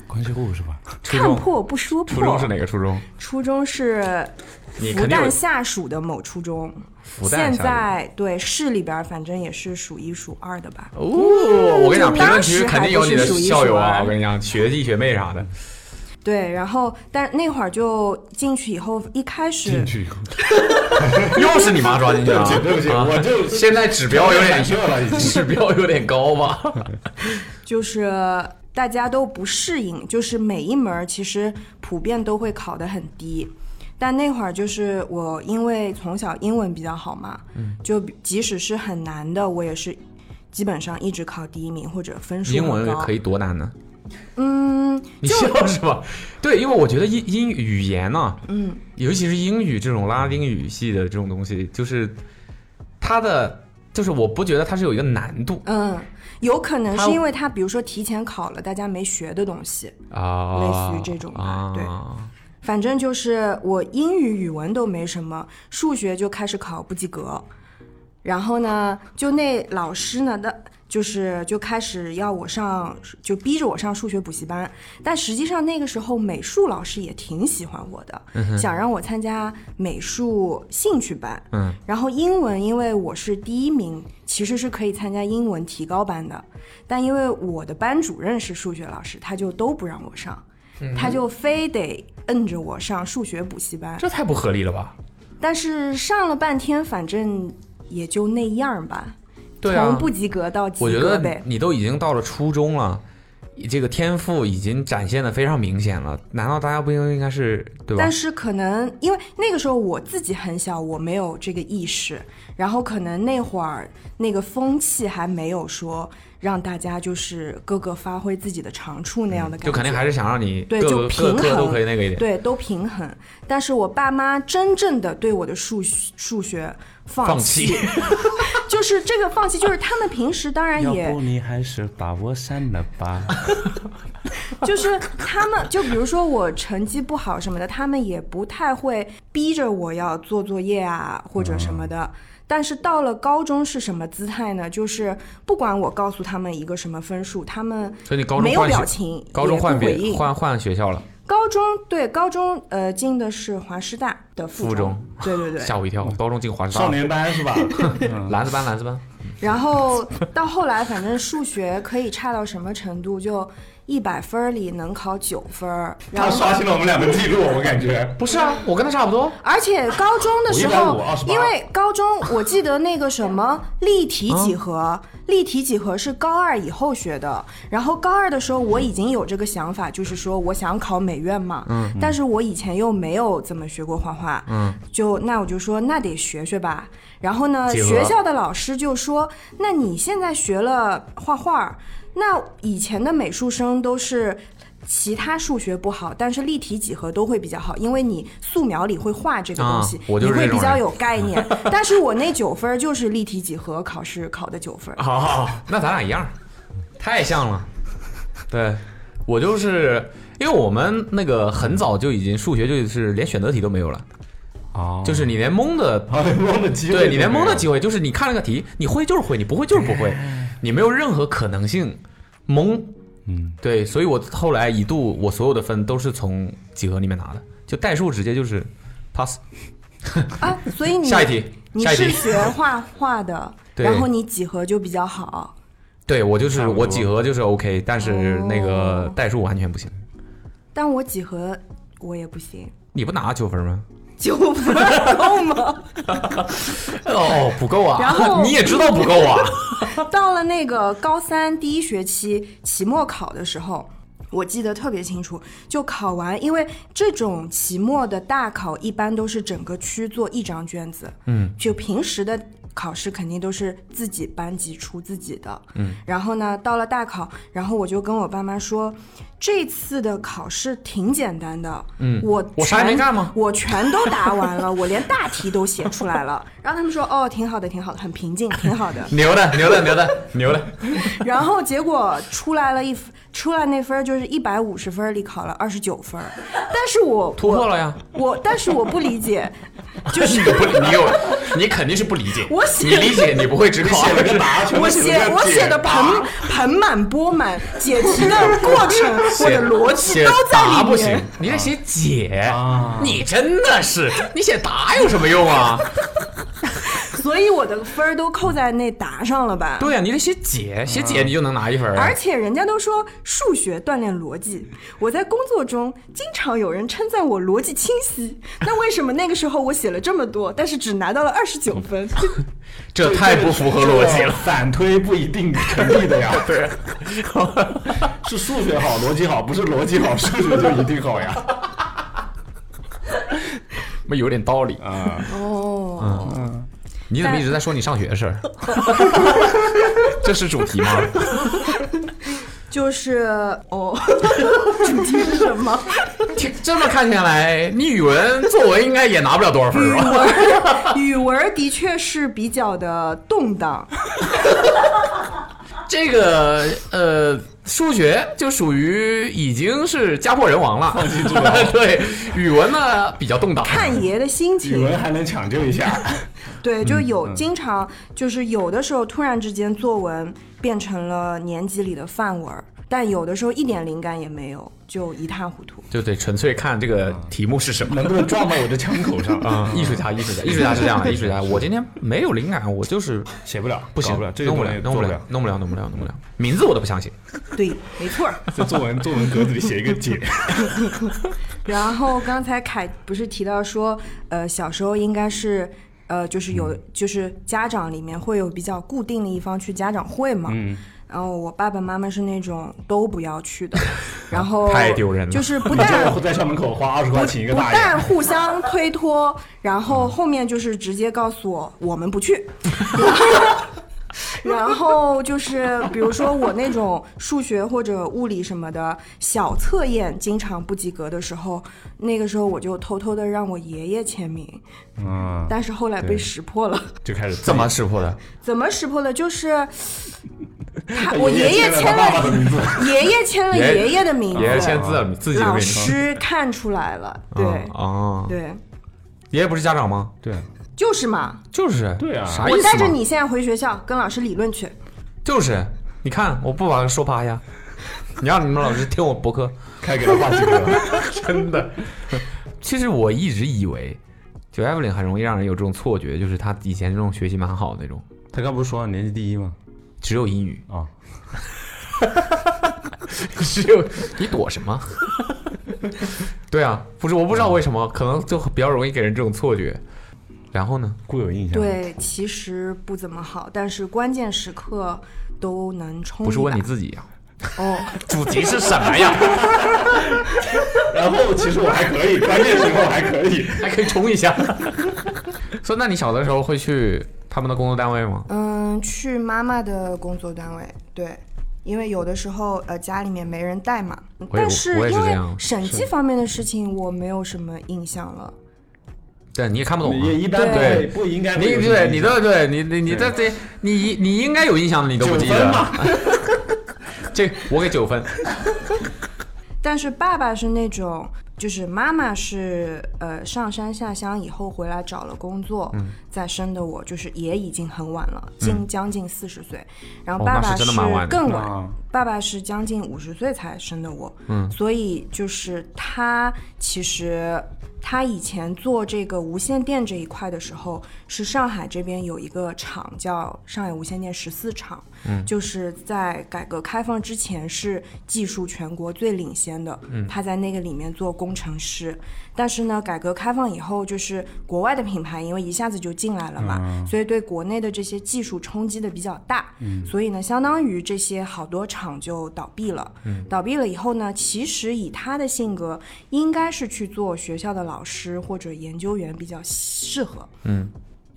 [SPEAKER 3] 关系户是吧？
[SPEAKER 2] 初
[SPEAKER 5] 看
[SPEAKER 2] 中
[SPEAKER 5] 破不说破。
[SPEAKER 2] 初中是哪个初中？
[SPEAKER 5] 初中是呃
[SPEAKER 2] 你
[SPEAKER 5] 复
[SPEAKER 2] 肯定有
[SPEAKER 5] 旦下属的某初中，
[SPEAKER 2] 复旦下
[SPEAKER 5] 现
[SPEAKER 2] 属
[SPEAKER 5] 在对市里边儿反正也是数一数二的吧。
[SPEAKER 2] 哦，我跟你讲，
[SPEAKER 5] 就
[SPEAKER 2] 评论
[SPEAKER 5] 当
[SPEAKER 2] 区
[SPEAKER 5] 时
[SPEAKER 2] 肯
[SPEAKER 5] 还
[SPEAKER 2] 定有
[SPEAKER 5] 不
[SPEAKER 2] 你
[SPEAKER 5] 是
[SPEAKER 2] 的
[SPEAKER 5] 数一
[SPEAKER 2] 校
[SPEAKER 5] 数
[SPEAKER 2] 友啊！
[SPEAKER 5] 二
[SPEAKER 2] 我跟你讲，学弟学妹啥的，
[SPEAKER 5] 对，然后但那会儿就进去以后，一开始
[SPEAKER 3] 进去以后，
[SPEAKER 2] 又是你妈抓进去了。
[SPEAKER 3] 对不起
[SPEAKER 2] 啊
[SPEAKER 3] 我 就
[SPEAKER 2] 现在指标有点
[SPEAKER 3] 热了，已经。
[SPEAKER 2] 指标有点高吧？
[SPEAKER 5] 就是大家都不适应，就是每一门儿其实普遍都会考得很低。但那会儿就是我，因为从小英文比较好嘛，
[SPEAKER 2] 嗯
[SPEAKER 5] 就即使是很难的，我也是基本上一直考第一名或者分数
[SPEAKER 2] 英
[SPEAKER 5] 很
[SPEAKER 2] 文
[SPEAKER 5] 高
[SPEAKER 2] 可以，多难呢？
[SPEAKER 5] 嗯，
[SPEAKER 2] 你笑是吧？对，因为我觉得英英语言呢、啊
[SPEAKER 5] 嗯，
[SPEAKER 2] 尤其是英语这种拉丁语系的这种东西，就是它的，就是我不觉得它是有一个难度
[SPEAKER 5] 嗯，有可能
[SPEAKER 2] 他
[SPEAKER 5] 是因为他比如说提前考了大家没学的东西，
[SPEAKER 2] 啊，
[SPEAKER 5] 类似于这种吧
[SPEAKER 2] 啊，
[SPEAKER 5] 对反正就是我英语、语文都没什么，数学就开始考不及格。然后呢，就那老师呢的，就是就开始要我上，就逼着我上数学补习班。但实际上那个时候，美术老师也挺喜欢我的，想让我参加美术兴趣班。
[SPEAKER 2] 嗯，
[SPEAKER 5] 然后英文，因为我是第一名，其实是可以参加英文提高班的，但因为我的班主任是数学老师，他就都不让我上，他就非得摁着我上数学补习班。
[SPEAKER 2] 这太不合理了吧？
[SPEAKER 5] 但是上了半天，反正也就那样吧，
[SPEAKER 2] 对啊
[SPEAKER 5] 从，不及格到及
[SPEAKER 2] 我觉
[SPEAKER 5] 格
[SPEAKER 2] 得
[SPEAKER 5] 呗。
[SPEAKER 2] 你都已经到了初中了。这个天赋已经展现的非常明显了，难道大家不应应该是对吧
[SPEAKER 5] 但？是可能因为那个时候我自己很小，我没有这个意识，然后可能那会儿那个风气还没有说让大家就是各个发挥自己的长处那样的感
[SPEAKER 2] 嗯
[SPEAKER 5] 觉，
[SPEAKER 2] 就肯定还是想让你
[SPEAKER 5] 对
[SPEAKER 2] 各
[SPEAKER 5] 就
[SPEAKER 2] 个各
[SPEAKER 5] 平
[SPEAKER 2] 科都
[SPEAKER 5] 衡
[SPEAKER 2] 可以那个一点。
[SPEAKER 5] 对，都平衡。但是我爸妈真正的对我的数数学放
[SPEAKER 2] 放弃
[SPEAKER 5] 就是这个放弃，就是他们平时当然
[SPEAKER 3] 要
[SPEAKER 5] 也
[SPEAKER 3] 不你还是把我删了吧。
[SPEAKER 5] 就是他们，就比如说我成绩不好什么的，他们也不太会逼着我要做作业啊或者什么的。但是到了高中是什么姿态呢？就是不管我告诉他们一个什么分数，他们
[SPEAKER 2] 所以你高中
[SPEAKER 5] 没有
[SPEAKER 2] 换学
[SPEAKER 5] 表情，
[SPEAKER 2] 高中
[SPEAKER 5] 也不
[SPEAKER 2] 换
[SPEAKER 5] 回
[SPEAKER 2] 别
[SPEAKER 5] 应
[SPEAKER 2] 换换学校了，
[SPEAKER 5] 高中对高中呃进的是华师大的
[SPEAKER 2] 附
[SPEAKER 5] 附
[SPEAKER 2] 中
[SPEAKER 5] 对对对，
[SPEAKER 2] 吓我一跳！高中进华师大
[SPEAKER 3] 少
[SPEAKER 2] 了，
[SPEAKER 3] 年班 是吧？
[SPEAKER 2] 篮子班，篮子班，
[SPEAKER 5] 然后到后来，反正数学可以差到什么程度，就一百分儿里能考九分儿。然
[SPEAKER 3] 他
[SPEAKER 5] 后，
[SPEAKER 3] 刷新了我们俩的记录，我感觉。
[SPEAKER 2] 不是啊，我跟他差不多。
[SPEAKER 5] 而且高中的时候
[SPEAKER 3] 我150 28，
[SPEAKER 5] 因为高中我记得那个什么立体几何，立体几何是高二以后学的。然后高二的时候，我已经有这个想法，就是说我想考美院嘛。嗯。但是我以前又没有怎么学过画画。嗯。就那我就说那得学学吧。然后呢，
[SPEAKER 2] 结合
[SPEAKER 5] 学校的老师就说：“那你现在学了画画，那以前的美术生都是其他数学不好，但是立体几何都会比较好，因为你素描里会画这个东西，
[SPEAKER 2] 啊我就是
[SPEAKER 5] 你会
[SPEAKER 2] 这种
[SPEAKER 5] 比较
[SPEAKER 2] 人
[SPEAKER 5] 有 概念。但是我那九分儿就是立体几何考试考的九 分儿。
[SPEAKER 2] 好好好， 那咱俩一样，太像了。对，我就是因为我们那个很早就已经数学就是连选择题都没有了，
[SPEAKER 3] 哦
[SPEAKER 2] 就是你连蒙的，
[SPEAKER 3] 啊，连蒙的机会，
[SPEAKER 2] 对你连蒙的机会，就是你看了个题，你会就是会，你不会就是不会，你没有任何可能性蒙。
[SPEAKER 3] 嗯，
[SPEAKER 2] 对，所以我后来一度我所有的分都是从几何里面拿的，就代数直接就是 pass。
[SPEAKER 5] 啊，所以你
[SPEAKER 2] 下一题，
[SPEAKER 5] 你
[SPEAKER 2] 下一
[SPEAKER 5] 是
[SPEAKER 2] 题。
[SPEAKER 5] 学 画画的，
[SPEAKER 2] 对
[SPEAKER 5] 然后你几何就比较好。
[SPEAKER 2] 对我就是
[SPEAKER 3] 差不多
[SPEAKER 2] 我几何就是 OK，但是
[SPEAKER 5] 哦
[SPEAKER 2] 那个代数完全不行。
[SPEAKER 5] 但我几何我也不行，
[SPEAKER 2] 你不拿九分吗？
[SPEAKER 5] 九 分儿够吗？
[SPEAKER 2] 哦，不够
[SPEAKER 5] 然后
[SPEAKER 2] 你也知道不够 啊。
[SPEAKER 5] 到了那个高三第一学期期末考的时候。我记得特别清楚，就考完，因为这种期末的大考一般都是整个区做一张卷子，嗯，就平时的考试肯定都是自己班级出自己的，
[SPEAKER 2] 嗯，
[SPEAKER 5] 然后呢，到了大考，然后我就跟我爸妈说，这次的考试挺简单的，
[SPEAKER 2] 嗯
[SPEAKER 5] 我
[SPEAKER 2] 我啥也没
[SPEAKER 5] 全
[SPEAKER 2] 干吗
[SPEAKER 5] 我全都答完了，我连大题都写出来了，然后他们说，哦，挺好的，挺好的，很平静，挺好的，
[SPEAKER 2] 牛的，牛的，牛的，牛的，
[SPEAKER 5] 然后结果出来了一出来那分儿就是一百五十分儿里考了二十九分儿，但是我
[SPEAKER 2] 突破了呀！
[SPEAKER 5] 我，但是我不 理解，就是
[SPEAKER 2] 你不，你有，你肯定是不理解。
[SPEAKER 5] 我写
[SPEAKER 2] 你理解，你不会只考
[SPEAKER 3] 写了个答，
[SPEAKER 5] 我写我写的盆盆满钵满，解题的过 程，我
[SPEAKER 2] 写
[SPEAKER 5] 的逻辑
[SPEAKER 2] 写
[SPEAKER 5] 都在
[SPEAKER 2] 答不
[SPEAKER 5] 里
[SPEAKER 2] 行
[SPEAKER 5] 面。，
[SPEAKER 2] 你得写解。
[SPEAKER 3] 啊，
[SPEAKER 2] 你真的是，你写答有什么用啊？
[SPEAKER 5] 所以我的分儿都扣在那答上了吧？
[SPEAKER 2] 对呀、你得写解，写解你就能拿一分儿啊。
[SPEAKER 5] 而且人家都说数学锻炼逻辑，我在工作中经常有人称赞我逻辑清晰，那为什么那个时候我写了这么多，但是只拿到了二十九分？
[SPEAKER 2] 这太不符合逻辑了。，
[SPEAKER 3] 反推不一定成立 的呀。对， 是数学好，逻辑好，不是逻辑好，数学就一定好 呀。
[SPEAKER 2] 没有点道理。
[SPEAKER 3] 啊，
[SPEAKER 5] 哦，
[SPEAKER 2] 你怎么一直在说你上学的事儿？ 这是主题吗？
[SPEAKER 5] 就是 哦，主题是什么？
[SPEAKER 2] 听 这么看下来，你语文作文应该也拿不了多少分儿啊吧？
[SPEAKER 5] 语文的确是比较的动 荡，
[SPEAKER 2] 这个呃，数学就属于已经是家破人亡了。 对，语文呢比较动荡。
[SPEAKER 5] 看爷的心
[SPEAKER 3] 语
[SPEAKER 5] 情
[SPEAKER 3] 文，嗯还能抢救一下。
[SPEAKER 5] 对，就有经常就是有的时候突然之间作文变成了年级里的范文儿，但有的时候一点灵感也没有，就一塌糊涂。
[SPEAKER 2] 就得纯粹看这个题目是什么。
[SPEAKER 3] 能不能撞到我的枪口上啊？
[SPEAKER 2] 艺术家，艺 术家，艺术家是这样的，艺术家。我今天没有灵感，我就是
[SPEAKER 3] 写不了，
[SPEAKER 2] 不行，
[SPEAKER 3] 搞不了，这个
[SPEAKER 2] 弄不
[SPEAKER 3] 东
[SPEAKER 2] 了，
[SPEAKER 3] 西
[SPEAKER 2] 弄不
[SPEAKER 3] 做
[SPEAKER 2] 了，弄不了，弄不了，弄不了，名字我都不想写。
[SPEAKER 5] 对，没错儿。
[SPEAKER 3] 在作文作文格子里写一个 解，
[SPEAKER 5] 然后刚才凯不是提到说，呃，小时候应该是。呃，就是
[SPEAKER 2] 嗯
[SPEAKER 5] 有，就是家长里面会有比较固定的一方去家长会嘛。嗯。然后我爸爸妈妈是那种都不要去 的，然后
[SPEAKER 2] 太丢人了
[SPEAKER 5] 就是 不
[SPEAKER 3] 你
[SPEAKER 5] 但
[SPEAKER 3] 就在校门口花二十块请一个
[SPEAKER 5] 不
[SPEAKER 3] 大
[SPEAKER 5] 但
[SPEAKER 3] 爷。
[SPEAKER 5] 互相推脱，然后后面就是直接告诉我我们不去。然后就是，比如说我那种数学或者物理什么的小测验，经常不及格的时候，那个时候我就偷偷的让我爷爷签名，
[SPEAKER 3] 嗯，
[SPEAKER 5] 但是后来被
[SPEAKER 3] 对
[SPEAKER 5] 识破了。
[SPEAKER 3] 就开始
[SPEAKER 2] 怎么识破的？
[SPEAKER 5] 怎么识破的？就是他，
[SPEAKER 3] 他
[SPEAKER 5] 我爷爷
[SPEAKER 3] 签
[SPEAKER 5] 签
[SPEAKER 3] 爸爸的
[SPEAKER 5] 了，
[SPEAKER 3] 名字，
[SPEAKER 5] 爷爷签了
[SPEAKER 2] 爷
[SPEAKER 5] 爷爷的名字，
[SPEAKER 2] 爷爷签字了，自己都
[SPEAKER 5] 老
[SPEAKER 2] 给你
[SPEAKER 5] 师看出来了，
[SPEAKER 2] 啊
[SPEAKER 5] 对
[SPEAKER 2] 啊！
[SPEAKER 5] 对，
[SPEAKER 2] 爷爷不是家长吗？
[SPEAKER 3] 对，
[SPEAKER 5] 就是嘛。
[SPEAKER 2] 就是，
[SPEAKER 3] 对啊
[SPEAKER 2] 啥意思嘛？
[SPEAKER 5] 我带着你现在回学校跟老师理论去。
[SPEAKER 2] 就是，你看我不把他说趴下，你让你们老师听我博客，
[SPEAKER 3] 开给他画几个，
[SPEAKER 2] 真的。其实我一直以为，就 Evelyn 很容易让人有这种错觉，就是她以前这种学习蛮好的那种，
[SPEAKER 3] 他刚不是说年级第一吗？
[SPEAKER 2] 只有英语，
[SPEAKER 3] 啊，
[SPEAKER 2] 只有你躲什么？对啊，不是我不知道为什么，可能就比较容易给人这种错觉。然后呢？
[SPEAKER 3] 固有印象。，
[SPEAKER 5] 对，其实不怎么好，但是关键时刻都能冲一把。
[SPEAKER 2] 不是问你自己啊呀、
[SPEAKER 5] 哦，
[SPEAKER 2] 主题是什么呀？
[SPEAKER 3] 然后其实我还可以，关键时候还可以。
[SPEAKER 2] 还可以冲一下。 说，那你小的时候会去他们的工作单位吗？
[SPEAKER 5] 嗯，去妈妈的工作单位，对。因为有的时候，呃，家里面没人带嘛，但是
[SPEAKER 2] 我也是
[SPEAKER 5] 因
[SPEAKER 2] 这
[SPEAKER 5] 为
[SPEAKER 2] 样
[SPEAKER 5] 审计方面的事情，我没有什么印象了。
[SPEAKER 2] 对，你也看不懂啊。
[SPEAKER 3] 也一般
[SPEAKER 2] 对
[SPEAKER 3] 不应该
[SPEAKER 2] 你
[SPEAKER 3] 会有这种印象。
[SPEAKER 2] 对，你对对，你你你这这，你你应该有印象的，你都不记
[SPEAKER 3] 九分
[SPEAKER 2] 得
[SPEAKER 3] 嘛。
[SPEAKER 2] 这个我给九分，
[SPEAKER 5] 但是爸爸是那种，就是妈妈是呃上山下乡以后回来找了工作，
[SPEAKER 2] 嗯
[SPEAKER 5] 再生的我，就是也已经很晚了，近将近四十岁。然后
[SPEAKER 2] 哦
[SPEAKER 5] 爸
[SPEAKER 2] 那是
[SPEAKER 5] 爸
[SPEAKER 2] 真的蛮晚的
[SPEAKER 5] 更晚，
[SPEAKER 3] 啊
[SPEAKER 5] 爸爸是将近五十岁才生的我，
[SPEAKER 2] 嗯
[SPEAKER 5] 所以就是他其实。他以前做这个无线电这一块的时候，是上海这边有一个厂叫上海无线电十四厂，嗯，就是在改革开放之前是技术全国最领先的，嗯，他在那个里面做工程师，但是呢，改革开放以后，就是国外的品牌因为一下子就进来了嘛，所以对国内的这些技术冲击的比较大，所以呢，相当于这些好多厂就倒闭了。倒闭了以后呢，其实以他的性格，应该是去做学校的老师或者研究员比较适合。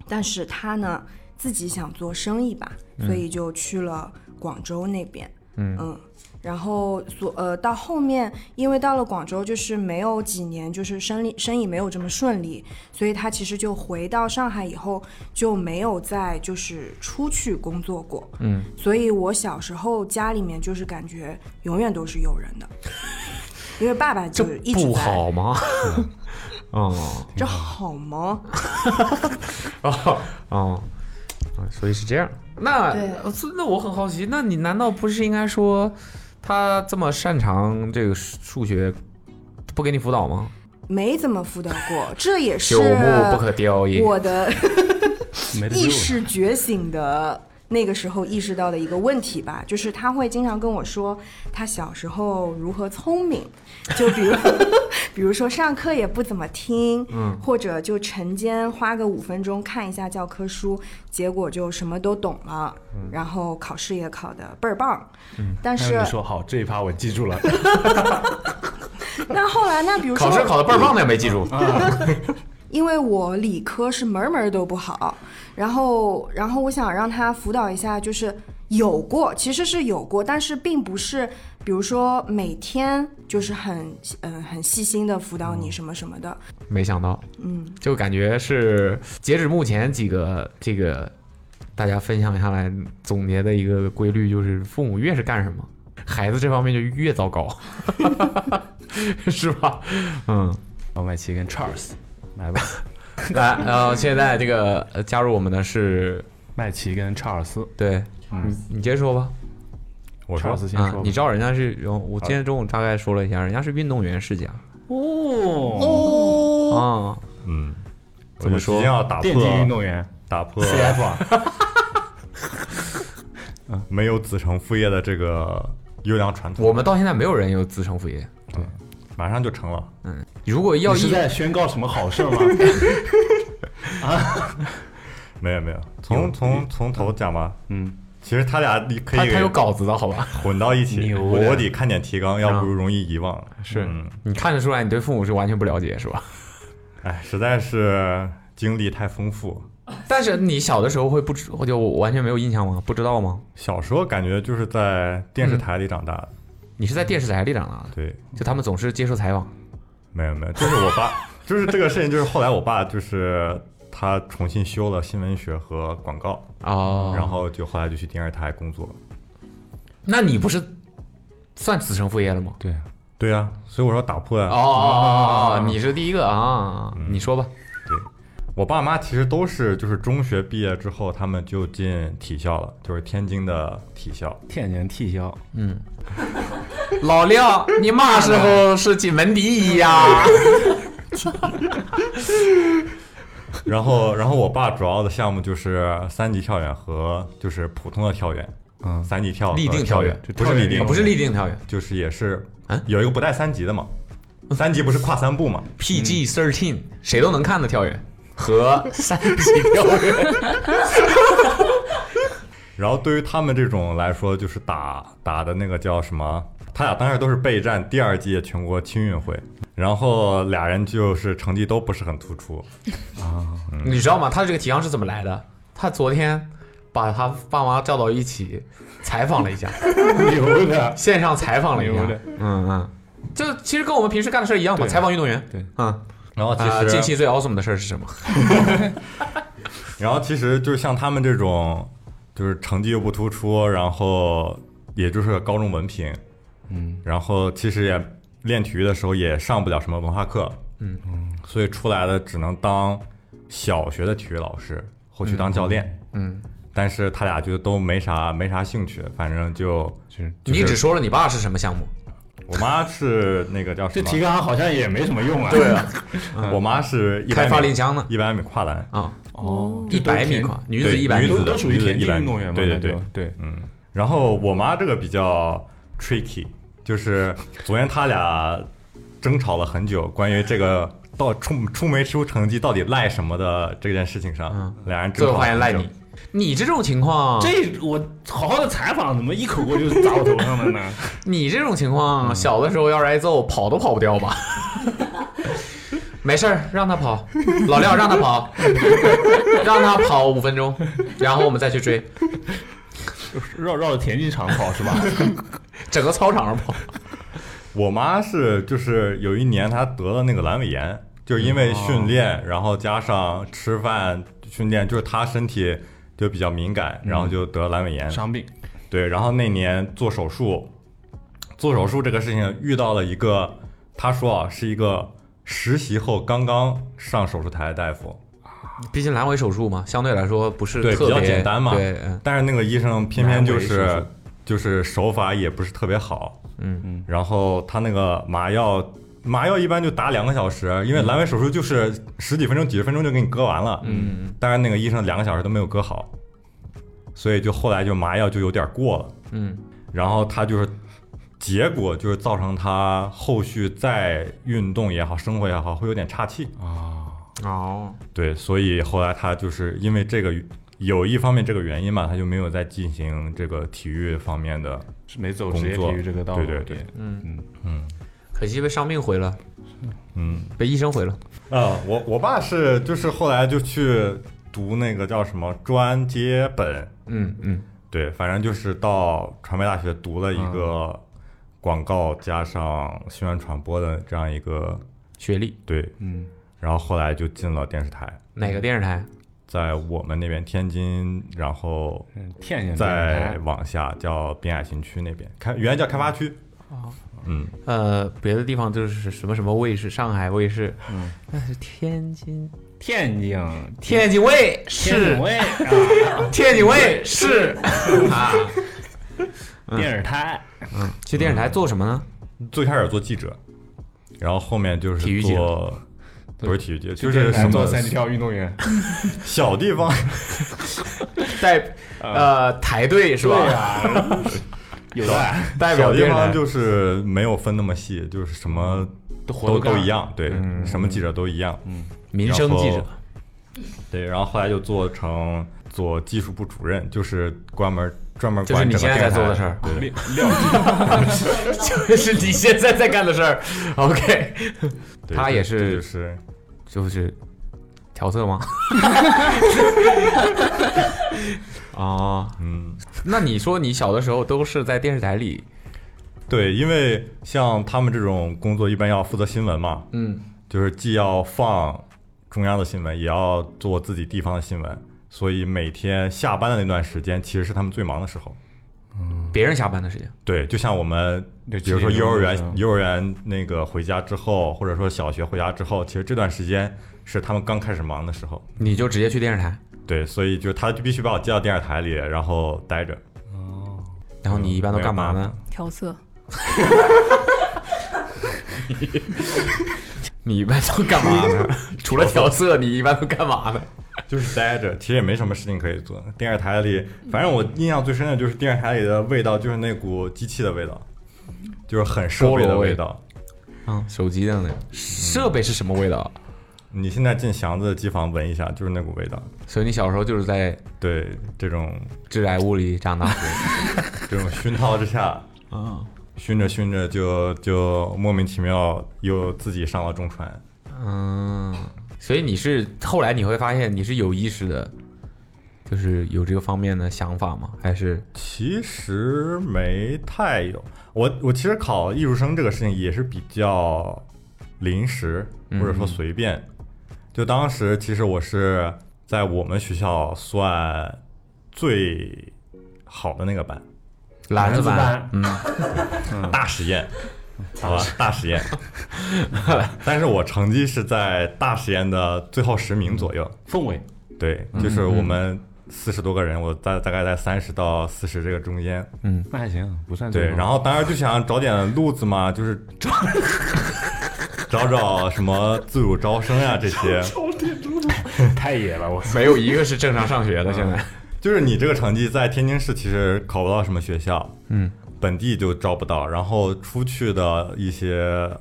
[SPEAKER 5] 但是他呢，自己想做生意吧，所以就去了广州那边。
[SPEAKER 2] 嗯
[SPEAKER 5] 然后所呃到后面，因为到了广州就是没有几年，就是生意生意没有这么顺利，所以他其实就回到上海以后就没有再就是出去工作过。
[SPEAKER 2] 嗯，
[SPEAKER 5] 所以我小时候家里面就是感觉永远都是有人的，因为爸爸
[SPEAKER 2] 这
[SPEAKER 5] 就是一直
[SPEAKER 2] 不
[SPEAKER 5] 在。
[SPEAKER 2] 好 吗？嗯哦
[SPEAKER 5] 这好吗？
[SPEAKER 2] 哦哦，啊所以是这样。那
[SPEAKER 5] 对
[SPEAKER 2] 呃那我很好奇，那你难道不是应该说他这么擅长这个数学，不给你辅导吗？
[SPEAKER 5] 没怎么辅导过，这也是
[SPEAKER 2] 朽木不可雕也。
[SPEAKER 5] 我的
[SPEAKER 3] 没得
[SPEAKER 5] 意
[SPEAKER 3] 救了。
[SPEAKER 5] 识觉醒的那个时候意识到的一个问题吧，就是他会经常跟我说他小时候如何聪明， 就比如比如说上课也不怎么听，嗯，或者就晨间花个五分钟看一下教科书，结果就什么都懂了，然后考试也考得倍儿棒，嗯，
[SPEAKER 3] 但
[SPEAKER 5] 但是
[SPEAKER 3] 是你说好这一趴我记 住了，
[SPEAKER 5] 那后来那比如说
[SPEAKER 2] 考试考的倍儿棒，但没记住。
[SPEAKER 3] 啊
[SPEAKER 5] 因为我理科是门儿门儿都不好，然后然后我想让他辅导一下，就是有过，其实是有过，但是并不是，比如说每天就是很嗯、很细心的辅导你
[SPEAKER 6] 嗯
[SPEAKER 5] 什么什么的，
[SPEAKER 2] 没想到，嗯，就感觉是截止目前几个这个大家分享下来总结的一个规律，就是父母越是干什么，孩子这方面就越糟糕， 是吧？嗯，
[SPEAKER 3] 哦
[SPEAKER 2] 王麦琪跟 Charles
[SPEAKER 3] 来吧，
[SPEAKER 2] 来，然后现在这个呃加入我们的是，
[SPEAKER 3] 麦琪跟查尔斯，
[SPEAKER 2] 对，你你接着说吧，
[SPEAKER 3] 我查尔斯先
[SPEAKER 2] 啊
[SPEAKER 3] 嗯说吧，，
[SPEAKER 2] 你知道人家是，哦我今天中午大概说了一下，人家是啊运动员世家
[SPEAKER 3] 哦，
[SPEAKER 2] 啊，
[SPEAKER 7] 嗯，
[SPEAKER 2] 怎么说
[SPEAKER 7] 我就一定要打
[SPEAKER 3] 电竞运
[SPEAKER 7] 破
[SPEAKER 3] 动员
[SPEAKER 7] 打破
[SPEAKER 3] CF 啊，
[SPEAKER 7] 没有子承父业的这个优良传统，
[SPEAKER 2] 我们到现在没有人有子承父业，
[SPEAKER 7] 马上就成了。
[SPEAKER 2] 如果要
[SPEAKER 3] 你是
[SPEAKER 2] 一
[SPEAKER 3] 在宣告什么好 事吗？
[SPEAKER 7] 没有没有，从从从头讲吧。
[SPEAKER 3] 嗯，
[SPEAKER 7] 其实他俩你可
[SPEAKER 2] 他
[SPEAKER 7] 以
[SPEAKER 2] 他有稿子的好吧？
[SPEAKER 7] 混到一起，
[SPEAKER 3] 牛的
[SPEAKER 7] 我我得看点提纲，要不容易遗忘。
[SPEAKER 2] 是
[SPEAKER 7] 嗯，
[SPEAKER 2] 你看得出来，你对父母是完全不了解，是吧？
[SPEAKER 7] 哎，实在是经历太丰富。
[SPEAKER 2] 但是你小的时候会不知，就完全没有印象吗？不知道吗？
[SPEAKER 7] 小时候感觉就是在电视台里长大的，
[SPEAKER 2] 你是在电视台里长大的，
[SPEAKER 7] 对，
[SPEAKER 2] 就他们总是接受采访。
[SPEAKER 7] 没有没有，就是我爸，就是这个事情，就是后来我爸就是他重新修了新闻学和广告，
[SPEAKER 2] 哦，
[SPEAKER 7] 然后就后来就去电视台工作。
[SPEAKER 2] 那你不是算子承父业了吗？
[SPEAKER 3] 对，
[SPEAKER 7] 对呀、所以我说打破呀。
[SPEAKER 2] 哦哦哦哦哦，你是第一个啊！你说吧。
[SPEAKER 7] 我爸妈其实都是就是中学毕业之后，他们就进体校了，就是天津的 体校。
[SPEAKER 3] 天津体校，
[SPEAKER 2] 老廖，你嘛时候是进门第一呀？
[SPEAKER 7] 然后，然后我爸主要的项目就是三级跳远和就是普通的跳远，
[SPEAKER 3] 嗯
[SPEAKER 7] 三级跳和 呃
[SPEAKER 2] 立定跳
[SPEAKER 7] 跳
[SPEAKER 2] 远，
[SPEAKER 7] 不是立定，
[SPEAKER 2] 啊不是立定跳远
[SPEAKER 7] 就是也是
[SPEAKER 2] 啊
[SPEAKER 7] 有一个不带三级的嘛，三级不是跨三步嘛？
[SPEAKER 2] ，PG thirteen，谁都能看的跳远嗯和三级跳远。
[SPEAKER 7] 然后对于他们这种来说，就是打打的那个叫什么？他俩当时都是备战第二届全国青运会，然后俩人就是成绩都不是很突出，
[SPEAKER 2] 你知道吗？他这个提纲是怎么来的？他昨天把他爸妈叫到一起采访了一下，
[SPEAKER 3] 牛的，
[SPEAKER 2] 线上采访了一下
[SPEAKER 3] 牛的。
[SPEAKER 2] 嗯嗯，就其实跟我们平时干的事儿一样嘛，
[SPEAKER 3] 对
[SPEAKER 2] 采访运动员。
[SPEAKER 3] 对，
[SPEAKER 2] 嗯，
[SPEAKER 7] 然后其
[SPEAKER 2] 啊，
[SPEAKER 7] 实
[SPEAKER 2] 近期最 awesome 的事儿是什么？
[SPEAKER 7] 然后其实就是像他们这种，就是成绩又不突出，然后也就是个高中文凭，嗯，然后其实也练体育的时候也上不了什么文化课，
[SPEAKER 2] 嗯
[SPEAKER 7] 所以出来的只能当小学的体育老师，后去当教练。
[SPEAKER 2] 嗯，
[SPEAKER 7] 但是他俩就都没啥没啥兴趣，反正就
[SPEAKER 3] 就是
[SPEAKER 7] 就是
[SPEAKER 2] 你只说了你爸是什么项目，
[SPEAKER 7] 我妈是那个叫什
[SPEAKER 3] 这
[SPEAKER 7] 么？
[SPEAKER 3] 提纲好像也没什么用啊。对啊，
[SPEAKER 7] 我妈是一
[SPEAKER 2] 开
[SPEAKER 7] 百米
[SPEAKER 2] 发令枪呢？
[SPEAKER 7] 一百米跨栏，
[SPEAKER 2] 啊，
[SPEAKER 3] 哦，
[SPEAKER 2] 一百米
[SPEAKER 3] 田
[SPEAKER 2] 跨，女子
[SPEAKER 7] 对
[SPEAKER 2] 一百
[SPEAKER 7] 女
[SPEAKER 2] 米
[SPEAKER 7] 子
[SPEAKER 3] 都
[SPEAKER 7] 的
[SPEAKER 3] 都属于田
[SPEAKER 7] 一
[SPEAKER 3] 径
[SPEAKER 7] 百米
[SPEAKER 3] 运动员嘛？
[SPEAKER 7] 对对
[SPEAKER 3] 那就
[SPEAKER 7] 对
[SPEAKER 3] 对，
[SPEAKER 7] 然后我妈这个比较 tricky，就是昨天他俩争吵了很久，关于这个到出出没出成绩到底赖什么的这件事情上，
[SPEAKER 2] 嗯
[SPEAKER 7] 俩人
[SPEAKER 2] 最
[SPEAKER 7] 争
[SPEAKER 2] 后
[SPEAKER 7] 吵
[SPEAKER 2] 发现
[SPEAKER 7] 了
[SPEAKER 2] 赖
[SPEAKER 7] 很久
[SPEAKER 2] 你。，你这种情况，
[SPEAKER 3] 这我好好的采访，怎么一口锅就砸我头上了呢？
[SPEAKER 7] 嗯
[SPEAKER 2] 你这种情况，小的时候要是挨揍，跑都跑不掉吧？没事儿，让他跑，老廖让他跑，让他跑五分钟，然后我们再去追，
[SPEAKER 8] 绕绕着田径场跑 是吧？
[SPEAKER 2] 整个操场上跑。
[SPEAKER 7] 我妈是就是有一年她得了那个阑尾炎，就是因为训
[SPEAKER 2] 嗯
[SPEAKER 7] 练，然后加上吃饭训练，就是她身体就比较敏感，然后就得阑尾炎。
[SPEAKER 8] 伤病，
[SPEAKER 7] 对，然后那年做手术，做手术这个事情遇到了一个，她说啊是一个实习后刚刚上手术台的大夫，
[SPEAKER 2] 毕竟阑尾手术嘛，相对来说不是
[SPEAKER 7] 对
[SPEAKER 2] 特别
[SPEAKER 7] 比较简单嘛
[SPEAKER 2] 对，嗯
[SPEAKER 7] 但是那个医生偏偏就
[SPEAKER 2] 阑尾手
[SPEAKER 7] 是
[SPEAKER 2] 术
[SPEAKER 7] 就是手法也不是特别好，
[SPEAKER 2] 嗯
[SPEAKER 7] 嗯，然后他那个麻药麻药一般就打两个小时，因为阑尾手术就是十几分钟、几十分钟就给你割完了，嗯，但是那个医生两个小时都没有割好，所以就后来就麻药就有点过了，
[SPEAKER 2] 嗯，
[SPEAKER 7] 然后他就是结果就是造成他后续再运动也好、生活也好会有点岔气，
[SPEAKER 2] 哦，
[SPEAKER 7] 对，所以后来他就是因为这个有一方面这个原因嘛，他就没有再进行这个体育方面的。
[SPEAKER 3] 是没走职业体育这个道路。
[SPEAKER 7] 工作对对对，
[SPEAKER 2] 可惜被伤病毁了，
[SPEAKER 7] 嗯
[SPEAKER 2] 被医生毁了。
[SPEAKER 7] 啊，我我爸是就是后来就去读那个叫什么专接本，
[SPEAKER 2] 嗯嗯，
[SPEAKER 7] 对，反正就是到传媒大学读了一个广告加上新闻传播的这样一个
[SPEAKER 2] 学历
[SPEAKER 7] 对，
[SPEAKER 3] 嗯，
[SPEAKER 7] 然后后来就进了电视台，
[SPEAKER 2] 哪个电视台？
[SPEAKER 7] 在我们那边天津，然后
[SPEAKER 3] 嗯，天津
[SPEAKER 7] 再往下叫滨海新区那边，开原来叫开发区。
[SPEAKER 3] 哦
[SPEAKER 7] 嗯，
[SPEAKER 2] 呃，别的地方就是什么什么卫视，上海卫视，嗯，那是天津
[SPEAKER 8] 天津
[SPEAKER 2] 天津卫视
[SPEAKER 8] 天，卫啊
[SPEAKER 2] 天津卫视啊。
[SPEAKER 3] 嗯
[SPEAKER 8] 电视台，
[SPEAKER 2] 去电视台做什么呢？
[SPEAKER 7] 最开始做记者，然后后面就是
[SPEAKER 2] 体育记者
[SPEAKER 7] 做，不是体育记者，就
[SPEAKER 3] 电
[SPEAKER 7] 是
[SPEAKER 3] 视台
[SPEAKER 7] 什
[SPEAKER 3] 做
[SPEAKER 7] 么
[SPEAKER 3] 三级跳运动员，
[SPEAKER 7] 小 地方，
[SPEAKER 2] 代呃台队是吧？
[SPEAKER 8] 有的，
[SPEAKER 3] 啊
[SPEAKER 2] 代表
[SPEAKER 7] 小地
[SPEAKER 2] 电视
[SPEAKER 7] 方
[SPEAKER 2] 台
[SPEAKER 7] 就是没有分那么细，就是什么
[SPEAKER 3] 活
[SPEAKER 7] 都
[SPEAKER 3] 干
[SPEAKER 7] 都一。样，对，什么记者都一样，
[SPEAKER 3] 嗯
[SPEAKER 2] 民生记
[SPEAKER 7] 然
[SPEAKER 2] 者
[SPEAKER 7] 后。对。然后后来就做成做技术部主任，就是专门专门
[SPEAKER 2] 就是
[SPEAKER 7] 管
[SPEAKER 2] 你
[SPEAKER 7] 整个
[SPEAKER 2] 现在在
[SPEAKER 7] 电台
[SPEAKER 2] 做的事儿，
[SPEAKER 7] 对，
[SPEAKER 2] 这是你现在在干的事儿。OK，
[SPEAKER 7] 对
[SPEAKER 2] 他也
[SPEAKER 7] 这这
[SPEAKER 2] 是
[SPEAKER 7] 就是
[SPEAKER 2] 就是调色吗？ 哦，
[SPEAKER 7] 嗯，
[SPEAKER 2] 那你说你小的时候都是在电视台里，
[SPEAKER 7] 对，因为像他们这种工作一般要负责新闻嘛，
[SPEAKER 2] 嗯，
[SPEAKER 7] 就是既要放中央的新闻，也要做自己地方的新闻，所以每天下班的那段时间其实是他们最忙的时候。
[SPEAKER 2] 别人下班的时间，
[SPEAKER 7] 对，就像我们，
[SPEAKER 3] 对
[SPEAKER 7] 比如说
[SPEAKER 3] 七点
[SPEAKER 7] 幼
[SPEAKER 3] 钟
[SPEAKER 7] 儿
[SPEAKER 3] 的时候
[SPEAKER 7] 园，幼儿园那个回家之后，或者说小学回家之后，其实这段时间是他们刚开始忙的时候。
[SPEAKER 2] 你就直接去电视台，
[SPEAKER 7] 对，所以就他就必须把我接到电视台里，然后待着。
[SPEAKER 2] 然后你一般都干嘛
[SPEAKER 7] 没有
[SPEAKER 2] 呢
[SPEAKER 7] 办？
[SPEAKER 9] 调色，
[SPEAKER 2] 你一般都干嘛呢？ 除了调色，你一般都干嘛呢？
[SPEAKER 7] 就是待着，其实也没什么事情可以做。电视台里，反正我印象最深的就是电视台里的味道，就是那股机器的味道，就是很设备
[SPEAKER 2] 菠
[SPEAKER 7] 的
[SPEAKER 2] 萝味
[SPEAKER 7] 味道。
[SPEAKER 2] 嗯，手机的呢？设备是什么味道？啊
[SPEAKER 7] 你现在进祥子的机房闻一下，就是那股味道。
[SPEAKER 2] 所以你小时候就是在
[SPEAKER 7] 对，这种
[SPEAKER 2] 致癌物里长大。
[SPEAKER 7] 这种熏陶之下，啊，
[SPEAKER 2] 嗯
[SPEAKER 7] 熏着熏着就就莫名其妙又自己上了中传。
[SPEAKER 2] 嗯，所以你是后来你会发现你是有意识的，就是有这个方面的想法吗？还是
[SPEAKER 7] 其实没太有，我我其实考艺术生这个事情也是比较临时或者
[SPEAKER 8] 嗯
[SPEAKER 7] 说随便。就当时其实我是在我们学校算最好的那个班，
[SPEAKER 2] 篮
[SPEAKER 8] 子
[SPEAKER 2] 班？
[SPEAKER 8] 班嗯
[SPEAKER 7] 大实 验，好吧，大实验。但是我成绩是在大实验的最后十名左右。
[SPEAKER 8] 凤尾，嗯
[SPEAKER 7] 对，就是我们四十多个人，我大大概在三十到四十这个中间。
[SPEAKER 3] 那还行，不算
[SPEAKER 7] 对，然
[SPEAKER 3] 后
[SPEAKER 7] 后当然就想找点路子嘛，就是找 找找什么自主招生呀、这些。
[SPEAKER 3] 太野了，我
[SPEAKER 2] 没有一个是正常上学的，
[SPEAKER 7] 啊
[SPEAKER 2] 现在。
[SPEAKER 7] 就是你这个成绩在天津市其实考不到什么学校，嗯，本地就招不到，然后出去的一些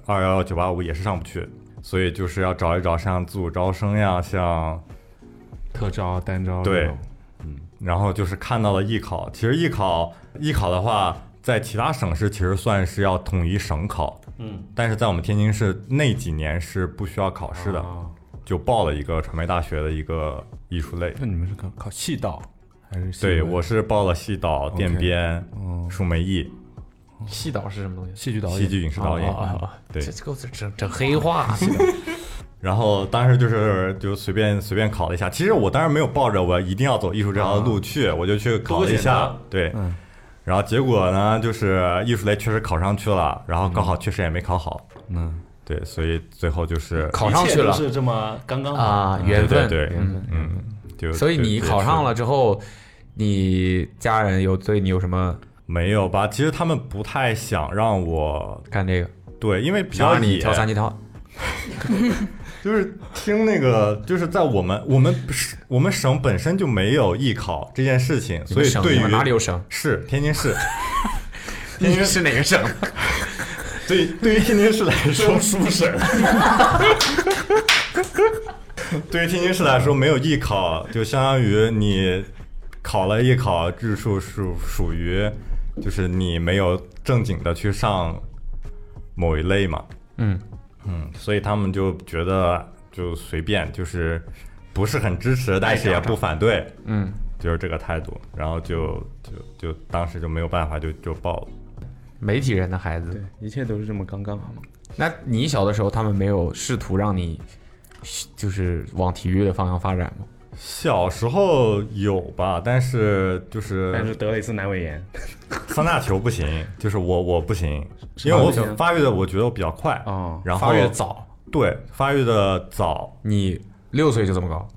[SPEAKER 7] 二幺幺九八五也是上不去，所以就是要找一找像自主招生呀，像
[SPEAKER 3] 特招单招
[SPEAKER 7] 对嗯
[SPEAKER 3] 这种
[SPEAKER 7] 然后就是看到了艺考，其实艺考艺考的话，在其他省市其实算是要统一省考，嗯，
[SPEAKER 8] 嗯，
[SPEAKER 7] 但是在我们天津市那几年是不需要考试的，
[SPEAKER 3] 啊
[SPEAKER 7] 就报了一个传媒大学的一个艺术类。
[SPEAKER 3] 那你们是考考戏道还是戏文？
[SPEAKER 7] 对，我是报了戏导、电编、
[SPEAKER 3] 哦
[SPEAKER 7] 树莓艺、
[SPEAKER 2] 戏导是什么东西？
[SPEAKER 3] 戏剧导演，
[SPEAKER 7] 戏剧影视导演。
[SPEAKER 2] 哦哦哦
[SPEAKER 7] 对啊
[SPEAKER 2] 这这给我整整黑化。
[SPEAKER 7] 然后当时就是就随便随便考了一下，其实我当时没有抱着我一定要走艺术这条路去，
[SPEAKER 2] 嗯
[SPEAKER 7] 我就去考了一下
[SPEAKER 8] 多，
[SPEAKER 7] 对
[SPEAKER 3] 嗯。
[SPEAKER 7] 然后结果呢，就是艺术类确实考上去了，然后高考确实也没考好，
[SPEAKER 3] 嗯，
[SPEAKER 7] 对，所以最后就是
[SPEAKER 2] 考上去了
[SPEAKER 8] 一切都是这么刚刚好。
[SPEAKER 2] 啊，缘分
[SPEAKER 7] 对对对
[SPEAKER 2] 嗯
[SPEAKER 7] 嗯，就
[SPEAKER 2] 所以你考上
[SPEAKER 7] 了
[SPEAKER 2] 了之后，你家人有对你有什么
[SPEAKER 7] 没有吧？其实他们不太想让我
[SPEAKER 2] 干这个？
[SPEAKER 7] 对，因为比
[SPEAKER 2] 想
[SPEAKER 7] 较
[SPEAKER 2] 让你
[SPEAKER 7] 野，
[SPEAKER 2] 跳三级跳，
[SPEAKER 7] 就是听那个，就是在我们我们我们省本身就没有艺考这件事情，
[SPEAKER 2] 你
[SPEAKER 7] 所
[SPEAKER 2] 们
[SPEAKER 7] 以
[SPEAKER 2] 省
[SPEAKER 7] 对
[SPEAKER 2] 你们
[SPEAKER 7] 于
[SPEAKER 2] 哪里有省？
[SPEAKER 7] 是天津市，
[SPEAKER 2] 你是哪个省？
[SPEAKER 7] 对对于天津市来说，书省。 对于天津市来说，没有艺考，就相当于你考了艺考，这属属属于就是你没有正经的去上某一类嘛。
[SPEAKER 2] 嗯
[SPEAKER 7] 嗯，所以他们就觉得就随便，就是不是很支持，但是也不反对，
[SPEAKER 2] 嗯，
[SPEAKER 7] 就是这个态度。然后就就就当时就没有办法，就就报了。
[SPEAKER 2] 媒体人的孩子
[SPEAKER 3] 对。，一切都是这么刚刚好嘛。
[SPEAKER 2] 那你小的时候，他们没有试图让你就是往体育的方向发展吗？
[SPEAKER 7] 小时候有吧，但是就是
[SPEAKER 8] 但是得了一次阑尾炎，
[SPEAKER 7] 三大球不行，就是我我不行，
[SPEAKER 3] 是
[SPEAKER 7] 因
[SPEAKER 3] 吗
[SPEAKER 7] 为我
[SPEAKER 3] 不行
[SPEAKER 7] 发育的我觉得我比较快，
[SPEAKER 3] 哦
[SPEAKER 7] 然后
[SPEAKER 2] 发育得早，
[SPEAKER 7] 对发育的早，
[SPEAKER 2] 你六岁就这么高，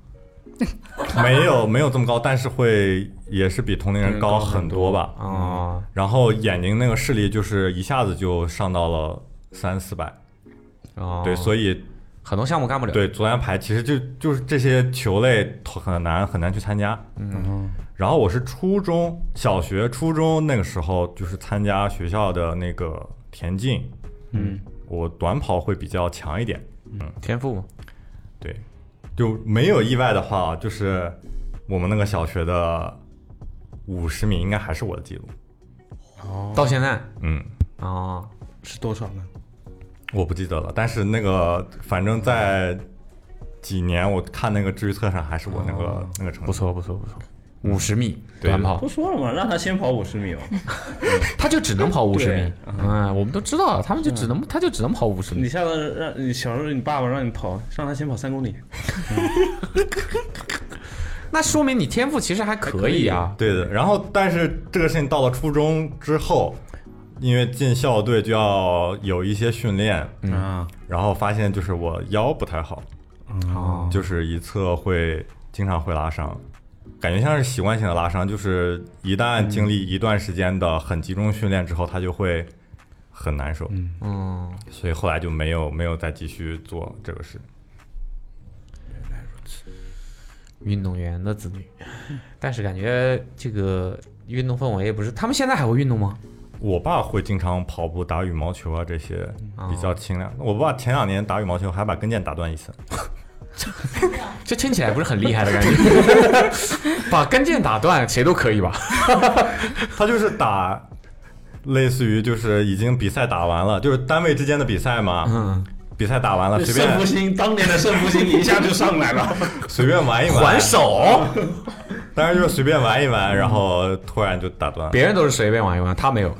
[SPEAKER 7] 没有 没有这么高，但是会也是比同龄人高很多吧，
[SPEAKER 2] 啊、
[SPEAKER 7] 然后眼睛那个视力就是一下子就上到了三四百，
[SPEAKER 2] 哦
[SPEAKER 7] 嗯对，所以
[SPEAKER 2] 很多项目干不了。，
[SPEAKER 7] 对左眼排其实就就是这些球类很难很难去参加，
[SPEAKER 3] 嗯，
[SPEAKER 7] 然后我是初中小学、初中那个时候，就是参加学校的那个田径，
[SPEAKER 3] 嗯，
[SPEAKER 7] 我短跑会比较强一点，
[SPEAKER 2] 天赋嘛，
[SPEAKER 7] 对，就没有意外的话，就是我们那个小学的五十米应该还是我的记录，
[SPEAKER 2] 到现在
[SPEAKER 7] 嗯，
[SPEAKER 2] 啊、哦
[SPEAKER 3] 是多少呢？
[SPEAKER 7] 我不记得了，但是那个反正在几年我看那个智育册上还是我那个、
[SPEAKER 3] 哦
[SPEAKER 7] 那个成绩，
[SPEAKER 2] 不错不错不错，嗯五十米
[SPEAKER 7] 对
[SPEAKER 2] 短跑
[SPEAKER 8] 不，说了吗？让他先跑五十米嘛。
[SPEAKER 2] 他就只能跑五十米
[SPEAKER 8] 对。
[SPEAKER 2] 嗯，我们都知道，他们就只能，他就只能跑五十
[SPEAKER 8] 你
[SPEAKER 2] 米。
[SPEAKER 8] 下次让你小时候你爸爸让你跑，让他先跑三公里，
[SPEAKER 2] 那说明你天赋其实还可以啊。
[SPEAKER 7] 对的。然后，但是这个事情到了初中之后，因为进校队就要有一些训练，
[SPEAKER 3] 嗯
[SPEAKER 8] 啊，
[SPEAKER 7] 然后发现就是我腰不太好，
[SPEAKER 2] 哦，
[SPEAKER 7] 就是一侧会经常会拉伤，感觉像是习惯性的拉伤，就是一旦经历一段时间的很集中训练之后，它就会很难受，
[SPEAKER 2] 嗯，
[SPEAKER 7] 所以后来就没有没有再继续做这个事。
[SPEAKER 2] 运动员的子女，但是感觉这个运动氛围也不是，他们现在还会运动吗？
[SPEAKER 7] 我爸会经常跑步、打羽毛球啊，这些
[SPEAKER 2] 哦
[SPEAKER 7] 比较轻量。我爸前两年打羽毛球还把跟腱打断一次，
[SPEAKER 2] 这听起来不是很厉害的 感觉。把跟腱打断，谁都可以吧？
[SPEAKER 7] 他就是打，类似于就是已经比赛打完了，就是单位之间的比赛嘛。
[SPEAKER 2] 嗯，
[SPEAKER 7] 比赛打完啊了，随
[SPEAKER 8] 胜负
[SPEAKER 7] 便
[SPEAKER 8] 心，当年的胜负心一下就上来了。
[SPEAKER 7] 随便玩一玩，
[SPEAKER 2] 还手，
[SPEAKER 7] 当然就是随便玩一玩，然后突然就打断了。
[SPEAKER 2] 别人都是随便玩一玩，他没有。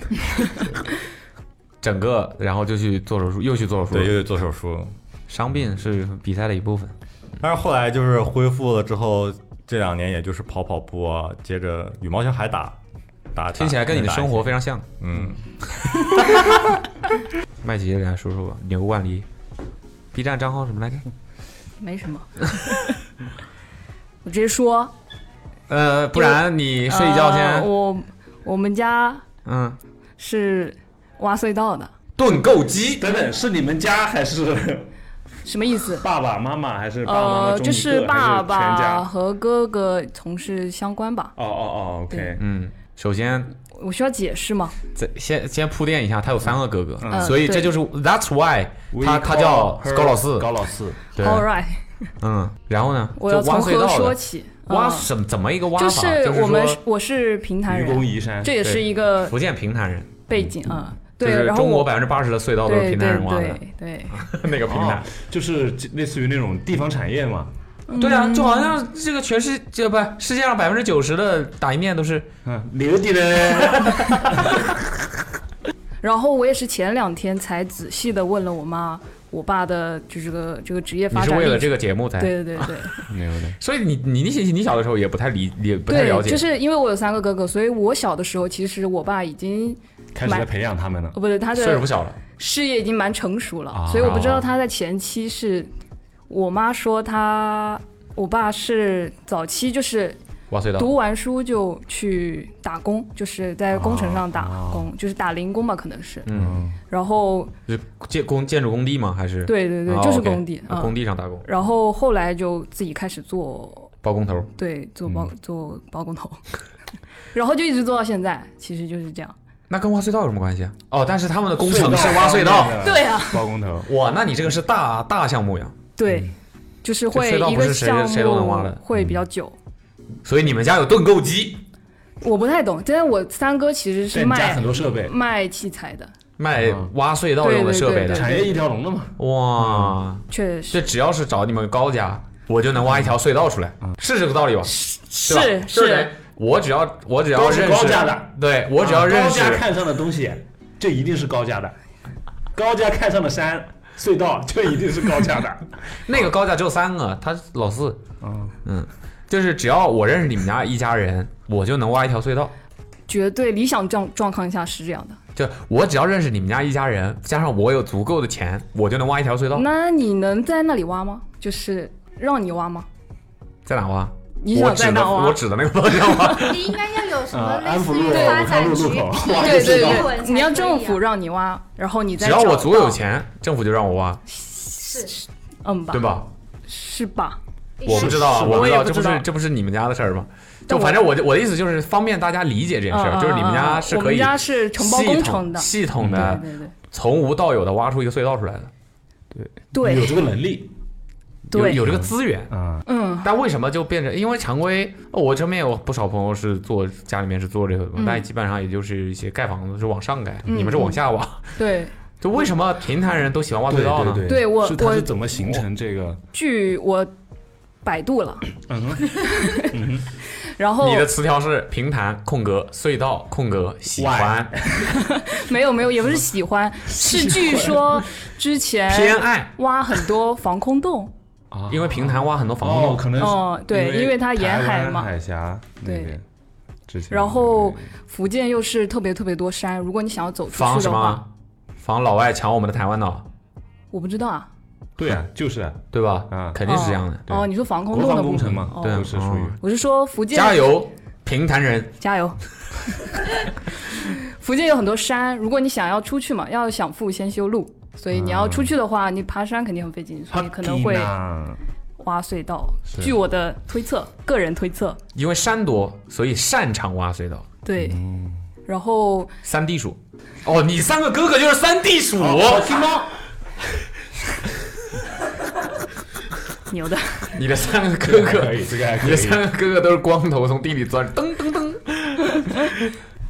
[SPEAKER 2] 整个，然后就去做手术，又去做手
[SPEAKER 7] 对，又
[SPEAKER 2] 术，
[SPEAKER 7] 得做手术。
[SPEAKER 2] 伤病是比赛的一部分。
[SPEAKER 7] 但是后来就是恢复了之后，这两年也就是跑跑步啊，接着羽毛球还打，打
[SPEAKER 2] 听起来跟你的生活非
[SPEAKER 7] 常
[SPEAKER 2] 常像。
[SPEAKER 7] 嗯，
[SPEAKER 2] 麦吉给大家说说吧，牛万里，B 站账号什么来着？
[SPEAKER 9] 没 什么。我直接说，
[SPEAKER 2] 呃，不然你睡觉
[SPEAKER 9] 呃
[SPEAKER 2] 先，
[SPEAKER 9] 我我们家
[SPEAKER 2] 嗯，
[SPEAKER 9] 是挖隧道的，
[SPEAKER 2] 盾构机，
[SPEAKER 8] 等等，是你们家还是
[SPEAKER 9] 什么意思？
[SPEAKER 8] 爸爸妈妈还是爸爸妈妈
[SPEAKER 9] 呃，
[SPEAKER 8] 中一个？
[SPEAKER 9] 就是爸
[SPEAKER 8] 还是全
[SPEAKER 9] 爸
[SPEAKER 8] 家。
[SPEAKER 9] 和哥哥从事相关吧。
[SPEAKER 8] 哦哦哦，OK，
[SPEAKER 2] 嗯，首先
[SPEAKER 9] 我需要解释吗？
[SPEAKER 2] 这先先铺垫一下，他有三个哥哥，
[SPEAKER 9] 嗯
[SPEAKER 2] 所以这
[SPEAKER 9] 对
[SPEAKER 2] 就是 That's why
[SPEAKER 8] We
[SPEAKER 2] 他他叫
[SPEAKER 8] call her
[SPEAKER 2] 高老四，
[SPEAKER 8] 高老四，
[SPEAKER 2] 对，
[SPEAKER 9] All right，
[SPEAKER 2] 嗯，然后呢，
[SPEAKER 9] 我要
[SPEAKER 2] 就挖
[SPEAKER 9] 从
[SPEAKER 2] 隧
[SPEAKER 9] 何
[SPEAKER 2] 道
[SPEAKER 9] 说
[SPEAKER 2] 的，
[SPEAKER 9] 起？
[SPEAKER 2] 挖
[SPEAKER 9] 嗯
[SPEAKER 2] 什怎么一个挖法？
[SPEAKER 9] 就
[SPEAKER 2] 就是
[SPEAKER 9] 我们
[SPEAKER 2] 说
[SPEAKER 9] 我是平潭
[SPEAKER 8] 愚公
[SPEAKER 9] 人，
[SPEAKER 8] 移山
[SPEAKER 9] 这也是一个
[SPEAKER 2] 福建平潭人，
[SPEAKER 9] 背景啊。
[SPEAKER 2] 就
[SPEAKER 9] 对
[SPEAKER 2] 是
[SPEAKER 9] 然后
[SPEAKER 2] 中国
[SPEAKER 9] 我
[SPEAKER 2] 百分之八十的隧道都是
[SPEAKER 9] 对
[SPEAKER 2] 平潭
[SPEAKER 9] 对
[SPEAKER 2] 人挖的
[SPEAKER 9] 对对，
[SPEAKER 2] 那个平
[SPEAKER 9] 哦
[SPEAKER 2] 台。
[SPEAKER 3] 就是类似于那种地方产业嘛，
[SPEAKER 2] 对
[SPEAKER 9] 嗯
[SPEAKER 2] 啊，就好像这个全世界不世界上百分之九十的打一面都是
[SPEAKER 8] 啊
[SPEAKER 3] 嗯，牛的 嘞，
[SPEAKER 9] 然后我也是前两天才仔细的问了我妈、我爸的，就是这个这个职业
[SPEAKER 2] 你
[SPEAKER 9] 发
[SPEAKER 2] 是
[SPEAKER 9] 展。
[SPEAKER 2] 为了这个节目才，
[SPEAKER 9] 对对 对对
[SPEAKER 3] 牛的，
[SPEAKER 2] 所以你你你你小的时候也不太理也不太了
[SPEAKER 9] 对，
[SPEAKER 2] 解，
[SPEAKER 9] 就是因为我有三个哥哥，所以我小的时候其实我爸已经
[SPEAKER 3] 开始在培养他们了
[SPEAKER 9] 哦，不对，他
[SPEAKER 2] 岁数
[SPEAKER 9] 的
[SPEAKER 2] 不小了，
[SPEAKER 9] 事业已经蛮成熟了，
[SPEAKER 3] 啊
[SPEAKER 9] 所以我不知道他在前期是，我妈说他，我爸是早期就是
[SPEAKER 2] 挖隧道。
[SPEAKER 9] 读完书就去打工，就是在工程上打
[SPEAKER 3] 啊
[SPEAKER 9] 工，就是打零工吧，可能是。
[SPEAKER 2] 嗯，
[SPEAKER 9] 然后，
[SPEAKER 2] 是建工建筑工地吗？还是
[SPEAKER 9] 对对对，
[SPEAKER 2] 哦
[SPEAKER 9] 就是
[SPEAKER 2] OK
[SPEAKER 9] 工地
[SPEAKER 2] 啊
[SPEAKER 9] 嗯
[SPEAKER 2] 工地上打工，
[SPEAKER 9] 然后后来就自己开始做，
[SPEAKER 2] 包工头。
[SPEAKER 9] 对，做包、
[SPEAKER 2] 嗯
[SPEAKER 9] 做包工头， 然后就一直做到现在，其实就是这样。
[SPEAKER 2] 那跟挖隧道有什么关系啊？哦，但是他们的工程是挖隧道。
[SPEAKER 9] 对啊，
[SPEAKER 3] 包工头，
[SPEAKER 2] 哇，那你这个是大大项目呀，
[SPEAKER 9] 对，就是
[SPEAKER 2] 嗯
[SPEAKER 9] 会
[SPEAKER 2] 隧道
[SPEAKER 9] 一
[SPEAKER 2] 不是
[SPEAKER 9] 个
[SPEAKER 2] 谁
[SPEAKER 9] 项
[SPEAKER 2] 谁都能挖
[SPEAKER 9] 目
[SPEAKER 2] 的嗯
[SPEAKER 9] 会比较久。
[SPEAKER 2] 所以你们家有盾构机，
[SPEAKER 9] 我不太懂，但是我三哥其实
[SPEAKER 3] 对
[SPEAKER 9] 是
[SPEAKER 3] 你家
[SPEAKER 9] 卖
[SPEAKER 3] 很多设备，
[SPEAKER 9] 卖器材的，
[SPEAKER 2] 卖
[SPEAKER 3] 嗯
[SPEAKER 2] 挖隧道用的设备
[SPEAKER 9] 嗯对嗯
[SPEAKER 2] 的。
[SPEAKER 3] 产哎业一条龙的嘛，
[SPEAKER 2] 哇，
[SPEAKER 9] 确
[SPEAKER 2] 这
[SPEAKER 9] 实
[SPEAKER 2] 只要是找你们高家，我就能挖一条隧道出来，是这个道理吧？对吧对
[SPEAKER 9] 是
[SPEAKER 2] 不对。我只要我只要
[SPEAKER 3] 都是
[SPEAKER 2] 认识
[SPEAKER 3] 高价的，
[SPEAKER 2] 对我只要
[SPEAKER 9] 嗯
[SPEAKER 2] 认识
[SPEAKER 3] 啊高价看上的东西，就一定是高价的，高价看上的山隧道，就一定是高价的，
[SPEAKER 2] 那个高价只有三个，他老四，
[SPEAKER 3] 嗯
[SPEAKER 2] 嗯，就是只要我认识你们家一家人，我就能挖一条隧道。
[SPEAKER 9] 绝对理想状状况下是这样的。
[SPEAKER 2] 就我只要认识你们家一家人，加上我有足够的钱，我就能挖一条隧道。
[SPEAKER 9] 那你能在那里挖吗？就是让你挖吗？
[SPEAKER 2] 在哪挖？
[SPEAKER 9] 你
[SPEAKER 2] 我
[SPEAKER 9] 想
[SPEAKER 2] 指
[SPEAKER 9] 在
[SPEAKER 2] 的
[SPEAKER 9] 哪挖
[SPEAKER 2] 我？指的那个方向 挖。
[SPEAKER 6] 你应该要有什么
[SPEAKER 3] 啊
[SPEAKER 6] 类似
[SPEAKER 3] 安福
[SPEAKER 6] 于
[SPEAKER 3] 路
[SPEAKER 6] 发展局
[SPEAKER 3] 安福路路口哇
[SPEAKER 9] 对
[SPEAKER 6] 对
[SPEAKER 9] 对
[SPEAKER 6] 英文才可以
[SPEAKER 9] 对，
[SPEAKER 6] 啊
[SPEAKER 9] 你要政府让你挖，然后你再
[SPEAKER 2] 只要
[SPEAKER 9] 找
[SPEAKER 2] 我
[SPEAKER 9] 到
[SPEAKER 2] 足够有，钱，政府就让我挖，
[SPEAKER 6] 是
[SPEAKER 9] 嗯吧，
[SPEAKER 2] 对？吧？
[SPEAKER 9] 是吧？
[SPEAKER 2] 我不知道啊，
[SPEAKER 9] 是吧
[SPEAKER 2] 我
[SPEAKER 9] 我也
[SPEAKER 2] 道，
[SPEAKER 9] 不
[SPEAKER 2] 这不
[SPEAKER 9] 知
[SPEAKER 2] 是
[SPEAKER 9] 道
[SPEAKER 2] 这不是你们家的事儿吗？就
[SPEAKER 9] 但我
[SPEAKER 2] 反正我的我的意思就是方便大家理解这件事儿，
[SPEAKER 9] 嗯
[SPEAKER 2] 就是你们家是
[SPEAKER 9] 嗯嗯嗯我
[SPEAKER 2] 可
[SPEAKER 9] 们
[SPEAKER 2] 以
[SPEAKER 9] 家是承包
[SPEAKER 2] 系
[SPEAKER 9] 工
[SPEAKER 2] 统
[SPEAKER 9] 程的，嗯
[SPEAKER 2] 系统
[SPEAKER 9] 对
[SPEAKER 2] 的
[SPEAKER 9] 对对
[SPEAKER 2] 从无到有的挖出一个隧道出来的，
[SPEAKER 9] 对
[SPEAKER 3] 有这个能力
[SPEAKER 2] 有
[SPEAKER 9] 对，
[SPEAKER 2] 有这个资源。
[SPEAKER 3] 啊，
[SPEAKER 9] 嗯
[SPEAKER 2] 但为什么就变成？因为常规，哦我这边有不少朋友是做家里面是做这个的嘛，
[SPEAKER 9] 嗯
[SPEAKER 2] 但基本上也就是一些盖房子是往上盖，
[SPEAKER 9] 嗯
[SPEAKER 2] 你们是往下挖。
[SPEAKER 9] 对。
[SPEAKER 2] 就为什么平潭人都喜欢挖隧道呢？
[SPEAKER 3] 对
[SPEAKER 9] 对我
[SPEAKER 3] 是它是
[SPEAKER 9] 我
[SPEAKER 3] 怎么形成这个？
[SPEAKER 9] 据我百度了，然后
[SPEAKER 2] 你的词条是平潭空格隧道空格喜欢
[SPEAKER 9] 没有没有，也不是喜欢，是据说之前
[SPEAKER 2] 偏爱，
[SPEAKER 9] 挖很多防 空洞，
[SPEAKER 3] 啊
[SPEAKER 2] 因为平潭挖很多房
[SPEAKER 3] 哦，
[SPEAKER 2] 东，
[SPEAKER 3] 可能是
[SPEAKER 9] 哦对因为它沿
[SPEAKER 3] 台湾
[SPEAKER 9] 海嘛
[SPEAKER 3] 海峡那
[SPEAKER 9] 对
[SPEAKER 3] 边之前
[SPEAKER 9] 然后福建又是特别特别多山，如果你想要走出
[SPEAKER 2] 防
[SPEAKER 9] 去
[SPEAKER 2] 什
[SPEAKER 9] 的话，
[SPEAKER 2] 么？防老外抢我们的台湾岛，
[SPEAKER 9] 我不知道啊。
[SPEAKER 3] 对啊，就是啊
[SPEAKER 2] 对吧？
[SPEAKER 3] 嗯
[SPEAKER 2] 肯定是这样的。
[SPEAKER 9] 哦，你说防空
[SPEAKER 3] 国
[SPEAKER 9] 洞
[SPEAKER 3] 防
[SPEAKER 9] 的部
[SPEAKER 3] 工
[SPEAKER 9] 分
[SPEAKER 3] 程嘛，
[SPEAKER 9] 哦
[SPEAKER 2] 对啊
[SPEAKER 3] 都是属于
[SPEAKER 2] 哦
[SPEAKER 9] 我是说福建，
[SPEAKER 2] 加油，平潭人！
[SPEAKER 9] 加 油！福建有很多山，如果你想要出去嘛，要想富先修路，所以你要出去的话，你爬山肯定很费劲，
[SPEAKER 3] 嗯
[SPEAKER 9] 所以嗯可能会挖隧道。据我的推测，个人推测，
[SPEAKER 2] 因为山多，所以擅长挖隧道。
[SPEAKER 9] 对。
[SPEAKER 3] 嗯
[SPEAKER 9] 然后
[SPEAKER 2] 三地鼠，哦，你三个哥哥就是三地鼠，
[SPEAKER 3] 金猫，
[SPEAKER 9] 牛的，
[SPEAKER 2] 你的三个哥
[SPEAKER 3] 可
[SPEAKER 2] 哥，
[SPEAKER 3] 以，这个还
[SPEAKER 2] 你
[SPEAKER 3] 可
[SPEAKER 2] 的
[SPEAKER 3] 以。
[SPEAKER 2] 三个哥哥都是光头，从地里钻，噔噔噔。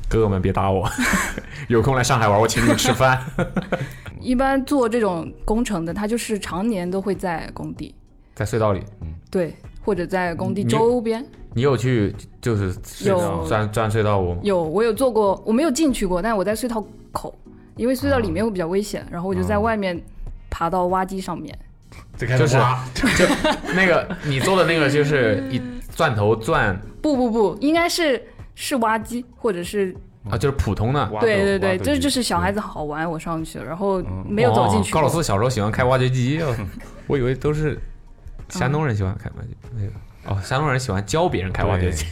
[SPEAKER 2] 哥哥们别打我， 有空来上海玩，我请你们吃 饭。
[SPEAKER 9] 一般做这种工程的，他就是常年都会在工地，
[SPEAKER 2] 在隧道里，
[SPEAKER 9] 对，或者在工地
[SPEAKER 3] 嗯
[SPEAKER 2] 你
[SPEAKER 9] 周边。
[SPEAKER 2] 你有去就是隧道
[SPEAKER 9] 有
[SPEAKER 2] 钻钻隧道
[SPEAKER 3] 啊
[SPEAKER 2] 过吗？
[SPEAKER 9] 有，我有做过，我没有进去过，但我在隧道口，因为隧道里面会比较危
[SPEAKER 3] 啊
[SPEAKER 9] 险，然后我就在外面爬到挖机上面。
[SPEAKER 3] 这开
[SPEAKER 2] 就
[SPEAKER 3] 始
[SPEAKER 2] 是
[SPEAKER 3] 挖，
[SPEAKER 2] 就那个你做的那个就是一钻头钻
[SPEAKER 9] 不不不，应该是是挖机，或者是
[SPEAKER 2] 啊，就是普通的。
[SPEAKER 3] 挖
[SPEAKER 9] 对
[SPEAKER 3] 斗
[SPEAKER 9] 对
[SPEAKER 3] 挖
[SPEAKER 9] 对，
[SPEAKER 3] 斗
[SPEAKER 9] 这
[SPEAKER 3] 机
[SPEAKER 9] 就是小孩子好玩，我上去了，然后
[SPEAKER 3] 嗯
[SPEAKER 9] 没有走进去
[SPEAKER 2] 哦
[SPEAKER 9] 嗯
[SPEAKER 2] 高老
[SPEAKER 9] 过。
[SPEAKER 2] 四小时候喜欢开挖掘机， 哦我以为都是山东人喜欢开挖掘那个。哦，山东人喜欢教别人开挖掘 机。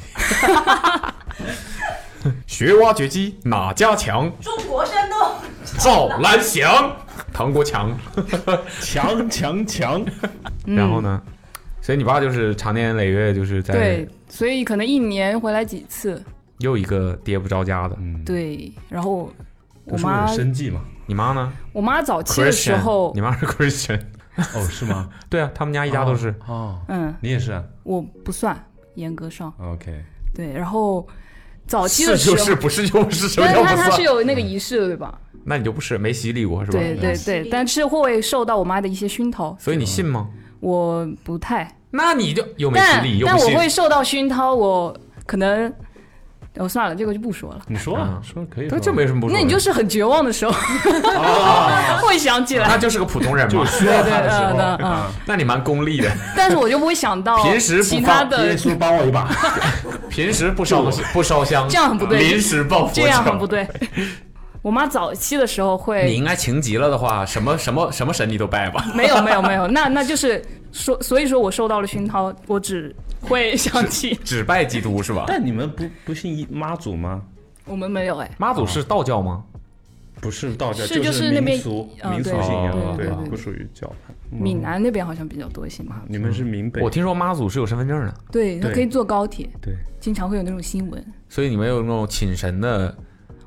[SPEAKER 2] 学挖掘机哪家强？
[SPEAKER 6] 中国山东。
[SPEAKER 2] 赵兰 祥、唐国强。
[SPEAKER 3] 强强强，
[SPEAKER 9] 嗯
[SPEAKER 2] 然后呢？所以你爸就是常年累月就是在
[SPEAKER 9] 对，所以可能一年回来几次。
[SPEAKER 2] 又一个爹不着家的。
[SPEAKER 3] 嗯，
[SPEAKER 9] 对，然后
[SPEAKER 3] 都
[SPEAKER 9] 我
[SPEAKER 3] 是为了
[SPEAKER 9] 妈
[SPEAKER 3] 生计嘛。
[SPEAKER 2] 你妈呢
[SPEAKER 9] 我妈早期的时
[SPEAKER 2] ？Christian，
[SPEAKER 9] 候
[SPEAKER 2] 你，妈是 Christian。
[SPEAKER 3] 哦，是 吗？
[SPEAKER 2] 对啊，他们家一家都是。
[SPEAKER 3] 哦，
[SPEAKER 9] 嗯，
[SPEAKER 3] 你也是啊
[SPEAKER 9] 我不算严格上
[SPEAKER 3] ？OK，
[SPEAKER 9] 对，然后早期
[SPEAKER 2] 是
[SPEAKER 9] 的时
[SPEAKER 2] 就
[SPEAKER 9] 候，
[SPEAKER 2] 是，不是就是，什么
[SPEAKER 9] 但是
[SPEAKER 2] 叫不
[SPEAKER 9] 他他是
[SPEAKER 2] 算？
[SPEAKER 9] 有那个仪式的，对吧？
[SPEAKER 2] 那你就不是没洗礼过是吧？嗯
[SPEAKER 9] 对对对，但是会受到我妈的一些熏陶，
[SPEAKER 2] 所以你信吗？
[SPEAKER 9] 我不太，
[SPEAKER 2] 那你就又没洗
[SPEAKER 9] 但
[SPEAKER 2] 礼又
[SPEAKER 9] 但
[SPEAKER 2] 不
[SPEAKER 9] 我
[SPEAKER 2] 信，
[SPEAKER 9] 会受到熏陶，我可能，哦算了，这个就不说了。
[SPEAKER 3] 你说
[SPEAKER 2] 啊
[SPEAKER 3] 啊，说可以说
[SPEAKER 2] 对，，这没什么不说的。啊
[SPEAKER 9] 那你就是很绝望的时候 会想起
[SPEAKER 2] 那
[SPEAKER 9] 来，
[SPEAKER 2] 就是个普通人嘛，
[SPEAKER 9] 对对嗯嗯嗯，
[SPEAKER 2] 那你蛮功利的，
[SPEAKER 9] 但是我就不会想到
[SPEAKER 2] 平时不
[SPEAKER 9] 其
[SPEAKER 2] 放
[SPEAKER 9] 他的，
[SPEAKER 8] 稣帮我一把，
[SPEAKER 2] 平时不烧不烧香，
[SPEAKER 9] 这样很不对
[SPEAKER 2] 临时抱佛脚，
[SPEAKER 9] 这样很不。对。我妈早期的时候会
[SPEAKER 2] 你应该情急了的话，什么什么什么神你都拜吧。
[SPEAKER 9] 没有没有没有，那那就是说，所以说我受到了熏陶，我只会想起
[SPEAKER 2] 只拜基督是吧？
[SPEAKER 8] 但你们不不信妈祖吗？
[SPEAKER 9] 我们没有
[SPEAKER 8] 嗯
[SPEAKER 9] 哎，
[SPEAKER 2] 妈祖是道教吗？
[SPEAKER 8] 不是道教，
[SPEAKER 9] 是
[SPEAKER 8] 就
[SPEAKER 9] 就是那边
[SPEAKER 8] 民俗
[SPEAKER 9] 嗯
[SPEAKER 8] 民俗
[SPEAKER 9] 对
[SPEAKER 8] 信仰，啊
[SPEAKER 9] 对对对
[SPEAKER 8] 不属于教派。
[SPEAKER 9] 闽南那边好像比较多信嘛，
[SPEAKER 8] 你们是闽北
[SPEAKER 2] 我，听说妈祖是有身份证的，
[SPEAKER 9] 对，他
[SPEAKER 8] 对
[SPEAKER 9] 可以坐高铁，
[SPEAKER 8] 对，
[SPEAKER 9] 经常会有那种新闻。
[SPEAKER 2] 所以你们有那种请神的，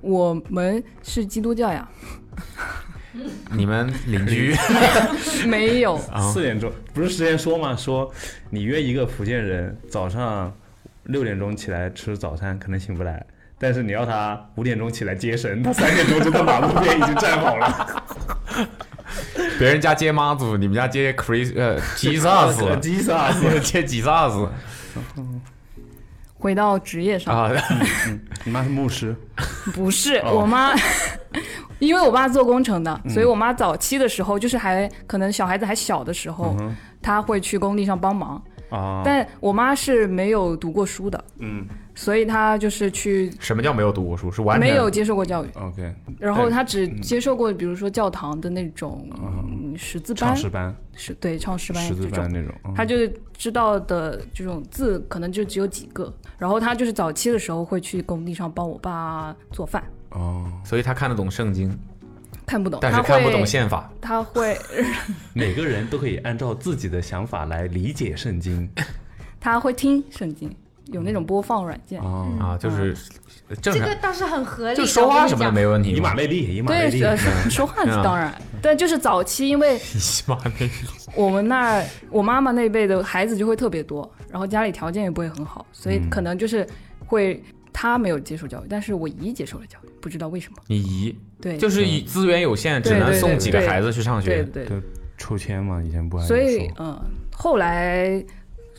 [SPEAKER 9] 我们是基督教呀，
[SPEAKER 2] 你们邻居
[SPEAKER 9] 没 有，
[SPEAKER 8] 四点钟不是之前说吗？说你约一个福建人早上六点钟起来吃早餐，可能醒不来。但是你要他五点钟起来接神，他三点钟就在马路边已经站好了。
[SPEAKER 2] 别人家接妈祖，你们家接 Chris 呃 Jesus，
[SPEAKER 8] 吉萨斯
[SPEAKER 2] 接 Jesus
[SPEAKER 9] 回到职业上，
[SPEAKER 2] 啊，
[SPEAKER 8] 你妈是牧师，
[SPEAKER 9] 不是
[SPEAKER 8] 哦
[SPEAKER 9] 我妈， 因为我爸做工程
[SPEAKER 8] 嗯
[SPEAKER 9] 的，所以我妈早期的时候，就是还可能小孩子还小的时候，她会去工地上帮忙。
[SPEAKER 8] 嗯啊
[SPEAKER 9] 但我妈是没有读过书的，
[SPEAKER 8] 嗯，
[SPEAKER 9] 所以她就是去
[SPEAKER 2] 什么叫没有读过书？是完全
[SPEAKER 9] 没有接受过教育，
[SPEAKER 8] ，OK，
[SPEAKER 9] 然后她只
[SPEAKER 8] 嗯
[SPEAKER 9] 接受过比如说教堂的那种嗯识字班
[SPEAKER 8] 啊唱，诗班、
[SPEAKER 9] 是对唱诗班
[SPEAKER 8] 识
[SPEAKER 9] 这
[SPEAKER 8] 字
[SPEAKER 9] 种
[SPEAKER 8] 班。那种，嗯
[SPEAKER 9] 他就是知道的这种字可能就只有几个，然后他就是早期的时候会去工地上帮我爸做饭，
[SPEAKER 8] 哦，
[SPEAKER 2] 所以他看得懂圣经，
[SPEAKER 9] 看不懂，
[SPEAKER 2] 但是
[SPEAKER 9] 他
[SPEAKER 2] 看不
[SPEAKER 9] 会
[SPEAKER 2] 懂宪法。
[SPEAKER 9] 他会
[SPEAKER 8] 每个人都可以按照自己的想法来理解圣经
[SPEAKER 9] 他会听圣经，有那种播放软件。
[SPEAKER 8] 哦，
[SPEAKER 2] 啊，就是正
[SPEAKER 6] 这
[SPEAKER 2] 常
[SPEAKER 6] 个，倒是很合理的。
[SPEAKER 2] 就说话什么的
[SPEAKER 6] 我跟你
[SPEAKER 2] 没问题嘛。
[SPEAKER 8] 以马内利，以马内
[SPEAKER 9] 对，
[SPEAKER 8] 利，
[SPEAKER 9] 呃， 说话是当然，但就是早期，因为
[SPEAKER 2] 以马内利，
[SPEAKER 9] 我们那儿我妈妈那辈的孩子就会特别多，然后家里条件也不会很好，所
[SPEAKER 2] 嗯
[SPEAKER 9] 以可能就是会她没有接受教育，但是我姨接受了教育，不知道为什么。
[SPEAKER 2] 你姨
[SPEAKER 9] 对，
[SPEAKER 2] 就是以资源有限，
[SPEAKER 9] 对
[SPEAKER 2] 只能
[SPEAKER 9] 对
[SPEAKER 2] 送
[SPEAKER 9] 对
[SPEAKER 2] 几个
[SPEAKER 9] 对
[SPEAKER 2] 孩子去上
[SPEAKER 9] 对
[SPEAKER 2] 学。
[SPEAKER 9] 对对，
[SPEAKER 8] 对抽签嘛，以前不还
[SPEAKER 9] 所以
[SPEAKER 8] 说
[SPEAKER 9] 嗯，后来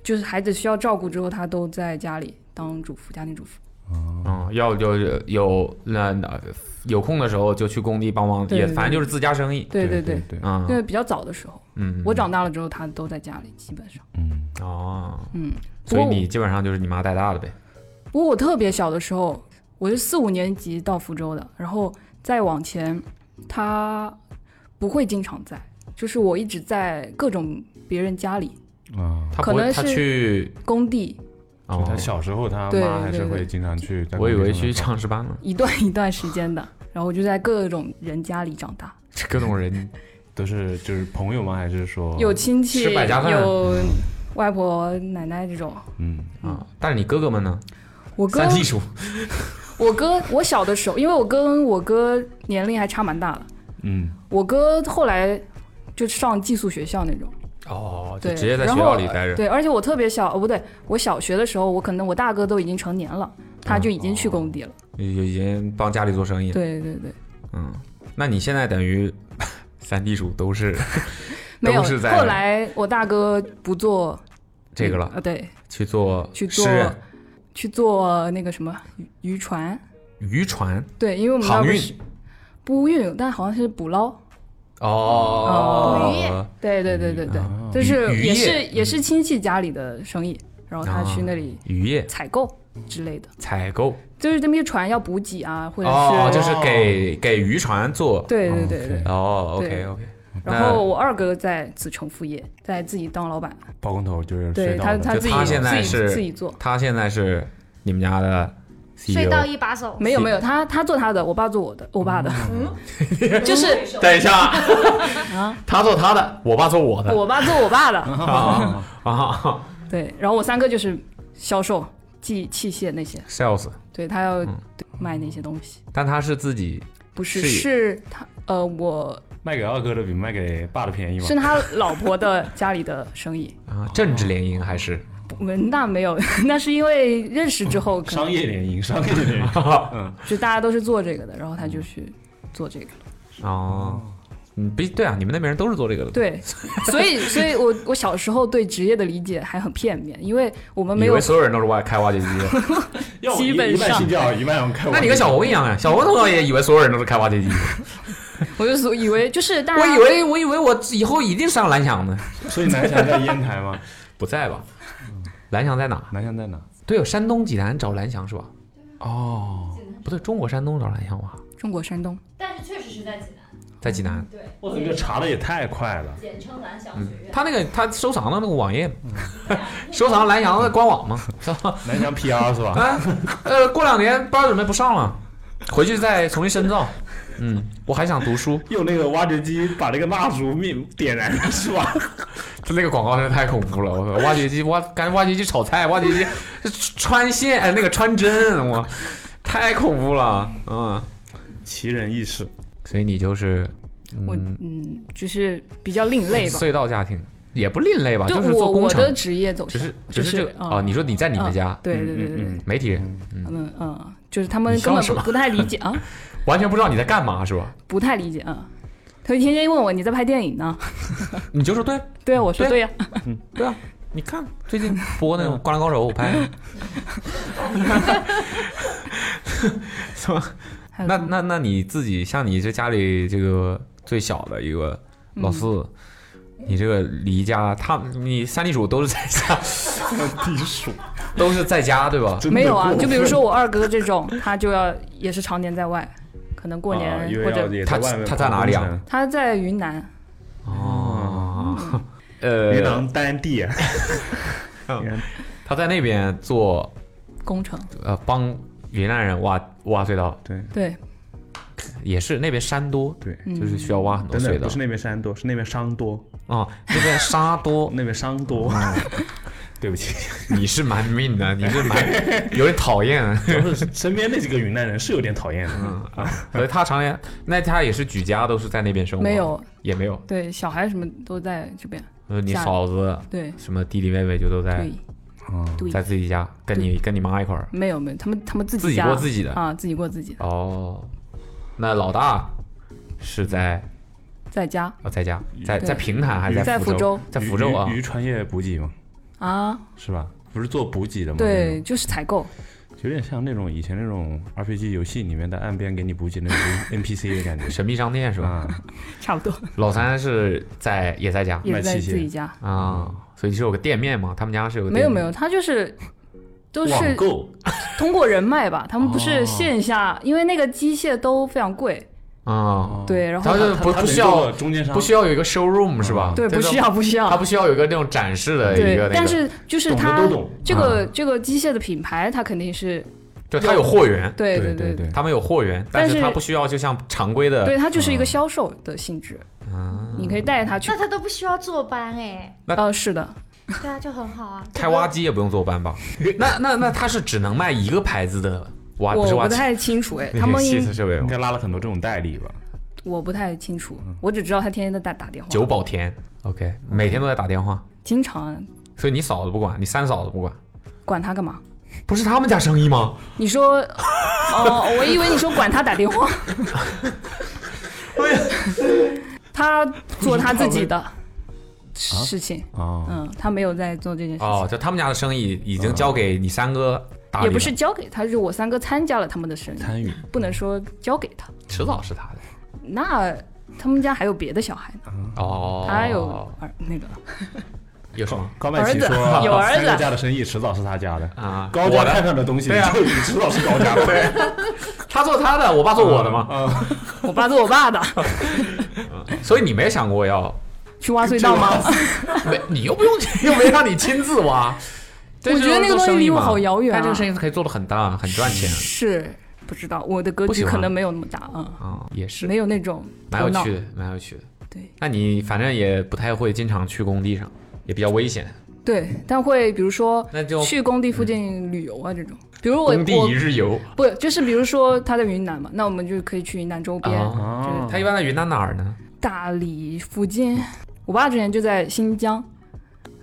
[SPEAKER 9] 就是孩子需要照顾之后，她都在家里当主妇，家庭主妇。
[SPEAKER 2] 嗯，要就是有那那有空的时候就去工地帮忙，
[SPEAKER 9] 对
[SPEAKER 2] 也
[SPEAKER 9] 对
[SPEAKER 2] 反正就是自家生意。
[SPEAKER 9] 对
[SPEAKER 8] 对
[SPEAKER 9] 对，
[SPEAKER 8] 对，
[SPEAKER 2] 嗯
[SPEAKER 9] 因为比较早的时候，
[SPEAKER 2] 嗯，
[SPEAKER 9] 我长大了之后，她都在家里，基本上。
[SPEAKER 8] 嗯，
[SPEAKER 2] 哦，
[SPEAKER 9] 嗯，不
[SPEAKER 2] 所以
[SPEAKER 9] 过
[SPEAKER 2] 你基本上就是你妈带大的呗。
[SPEAKER 9] 不过我特别小的时候，我是四五年级到福州的，然后再往前，他不会经常在，就是我一直在各种别人家里、
[SPEAKER 8] 啊，
[SPEAKER 2] 她不会，
[SPEAKER 9] 可能
[SPEAKER 2] 她
[SPEAKER 9] 是
[SPEAKER 2] 去
[SPEAKER 9] 工地
[SPEAKER 2] 哦，
[SPEAKER 8] 他小时候他
[SPEAKER 9] 对
[SPEAKER 8] 妈还是
[SPEAKER 9] 对对
[SPEAKER 8] 会经常去在
[SPEAKER 2] 我
[SPEAKER 8] 工地
[SPEAKER 2] 以
[SPEAKER 8] 上面跑，
[SPEAKER 2] 为去唱诗班了，
[SPEAKER 9] 一段一段时间的，然后我就在各种人家里长大，
[SPEAKER 2] 这 各种人
[SPEAKER 8] 都是就是朋友吗？还是说
[SPEAKER 9] 有亲戚，
[SPEAKER 2] 吃百家饭
[SPEAKER 9] 有外婆、奶奶这种。
[SPEAKER 8] 嗯
[SPEAKER 2] 啊。但是你哥哥们呢？
[SPEAKER 9] 我哥
[SPEAKER 2] 三，弟叔，
[SPEAKER 9] 我哥，我小的时候，因为我跟我哥年龄还差蛮大的，
[SPEAKER 8] 嗯
[SPEAKER 9] 我哥后来就上寄宿学校那种。
[SPEAKER 2] 哦，就
[SPEAKER 9] 对，
[SPEAKER 2] 直接在
[SPEAKER 9] 然
[SPEAKER 2] 学
[SPEAKER 9] 后
[SPEAKER 2] 校里待着。
[SPEAKER 9] 对，而且我特别小，哦不对，我小学的时候，我可能我大哥都已经成年了，他就已经
[SPEAKER 2] 哦
[SPEAKER 9] 去工地了。
[SPEAKER 2] 已经帮家里做生意。，
[SPEAKER 9] 对对对，
[SPEAKER 2] 嗯，那你现在等于 三地主都是
[SPEAKER 9] 没有。
[SPEAKER 2] 都是在
[SPEAKER 9] 后来我大哥不做
[SPEAKER 2] 这个了，
[SPEAKER 9] 啊，对，
[SPEAKER 2] 去做
[SPEAKER 9] 去做
[SPEAKER 2] 诗人、
[SPEAKER 9] 去做那个什么渔渔船，
[SPEAKER 2] 渔船、
[SPEAKER 9] 对，因为我们那
[SPEAKER 2] 航
[SPEAKER 9] 不
[SPEAKER 2] 运
[SPEAKER 9] 是。不运，但好像是捕捞。
[SPEAKER 6] 捕
[SPEAKER 2] 哦，
[SPEAKER 6] 鱼
[SPEAKER 9] 对对对对对，就
[SPEAKER 2] 渔
[SPEAKER 9] 是
[SPEAKER 2] 业嗯
[SPEAKER 9] 也
[SPEAKER 2] 哦
[SPEAKER 9] 是也是亲戚家里的生意，然后他去那里
[SPEAKER 2] 渔业
[SPEAKER 9] 采购之类的，
[SPEAKER 2] 采购
[SPEAKER 9] 就是那些船要补给啊，或者
[SPEAKER 2] 哦，就是是给给渔船做
[SPEAKER 9] 对对对对。
[SPEAKER 2] 哦，OK
[SPEAKER 9] 对
[SPEAKER 2] OK，
[SPEAKER 9] 然后我二哥在子承父业，在自己当老板，
[SPEAKER 8] 包工头就是
[SPEAKER 9] 对
[SPEAKER 8] 隧道
[SPEAKER 9] 他
[SPEAKER 8] 的
[SPEAKER 9] 他
[SPEAKER 2] 就
[SPEAKER 9] 自己
[SPEAKER 2] 他现在
[SPEAKER 9] 自己
[SPEAKER 2] 是
[SPEAKER 9] 自己做，
[SPEAKER 2] 他现在是你们家的 E
[SPEAKER 6] 隧道
[SPEAKER 2] CEO。
[SPEAKER 6] 一把手，
[SPEAKER 9] 没有没有，他他做他的，我爸做我的，我爸的，
[SPEAKER 2] 嗯
[SPEAKER 9] 就是
[SPEAKER 2] 等一下， 他做他的，我爸做我的
[SPEAKER 9] 我爸做我爸的，
[SPEAKER 2] 啊啊
[SPEAKER 9] 对，然后我三哥就是销售、器器械那些，
[SPEAKER 2] ，sales，
[SPEAKER 9] 对他要对卖那些东西，
[SPEAKER 2] 但他是自己
[SPEAKER 9] 不是
[SPEAKER 2] 嗯是
[SPEAKER 9] 是他呃我
[SPEAKER 8] 卖给二哥的比卖给爸的便宜嘛
[SPEAKER 9] 是，他老婆的家里的生意，
[SPEAKER 2] 啊，政治联姻还是
[SPEAKER 9] 嗯，那没有， 那是因为认识之后，可
[SPEAKER 8] 商
[SPEAKER 9] 能
[SPEAKER 8] 业联 姻，商业联姻。
[SPEAKER 9] 就大家都是做这个的，然后他
[SPEAKER 2] 嗯
[SPEAKER 9] 就去做这个。
[SPEAKER 2] 哦，嗯，不对啊，你们那边人都是做这个的，
[SPEAKER 9] 对，所以，所以我我小时候对职业的理解还很片面，因为我们没
[SPEAKER 2] 以
[SPEAKER 9] 有
[SPEAKER 2] 为所有人都是挖开挖掘机的。
[SPEAKER 8] 要我
[SPEAKER 9] 基
[SPEAKER 8] 一
[SPEAKER 9] 本
[SPEAKER 8] 一半
[SPEAKER 9] 上
[SPEAKER 8] 信教，一半开玩 笑。
[SPEAKER 2] 那你跟小红一样哎，小红同样也以为所有人都是开挖掘机的。
[SPEAKER 9] 我就所以为就是大家，
[SPEAKER 2] 我以为我以为我以后一定上蓝翔呢，
[SPEAKER 8] 所以南翔在烟台吗？
[SPEAKER 2] 不在吧？ 蓝翔在哪？
[SPEAKER 8] 南翔在哪？
[SPEAKER 2] 对哦，山东济南找蓝翔是吧？
[SPEAKER 8] 哦，
[SPEAKER 2] 不对，中国山东找蓝翔吧？
[SPEAKER 9] 中国山东，
[SPEAKER 2] 嗯
[SPEAKER 6] 但是确实是在济南，
[SPEAKER 2] 在济南，
[SPEAKER 6] 对，
[SPEAKER 8] 我操，这查的也太快 了。
[SPEAKER 6] 简称蓝翔学院。
[SPEAKER 2] 他那个他收藏的那个网页， 收藏蓝翔的官网嘛。
[SPEAKER 8] 南翔 PR 是吧？
[SPEAKER 2] 啊，呃，过两年班准备不上了，回去再重新深造。嗯，我还想读书。
[SPEAKER 8] 用那个挖掘机把那个蜡烛灭点燃了是吧？
[SPEAKER 2] 那个广告真的太恐怖了，我操！挖掘机挖，感觉挖掘机炒菜，挖掘机穿线，哎，那个穿针，我太恐怖了，嗯。
[SPEAKER 8] 奇人异事，
[SPEAKER 2] 所以你就是，
[SPEAKER 9] 我
[SPEAKER 2] 嗯，
[SPEAKER 9] 嗯，就是比较另类吧。
[SPEAKER 2] 隧道家庭也不另类吧，啊就是
[SPEAKER 9] 我
[SPEAKER 2] 做工
[SPEAKER 9] 我
[SPEAKER 2] 程
[SPEAKER 9] 的，职业走
[SPEAKER 2] 只
[SPEAKER 9] 向
[SPEAKER 2] 是只
[SPEAKER 9] 就是
[SPEAKER 2] 这个
[SPEAKER 9] 嗯
[SPEAKER 2] 啊，你说你在你们家
[SPEAKER 9] 啊，对对对对对，
[SPEAKER 2] 媒体人
[SPEAKER 9] 他们嗯，就是他们
[SPEAKER 2] 你
[SPEAKER 9] 根
[SPEAKER 2] 笑
[SPEAKER 9] 本
[SPEAKER 2] 什
[SPEAKER 9] 不
[SPEAKER 2] 么
[SPEAKER 9] 不太理解 啊，
[SPEAKER 2] 完全不知道你在干嘛是吧？
[SPEAKER 9] 不太理解啊。他就天天问我你在拍电影呢？
[SPEAKER 2] 你就说对
[SPEAKER 9] 对啊，我说
[SPEAKER 2] 对
[SPEAKER 9] 对呀、
[SPEAKER 2] 对啊，你看最近播那种《灌篮高手》，我拍的。什么？
[SPEAKER 9] 还 有
[SPEAKER 2] 那
[SPEAKER 9] 什么
[SPEAKER 2] 那那你自己像你这家里这个最小的一个
[SPEAKER 9] 嗯
[SPEAKER 2] 老四，你这个离家，他你三地鼠都是在家，
[SPEAKER 8] 地鼠
[SPEAKER 2] 都是在家对吧？
[SPEAKER 8] 真的
[SPEAKER 9] 没有啊，
[SPEAKER 8] 过分
[SPEAKER 9] 就比如说我二哥这种，他就要也是常年在外，可能过年、
[SPEAKER 8] 啊因为
[SPEAKER 9] 或
[SPEAKER 8] 要
[SPEAKER 9] 者
[SPEAKER 8] 也
[SPEAKER 2] 他
[SPEAKER 8] 外面
[SPEAKER 2] 他在哪里啊
[SPEAKER 8] 跑工
[SPEAKER 9] 他在云南，
[SPEAKER 2] 哦，
[SPEAKER 9] 嗯
[SPEAKER 8] 程？云
[SPEAKER 2] 呃，
[SPEAKER 8] 南丹地啊，
[SPEAKER 2] 他在那边做
[SPEAKER 9] 工程
[SPEAKER 2] 呃帮云南人挖挖隧道，
[SPEAKER 8] 对，
[SPEAKER 9] 对，
[SPEAKER 2] 也是那边山多，
[SPEAKER 8] 对
[SPEAKER 9] 嗯
[SPEAKER 2] 就是需要挖很多
[SPEAKER 8] 等
[SPEAKER 2] 隧
[SPEAKER 8] 等，
[SPEAKER 2] 道
[SPEAKER 8] 不是那边山多，是那边商多，
[SPEAKER 2] 啊，那边沙多，
[SPEAKER 8] 那边商多。 对不起，
[SPEAKER 2] 你是蛮命的，你是蛮有点讨厌。
[SPEAKER 8] 主要是身边那几个云南人是有点讨厌的。
[SPEAKER 2] 嗯所以他常年，那他也是举家都是在那边生活，
[SPEAKER 9] 没有
[SPEAKER 2] 也没有。
[SPEAKER 9] 对小孩什么都在这边，
[SPEAKER 2] 呃，你
[SPEAKER 9] 家里
[SPEAKER 2] 嫂子
[SPEAKER 9] 对
[SPEAKER 2] 什么弟弟妹妹就都在
[SPEAKER 9] 对
[SPEAKER 8] 嗯
[SPEAKER 9] 对
[SPEAKER 2] 在自己家，跟你跟你妈一块儿
[SPEAKER 9] 没有没有，他们他们自
[SPEAKER 2] 自己
[SPEAKER 9] 家
[SPEAKER 2] 过自己的。
[SPEAKER 9] 啊，自己过自己的，
[SPEAKER 2] 哦，那老大是在
[SPEAKER 9] 在家
[SPEAKER 2] 呃在家，在
[SPEAKER 9] 对
[SPEAKER 2] 在平潭还是
[SPEAKER 9] 在
[SPEAKER 2] 福
[SPEAKER 9] 福州，
[SPEAKER 2] 在福州啊
[SPEAKER 8] 渔，渔船业补给嘛，
[SPEAKER 9] 啊，
[SPEAKER 8] 是吧？不是做补给的吗？
[SPEAKER 9] 对，，就是采购，
[SPEAKER 8] 有点像那种以前那种 RPG 游戏里面的岸边给你补给那种 NPC 的感觉，
[SPEAKER 2] 神秘商店是吧？
[SPEAKER 8] 啊，
[SPEAKER 9] 差不多
[SPEAKER 2] 老三是在也在家
[SPEAKER 9] 也
[SPEAKER 8] 卖
[SPEAKER 9] 是在
[SPEAKER 8] 器械
[SPEAKER 9] 自己家，
[SPEAKER 2] 啊，所以是有个店面嘛，他们家是有个
[SPEAKER 9] 没有
[SPEAKER 2] 店
[SPEAKER 9] 没
[SPEAKER 2] 面
[SPEAKER 9] 有，他就是都
[SPEAKER 8] 网
[SPEAKER 9] 是
[SPEAKER 8] 购
[SPEAKER 9] 通过人脉吧，他们不
[SPEAKER 2] 哦
[SPEAKER 9] 是线下，因为那个机械都非常贵，
[SPEAKER 2] 啊，
[SPEAKER 9] 对，然后啊
[SPEAKER 2] 他啊是不不需要
[SPEAKER 8] 中间商，
[SPEAKER 2] 不需要有一个 showroom 是吧？
[SPEAKER 9] 对
[SPEAKER 2] 就
[SPEAKER 9] 不
[SPEAKER 2] 是
[SPEAKER 9] 需要不需要
[SPEAKER 2] 它，不需要有一个那种展示的一个那个，
[SPEAKER 9] 对，但是就是
[SPEAKER 8] 懂的
[SPEAKER 9] 它
[SPEAKER 8] 都懂
[SPEAKER 9] 这个
[SPEAKER 2] 啊
[SPEAKER 9] 这个机械的品牌，它肯定是
[SPEAKER 2] 就它有货源，
[SPEAKER 9] 对
[SPEAKER 8] 对
[SPEAKER 9] 对
[SPEAKER 8] 对，
[SPEAKER 2] 他们有货源，
[SPEAKER 9] 但
[SPEAKER 2] 但
[SPEAKER 9] 是
[SPEAKER 2] 是它不需要就像常规的，
[SPEAKER 9] 对，它就是一
[SPEAKER 2] 嗯
[SPEAKER 9] 个销售的性质，
[SPEAKER 2] 啊
[SPEAKER 9] 你可以带着它去
[SPEAKER 6] 那。他都不需要坐班哎，
[SPEAKER 9] 呃，是的，
[SPEAKER 6] 对啊，就很好啊。
[SPEAKER 2] 开挖机也不用坐班吧？ 那那那它是只能卖一个牌子的挖，啊不
[SPEAKER 9] 我
[SPEAKER 2] 是挖
[SPEAKER 9] 不
[SPEAKER 2] 机，
[SPEAKER 9] 太 清楚哎，他们
[SPEAKER 2] 汽
[SPEAKER 9] 应
[SPEAKER 2] 车设备
[SPEAKER 8] 应该拉了很多这种代理吧？
[SPEAKER 9] 我不太清楚，我只知道他天天在打打电话，
[SPEAKER 2] 嗯九保田，OK，每天都在打电话，
[SPEAKER 9] 经常
[SPEAKER 2] 所以你嫂子不管，你三嫂子不管，
[SPEAKER 9] 管他干嘛？
[SPEAKER 2] 不是他们家生意吗？
[SPEAKER 9] 你说，哦，我以为你说管他打电话。
[SPEAKER 2] 哎
[SPEAKER 9] 他做他自己的事情，
[SPEAKER 8] 啊，
[SPEAKER 9] 嗯，他没有在做这件事情，
[SPEAKER 2] 哦哦，就啊他们家的生意已经交给你三哥打理
[SPEAKER 9] 也
[SPEAKER 2] 了，
[SPEAKER 9] 不是交给他，是我三哥参加了他们的生意，
[SPEAKER 8] 参与
[SPEAKER 9] 不能说交给他。
[SPEAKER 2] 迟早是他的
[SPEAKER 9] 那他们家还有别的小孩呢，
[SPEAKER 2] 哦，
[SPEAKER 9] 他有儿那个
[SPEAKER 2] 有什么
[SPEAKER 8] 高麦奇说
[SPEAKER 9] 儿子有儿子
[SPEAKER 8] 三哥家的生意迟早是他家的，
[SPEAKER 2] 啊？
[SPEAKER 8] 高
[SPEAKER 2] 我
[SPEAKER 8] 家
[SPEAKER 2] 的
[SPEAKER 8] 看上的东西
[SPEAKER 2] 对啊
[SPEAKER 8] 就迟早是高家的。
[SPEAKER 2] 他做他的，我爸做我的嘛，
[SPEAKER 9] 我爸做我 爸的，
[SPEAKER 2] 所以你没想过要
[SPEAKER 9] 去挖隧道吗？
[SPEAKER 2] 没，你又不用，又没让你亲自挖。
[SPEAKER 9] 我觉得那个东西离我好遥远啊
[SPEAKER 2] 但这个生意可以做的很大，很赚钱
[SPEAKER 9] 是不知道我的格
[SPEAKER 2] 不喜
[SPEAKER 9] 局
[SPEAKER 2] 欢
[SPEAKER 9] 可能没有那么大啊，
[SPEAKER 2] 啊、也
[SPEAKER 9] 嗯
[SPEAKER 2] 是
[SPEAKER 9] 没有那种
[SPEAKER 2] 蛮
[SPEAKER 9] 头
[SPEAKER 2] 有
[SPEAKER 9] 脑
[SPEAKER 2] 趣。的，蛮有趣的。
[SPEAKER 9] 对
[SPEAKER 2] 那你反正也不太会经常去工地上，也比较危险。
[SPEAKER 9] 对，但会比如说
[SPEAKER 2] 那就
[SPEAKER 9] 去工地附近旅游啊这种，比如我
[SPEAKER 2] 工地一
[SPEAKER 9] 我
[SPEAKER 2] 日游，
[SPEAKER 9] 不就是比如说他在云南嘛，那我们就可以去云南周边，
[SPEAKER 2] 啊
[SPEAKER 9] 就是
[SPEAKER 2] 他一般在云南哪儿呢？
[SPEAKER 9] 大理附近。我爸之前就在新疆，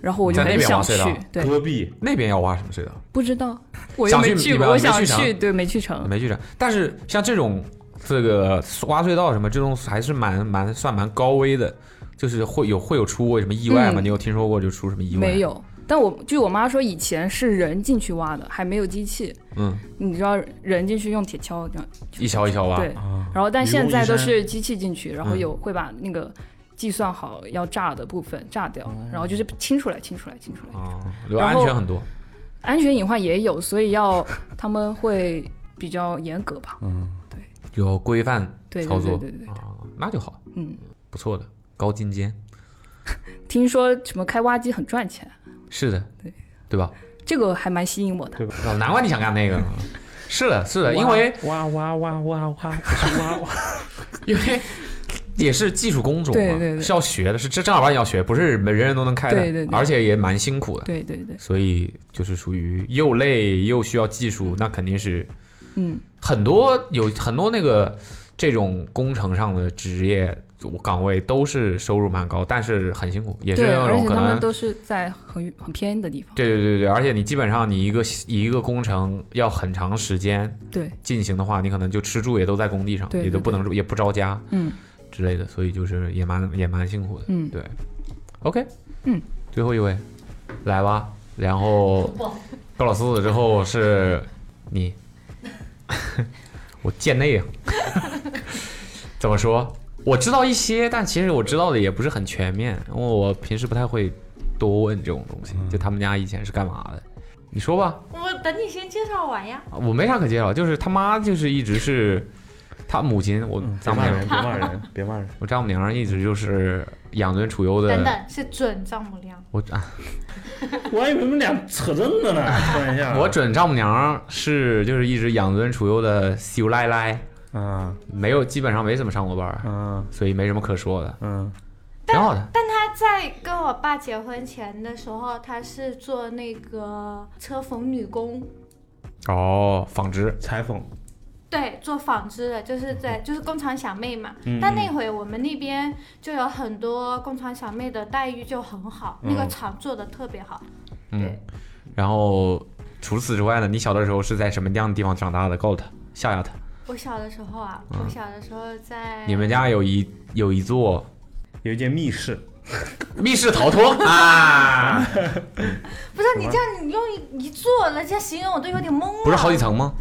[SPEAKER 9] 然后我就
[SPEAKER 2] 在那
[SPEAKER 9] 很
[SPEAKER 2] 边
[SPEAKER 9] 想
[SPEAKER 2] 挖隧
[SPEAKER 9] 去
[SPEAKER 2] 道，
[SPEAKER 9] 对，
[SPEAKER 8] 戈壁
[SPEAKER 2] 那边要挖什么啊隧道？
[SPEAKER 9] 不知道，我又
[SPEAKER 2] 想去
[SPEAKER 9] 没
[SPEAKER 2] 你们
[SPEAKER 9] 过，我
[SPEAKER 2] 没
[SPEAKER 9] 想
[SPEAKER 2] 去成
[SPEAKER 9] 去，对，没去成。
[SPEAKER 2] 没去成。但是像这种这个挖隧道什么这种，还是蛮蛮算蛮高危的，就是会有会有出过什么意外吗？
[SPEAKER 9] 嗯
[SPEAKER 2] 你有听说过就出什么意外？
[SPEAKER 9] 没。有，但我据我妈说，以前是人进去挖的，还没有机器。
[SPEAKER 2] 嗯，
[SPEAKER 9] 你知道人进去用铁锹这样，
[SPEAKER 2] 一锹一锹挖。
[SPEAKER 9] 对
[SPEAKER 2] 啊
[SPEAKER 9] 然后但现
[SPEAKER 8] 一
[SPEAKER 9] 在
[SPEAKER 8] 路
[SPEAKER 9] 都
[SPEAKER 8] 一山
[SPEAKER 9] 是机器进去，然后
[SPEAKER 2] 嗯
[SPEAKER 9] 有会把那个计算好要炸的部分炸掉，然后就是清出来，清出来，清出来。
[SPEAKER 2] 嗯啊，对
[SPEAKER 9] 然
[SPEAKER 2] 安
[SPEAKER 9] 后
[SPEAKER 2] 全很多。
[SPEAKER 9] 安全隐患也有，所以要他们会比较严格吧？
[SPEAKER 2] 有规范
[SPEAKER 9] 对对
[SPEAKER 2] 嗯操
[SPEAKER 9] 对
[SPEAKER 2] 作
[SPEAKER 9] 对对，
[SPEAKER 2] 啊，那就好，
[SPEAKER 9] 嗯，
[SPEAKER 2] 不错的，高精尖，
[SPEAKER 9] 听说什么开挖机很赚钱，
[SPEAKER 2] 是的，
[SPEAKER 9] 对
[SPEAKER 2] 对吧？
[SPEAKER 9] 这个还蛮吸引我的。
[SPEAKER 2] 啊难怪你想干那个。 是的，是的，因为
[SPEAKER 8] 哇哇哇哇哇，不是哇哇，
[SPEAKER 2] 因为也是技术工种嘛，
[SPEAKER 9] 对对对
[SPEAKER 2] 是要学的，是正正儿八经要学，不是人人都能开的，
[SPEAKER 9] 对对对
[SPEAKER 2] 而且也蛮辛苦的，
[SPEAKER 9] 对对对，
[SPEAKER 2] 所以就是属于又累又需要技术，那肯定是
[SPEAKER 9] 嗯，
[SPEAKER 2] 很多有很多那个这种工程上的职业岗位都是收入蛮高，但是很辛苦，也是
[SPEAKER 9] 对，
[SPEAKER 2] 那
[SPEAKER 9] 而
[SPEAKER 2] 种
[SPEAKER 9] 且
[SPEAKER 2] 可
[SPEAKER 9] 他
[SPEAKER 2] 能
[SPEAKER 9] 们都是在很很偏的地方。
[SPEAKER 2] 对对对对，而且你基本上你一个一个工程要很长时间
[SPEAKER 9] 对，
[SPEAKER 2] 进行的话，你可能就吃住也都在工地上，
[SPEAKER 9] 对
[SPEAKER 2] 也都
[SPEAKER 9] 对
[SPEAKER 2] 不能也不着家
[SPEAKER 9] 嗯
[SPEAKER 2] 之类的，所以就是也蛮也蛮辛苦的。
[SPEAKER 9] 嗯，
[SPEAKER 2] 对，OK，
[SPEAKER 9] 嗯，
[SPEAKER 2] 最后一位，来吧。然后高老师之后是你， 我贱内啊， 怎么说？我知道一些，但其实我知道的也不是很全面，因为我平时不太会多问这种东西。就他们家以前是干嘛的？你说吧，
[SPEAKER 6] 我等你先介绍完呀。
[SPEAKER 2] 我没啥可介绍，就是他妈就是一直是他母亲，我
[SPEAKER 3] 嗯
[SPEAKER 8] 别
[SPEAKER 2] 丈母
[SPEAKER 8] 骂
[SPEAKER 2] 娘，
[SPEAKER 8] 人，别骂人，别骂人，
[SPEAKER 2] 我丈母娘一直就是养尊处优的。
[SPEAKER 6] 等等，是准丈母娘。
[SPEAKER 2] 我啊，
[SPEAKER 8] 我还以为你们俩扯证的呢，突然
[SPEAKER 3] 嗯
[SPEAKER 8] 一下，
[SPEAKER 2] 我准丈母娘是就是一直养尊处优的秀奶奶，
[SPEAKER 8] 啊
[SPEAKER 2] 没有基本上没怎么上过班
[SPEAKER 3] 嗯
[SPEAKER 2] 儿，
[SPEAKER 8] 啊
[SPEAKER 2] 所以没什么可说的，
[SPEAKER 8] 嗯，
[SPEAKER 2] 挺好的。
[SPEAKER 6] 他在跟我爸结婚前的时候，他是做那个车缝女工，
[SPEAKER 2] 哦，纺织
[SPEAKER 8] 裁缝，
[SPEAKER 6] 对，做纺织的，就是
[SPEAKER 2] 嗯
[SPEAKER 6] 在就是工厂小妹嘛。
[SPEAKER 8] 嗯
[SPEAKER 6] 但那会我们那边就有很多工厂小妹的待遇就很好，那个厂做的特别好。
[SPEAKER 2] 嗯，然后除此之外呢，你小的时候是在什么样的地方长大的？告诉他，吓吓他。
[SPEAKER 6] 我小的时候啊，我小的时候在
[SPEAKER 2] 你们家有一有一座
[SPEAKER 8] 有一间密室，
[SPEAKER 2] 密室逃脱啊，
[SPEAKER 6] 不是你这样，你用一一座人家形容我都有点懵了。
[SPEAKER 2] 不是好几层 吗？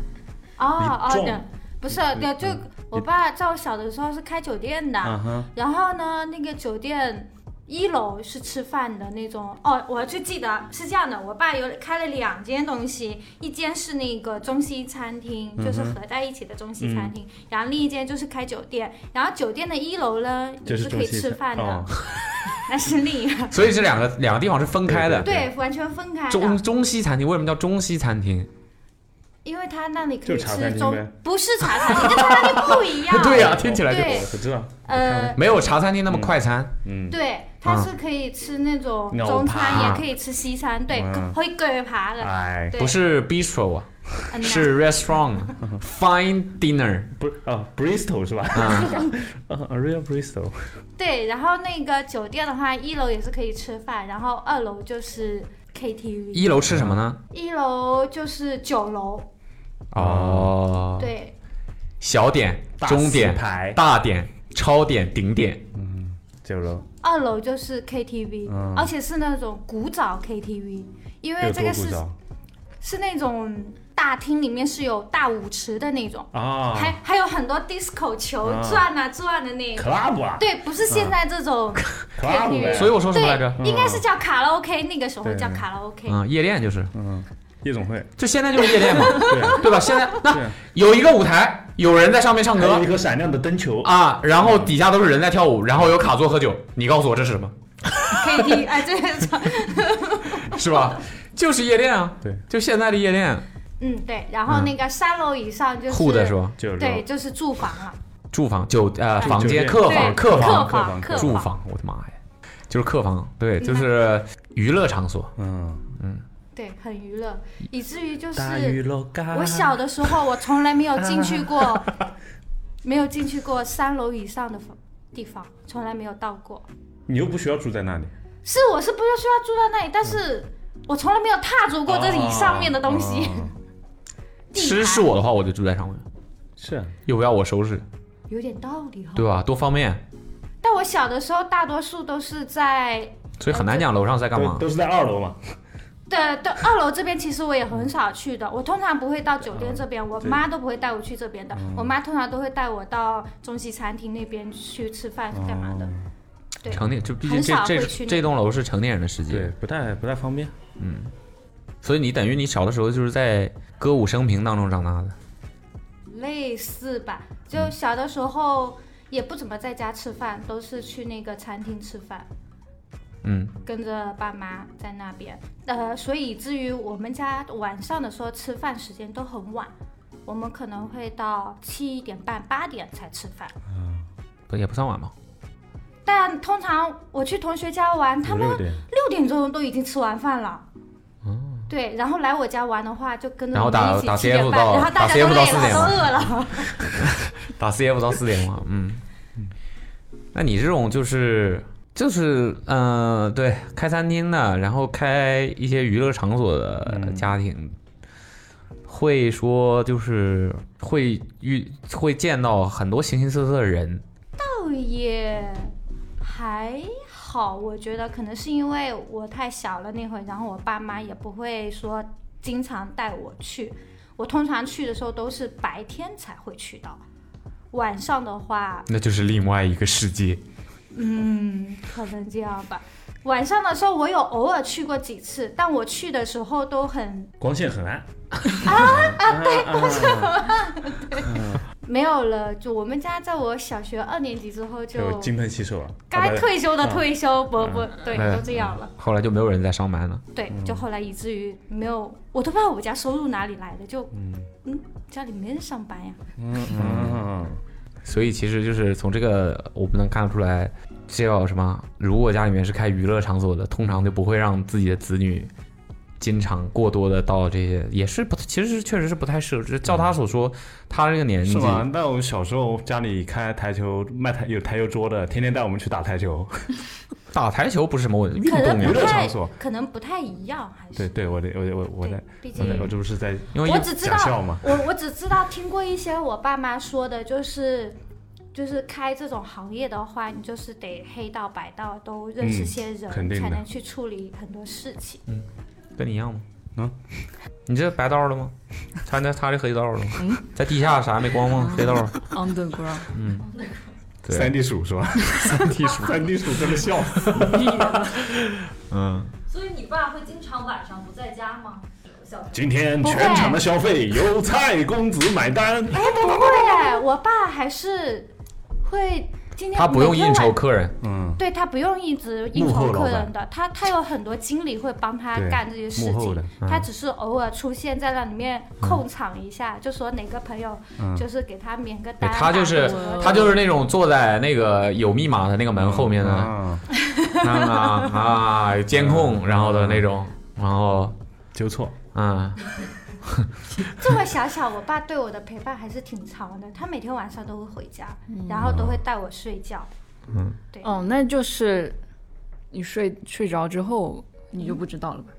[SPEAKER 6] 哦哦
[SPEAKER 8] 撞
[SPEAKER 6] 对，不是对，就我爸在我小的时候是开酒店的，
[SPEAKER 2] 嗯
[SPEAKER 8] 啊哈，
[SPEAKER 6] 然后呢，那个 酒店一楼是吃饭的那种哦，我 就记得是这样的，我爸有开了两间东西，一间是那个中西餐厅，就是合在一起的中西餐厅，然后另一间就是开酒店，然后酒店的一楼呢
[SPEAKER 8] 就
[SPEAKER 6] 也
[SPEAKER 8] 呃是
[SPEAKER 6] 可
[SPEAKER 8] 中
[SPEAKER 6] 以
[SPEAKER 8] 西
[SPEAKER 6] 吃饭的，
[SPEAKER 8] 哦
[SPEAKER 6] 那是另一个，
[SPEAKER 2] 所以这两个两个地方是分开的。
[SPEAKER 6] 对，完全分开
[SPEAKER 2] 中
[SPEAKER 6] 的，
[SPEAKER 2] 中西餐厅为什么叫中西餐厅？
[SPEAKER 6] 因为他那里可
[SPEAKER 8] 就
[SPEAKER 6] 以
[SPEAKER 8] 茶餐
[SPEAKER 6] 吃
[SPEAKER 8] 厅
[SPEAKER 6] 中
[SPEAKER 8] 呗，
[SPEAKER 6] 不是茶餐厅，跟茶餐厅不一样，
[SPEAKER 2] 对呀、听起来就
[SPEAKER 6] 对
[SPEAKER 8] 我知道，
[SPEAKER 6] 呃，
[SPEAKER 2] 没有茶餐厅那么快餐。
[SPEAKER 8] 嗯，
[SPEAKER 6] 对，它是可以吃那种
[SPEAKER 8] 鸟
[SPEAKER 6] 中餐，
[SPEAKER 2] 扒
[SPEAKER 6] 也可以吃西餐，对
[SPEAKER 8] 嗯，
[SPEAKER 6] 会割扒的，
[SPEAKER 8] 哎，
[SPEAKER 6] 对，
[SPEAKER 2] 不是 bistro 啊，
[SPEAKER 6] 嗯呐
[SPEAKER 2] 是 restaurant fine dinner
[SPEAKER 8] 不是啊，Bristol 是吧？
[SPEAKER 2] 啊、
[SPEAKER 8] 啊，Real Bristol，
[SPEAKER 6] 对。然后那个酒店的话，一楼也是可以吃饭，然后二楼就是 KTV，
[SPEAKER 2] 一楼吃什么呢？
[SPEAKER 6] 一楼就是酒楼，
[SPEAKER 2] 哦，
[SPEAKER 6] 对，
[SPEAKER 2] 小点、
[SPEAKER 8] 大
[SPEAKER 2] 中
[SPEAKER 8] 四
[SPEAKER 2] 点、
[SPEAKER 8] 排
[SPEAKER 2] 大点、超点、顶点。
[SPEAKER 8] 酒楼，
[SPEAKER 6] 二楼就是 KTV，
[SPEAKER 8] 嗯
[SPEAKER 6] 而且是那种古早 KTV，因为
[SPEAKER 8] 有
[SPEAKER 6] 这
[SPEAKER 8] 多
[SPEAKER 6] 个
[SPEAKER 8] 古
[SPEAKER 6] 是
[SPEAKER 8] 早
[SPEAKER 6] 是那种大厅里面是有大舞池的那种，
[SPEAKER 8] 啊
[SPEAKER 6] 还还有很多 disco 球
[SPEAKER 8] 啊
[SPEAKER 6] 转啊转的那种，
[SPEAKER 8] ，club 啊嗯
[SPEAKER 6] 对，不是现在这种。
[SPEAKER 8] ，club 呗
[SPEAKER 2] 所以我说什么来着？
[SPEAKER 6] 对，应该是叫卡拉 OK，那个时候
[SPEAKER 8] 对
[SPEAKER 6] 叫卡拉 OK。
[SPEAKER 2] 嗯，夜店就是，
[SPEAKER 8] 夜总会，
[SPEAKER 2] 就现在就是夜店嘛，
[SPEAKER 8] 对，
[SPEAKER 2] 对哎吧？现在
[SPEAKER 8] 对
[SPEAKER 2] 那有一个舞台，有人在上面唱
[SPEAKER 8] 还有
[SPEAKER 2] 歌
[SPEAKER 8] 一颗闪亮的灯球，
[SPEAKER 2] 啊，然后底下都是人在跳舞，然后有卡座喝酒。你告诉我这是什么？
[SPEAKER 6] K T 哎，这个
[SPEAKER 2] 是吧？就是夜店啊，
[SPEAKER 8] 对，
[SPEAKER 2] 就现在的夜店，
[SPEAKER 6] 嗯对，然后那个三楼以上就是
[SPEAKER 2] 酷的是？吧？
[SPEAKER 8] 酒楼，
[SPEAKER 6] 对，就是住房了，
[SPEAKER 2] 住房酒呃房间
[SPEAKER 8] 酒店
[SPEAKER 2] 客
[SPEAKER 6] 对，
[SPEAKER 2] 房客
[SPEAKER 6] 房
[SPEAKER 2] 房
[SPEAKER 8] 客
[SPEAKER 6] 房
[SPEAKER 8] 房
[SPEAKER 6] 客
[SPEAKER 2] 住，房，我的妈呀，就是客房，对，就是娱乐场所。
[SPEAKER 8] 嗯，
[SPEAKER 6] 对，很娱乐，以至于就是
[SPEAKER 8] 大鱼楼嘎，
[SPEAKER 6] 我小的时候，我从来没有进去过，没有进去过三楼以上的房地方，从来没有到过。
[SPEAKER 8] 你又不需要住在那里，是我是不是需要住到那里，但是我从来没有踏足过这里
[SPEAKER 2] 哦
[SPEAKER 8] 上面的东西。地
[SPEAKER 2] 吃
[SPEAKER 8] 盘
[SPEAKER 2] 是我的话，我就住在上面，
[SPEAKER 3] 是啊
[SPEAKER 2] 又不要我收拾，
[SPEAKER 8] 有点道
[SPEAKER 6] 哦
[SPEAKER 8] 理哈、
[SPEAKER 2] 对吧？多方便，
[SPEAKER 8] 但我小的时候大多数都是在
[SPEAKER 2] 所以很
[SPEAKER 8] 哦
[SPEAKER 2] 难讲楼上在干嘛
[SPEAKER 3] 都。都是在二楼嘛，
[SPEAKER 8] 对对，二楼这边其实我也很少去的，我通常不会到酒店这边，我妈都不会带我去这边的，我妈通常都会带我到中西餐厅那边去吃饭是干嘛的。对
[SPEAKER 2] 成年，就毕竟
[SPEAKER 8] 很
[SPEAKER 2] 这
[SPEAKER 8] 少
[SPEAKER 2] 这
[SPEAKER 8] 会去那
[SPEAKER 2] 这栋楼是成年人的世
[SPEAKER 3] 对
[SPEAKER 8] 嗯
[SPEAKER 2] 界，，
[SPEAKER 3] 不太不太方便。
[SPEAKER 2] 所以你等于你小的时候就是在歌舞升平当中长大的。
[SPEAKER 8] 类似吧，就小的时候也不怎么在家吃饭，都是去那个餐厅吃饭，
[SPEAKER 2] 嗯，
[SPEAKER 8] 跟着爸妈在那边。呃，所以以至于我们家晚上的时候吃饭时间都很晚，我们可能会到七点半、八点才吃饭。
[SPEAKER 2] 不也不算晚嘛。
[SPEAKER 8] 但通常我去同学家玩，他
[SPEAKER 3] 五
[SPEAKER 8] 们
[SPEAKER 3] 六点，哦
[SPEAKER 8] 六点钟都已经吃完饭了。对，然后来我家玩的话，就跟着
[SPEAKER 2] 然后
[SPEAKER 8] 我们
[SPEAKER 2] 打
[SPEAKER 8] 一起
[SPEAKER 2] 打
[SPEAKER 8] 七点
[SPEAKER 2] CF
[SPEAKER 8] 半
[SPEAKER 2] 到
[SPEAKER 8] 然后
[SPEAKER 2] 打
[SPEAKER 8] 大家都
[SPEAKER 2] CF 到
[SPEAKER 8] 累
[SPEAKER 2] 4
[SPEAKER 8] 了，
[SPEAKER 2] 点
[SPEAKER 8] 都
[SPEAKER 2] 嘛
[SPEAKER 8] 饿了。
[SPEAKER 2] 打 CF 到四点嘛，嗯。那你这种就是就是嗯、呃对，开餐厅的，然后开一些娱乐场所的家庭，会说就是会遇会见到很多形形色色的人，
[SPEAKER 8] 倒也还好，我觉得可能是因为我太小了那会儿，然后我爸妈也不会说经常带我去。我通常去的时候都是白天才会去到，晚上的话，
[SPEAKER 2] 那就是另外一个世界。
[SPEAKER 8] 嗯，可能这样吧。晚上的时候我有偶尔去过几次，但我去的时候都很
[SPEAKER 3] 光线很暗。啊 啊，嗯对，光线很暗。
[SPEAKER 8] 没有了。就我们家在我小学二年级之后就
[SPEAKER 3] 就金盆洗手啊了，
[SPEAKER 8] 该退休的
[SPEAKER 3] 嗯
[SPEAKER 8] 退休，不不，对，
[SPEAKER 2] 哎嗯
[SPEAKER 8] 都这样了。
[SPEAKER 2] 后来就没有人在上班了，
[SPEAKER 8] 对，就后来以至于没有，我都不知道我家收入哪里来的，就嗯家里没人上班呀。
[SPEAKER 3] 嗯，
[SPEAKER 2] 所以其实就是从这个我们能看得出来，这叫什么？如果家里面是开娱乐场所的，通常就不会让自己的子女经常过多的到这些，也是不，其实是确实是不太适合。就是照他所说，他这个年纪
[SPEAKER 3] 是吗？那我小时候家里开台球卖台有台球桌的，天天带我们去打台球。
[SPEAKER 2] 打台球不是什么问题，运
[SPEAKER 8] 可
[SPEAKER 2] 动
[SPEAKER 8] 能
[SPEAKER 2] 呀
[SPEAKER 8] 不
[SPEAKER 3] 娱乐
[SPEAKER 8] 太
[SPEAKER 3] 场所，
[SPEAKER 8] 可能不太一样，还
[SPEAKER 3] 对
[SPEAKER 8] 是
[SPEAKER 3] 对，我得我得我我在
[SPEAKER 8] 对，毕
[SPEAKER 3] 我在
[SPEAKER 8] 竟
[SPEAKER 3] 我这不是在
[SPEAKER 2] 因为
[SPEAKER 8] 我只知
[SPEAKER 3] 讲笑
[SPEAKER 8] 道
[SPEAKER 3] 嘛，
[SPEAKER 8] 我我只知道听过一些我爸妈说的，就是就是开这种行业的话，你就是得黑道白道都认识
[SPEAKER 3] 嗯
[SPEAKER 8] 些人，
[SPEAKER 3] 肯定
[SPEAKER 8] 才
[SPEAKER 3] 的
[SPEAKER 8] 能去处理很多事情。
[SPEAKER 2] 跟你一样吗？
[SPEAKER 3] 嗯，
[SPEAKER 2] 你这白道了吗？他那他这黑道了吗？在地下啥也没光吗？黑道儿
[SPEAKER 9] underground，
[SPEAKER 2] 对
[SPEAKER 3] 三 D 鼠是吧？ 三 D 鼠，三 D 鼠真的笑死。
[SPEAKER 2] 嗯，
[SPEAKER 10] 所以你爸会经常晚上不在家吗？小时候
[SPEAKER 3] 今天
[SPEAKER 8] 不会
[SPEAKER 3] 全场的消费由蔡公子买单。
[SPEAKER 8] 哎，不会，我爸还是会今天
[SPEAKER 2] 他不用
[SPEAKER 8] 每天
[SPEAKER 2] 应酬
[SPEAKER 8] 晚
[SPEAKER 2] 客人，
[SPEAKER 3] 嗯，
[SPEAKER 8] 对他不用一直应
[SPEAKER 3] 幕后
[SPEAKER 8] 酬
[SPEAKER 3] 老
[SPEAKER 8] 客
[SPEAKER 3] 板
[SPEAKER 8] 人的，他他有很多经理会帮他
[SPEAKER 3] 对
[SPEAKER 8] 干这些事
[SPEAKER 3] 幕后
[SPEAKER 8] 情
[SPEAKER 3] 的，
[SPEAKER 8] 他只是偶尔出现在那里面控场一下，就说哪个朋友就是给他免个
[SPEAKER 2] 对
[SPEAKER 8] 单啊，
[SPEAKER 2] 他就是
[SPEAKER 8] 或者
[SPEAKER 2] 他就是那种坐在那个有密码的那个门后面的。
[SPEAKER 8] 嗯
[SPEAKER 3] 啊，
[SPEAKER 2] 啊啊，监控然后的那种，然后
[SPEAKER 3] 纠错。
[SPEAKER 2] 嗯，
[SPEAKER 8] 这么想想，我爸对我的陪伴还是挺长的，他每天晚上都会回家，然后都会带我睡觉。
[SPEAKER 9] 哦，那就是你睡睡着之后，你就不知道了吧？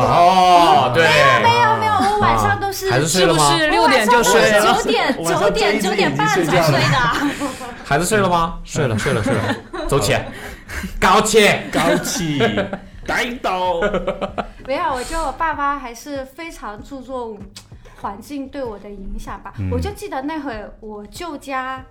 [SPEAKER 3] 啊
[SPEAKER 2] 哦，对，
[SPEAKER 8] 没有没有，我哦晚上都
[SPEAKER 2] 啊还是睡
[SPEAKER 9] 是
[SPEAKER 2] 了
[SPEAKER 9] 不
[SPEAKER 2] 吗？
[SPEAKER 9] 是六点就睡了？
[SPEAKER 8] 九点
[SPEAKER 3] 晚
[SPEAKER 8] 九
[SPEAKER 3] 上追
[SPEAKER 8] 点
[SPEAKER 3] 剧
[SPEAKER 8] 九
[SPEAKER 3] 已
[SPEAKER 8] 点
[SPEAKER 3] 经
[SPEAKER 8] 半
[SPEAKER 3] 睡
[SPEAKER 8] 才
[SPEAKER 3] 觉
[SPEAKER 8] 睡
[SPEAKER 3] 了
[SPEAKER 8] 的，
[SPEAKER 2] 孩子睡了吗？嗯睡了，睡了，睡了， 走起，搞起，
[SPEAKER 3] 高起，带刀。
[SPEAKER 8] 没有，我觉得我爸妈还是非常注重环境对我的影响
[SPEAKER 3] 嗯
[SPEAKER 8] 吧。我就记得那会儿我舅家，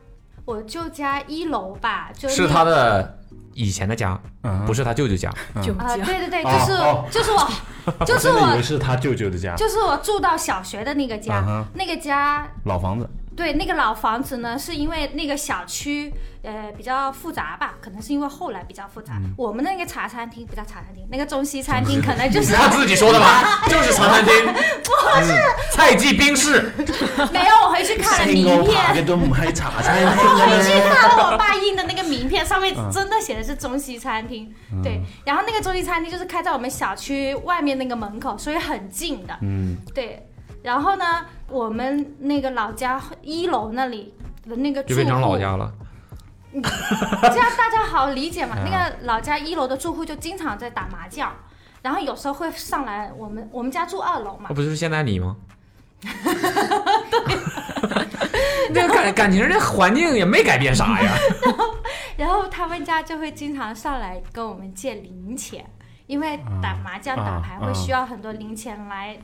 [SPEAKER 8] 我舅家一楼吧，就那
[SPEAKER 2] 是他的以前的家，
[SPEAKER 3] 嗯
[SPEAKER 2] 不是他舅舅家，
[SPEAKER 9] 就
[SPEAKER 8] 啊、
[SPEAKER 9] 这样。
[SPEAKER 8] 对对对，
[SPEAKER 3] 哦
[SPEAKER 8] 就是、
[SPEAKER 3] 哦
[SPEAKER 8] 就 是我就是
[SPEAKER 3] 真的以为
[SPEAKER 8] 我
[SPEAKER 3] 是他舅舅的家，
[SPEAKER 8] 就是我住到小学的那个家，
[SPEAKER 3] 嗯哼
[SPEAKER 8] 那个家
[SPEAKER 3] 老房子。
[SPEAKER 8] 对，那个老房子呢，是因为那个小区呃比较复杂吧，可能是因为后来比较复杂。我们那个茶餐厅不叫茶餐厅，那个中西餐厅可能就是
[SPEAKER 2] 他自己说的 吧？就是茶餐厅，不是嗯蔡记冰室，
[SPEAKER 8] 没有。我回去看了名片，
[SPEAKER 3] 都唔系茶餐
[SPEAKER 8] 回去看
[SPEAKER 3] 啊
[SPEAKER 8] 了我爸印的那个名片，上面真的写的是中西餐厅。
[SPEAKER 2] 嗯
[SPEAKER 8] 对，然后那个中西餐厅就是开在我们小区外面那个门口，所以很近的。
[SPEAKER 3] 嗯，
[SPEAKER 8] 对，然后呢，我们那个老家一楼那里的那个
[SPEAKER 2] 就
[SPEAKER 8] 住
[SPEAKER 2] 变成老
[SPEAKER 8] 户。
[SPEAKER 2] 家了。
[SPEAKER 6] 这样大家好理解嘛。
[SPEAKER 2] 啊
[SPEAKER 6] 那个老家一楼的住户就经常在打麻将，然后有时候会上来我们我们家住二楼嘛
[SPEAKER 2] 那，啊不就是现在你 吗？这感感情这环境也没改变啥呀。
[SPEAKER 6] 然后他们家就会经常上来跟我们借零钱，因为打麻将、
[SPEAKER 3] 啊
[SPEAKER 6] 打牌
[SPEAKER 3] 啊
[SPEAKER 6] 会需要很多零钱来，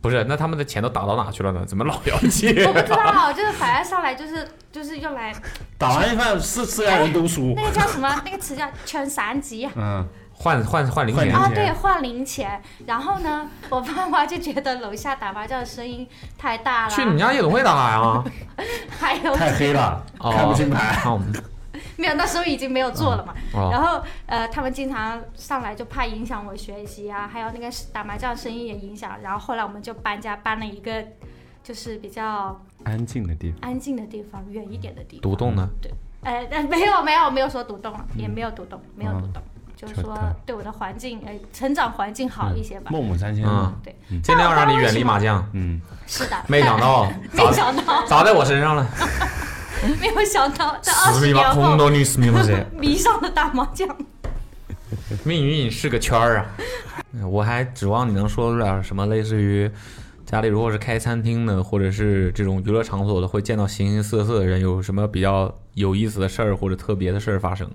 [SPEAKER 2] 不是，那他们的钱都打到哪去了呢？怎么老要借
[SPEAKER 6] 我不知道，就是反正上来就是就是用来
[SPEAKER 8] 打完一饭四四家人都输
[SPEAKER 6] 那，个叫什么？那个词叫圈散集
[SPEAKER 8] 嗯，
[SPEAKER 2] 换换换零
[SPEAKER 8] 换
[SPEAKER 2] 钱
[SPEAKER 8] 零？
[SPEAKER 6] 啊，
[SPEAKER 8] 钱
[SPEAKER 6] 对，换零钱。然后呢，我爸妈就觉得楼下打麻将的声音太大
[SPEAKER 2] 去你
[SPEAKER 6] 啊了，
[SPEAKER 2] 家夜总会打 呀？
[SPEAKER 6] 还有
[SPEAKER 8] 太黑了，
[SPEAKER 2] 哦
[SPEAKER 8] 看不清牌。
[SPEAKER 2] 看我们
[SPEAKER 6] 没有，那时候已经没有做了嘛。
[SPEAKER 2] 哦，
[SPEAKER 6] 然后呃，他们经常上来就怕影响我学习啊，还有那个打麻将声音也影响。然后后来我们就搬家，搬了一个就是比较
[SPEAKER 8] 安静的地方。
[SPEAKER 6] 安静的地方，远一点的地方。
[SPEAKER 2] 独栋呢？
[SPEAKER 6] 呃，但没有没有没有说独栋了，也没有独栋，没有独栋，就是
[SPEAKER 8] 就
[SPEAKER 6] 说
[SPEAKER 8] 对
[SPEAKER 6] 对我的环境呃成长环境好一些吧。
[SPEAKER 8] 孟母三迁嘛，
[SPEAKER 2] 嗯，
[SPEAKER 6] 对，
[SPEAKER 2] 尽量让你远离麻将。
[SPEAKER 8] 嗯，
[SPEAKER 6] 是的，
[SPEAKER 2] 没想到，
[SPEAKER 6] 没
[SPEAKER 2] 砸
[SPEAKER 6] 想到，
[SPEAKER 2] 砸在我身上了。
[SPEAKER 6] 没有想到，在二十
[SPEAKER 2] 密
[SPEAKER 6] 年
[SPEAKER 2] 码，红
[SPEAKER 6] 后
[SPEAKER 2] 豆女死密码谁？
[SPEAKER 6] 迷上了打麻将。
[SPEAKER 2] 命运是个圈儿啊！ 我还指望你能说出点什么，类似于家里如果是开餐厅的，或者是这种娱乐场所的，会见到形形色色的人，有什么比较有意思的事儿或者特别的事儿发生？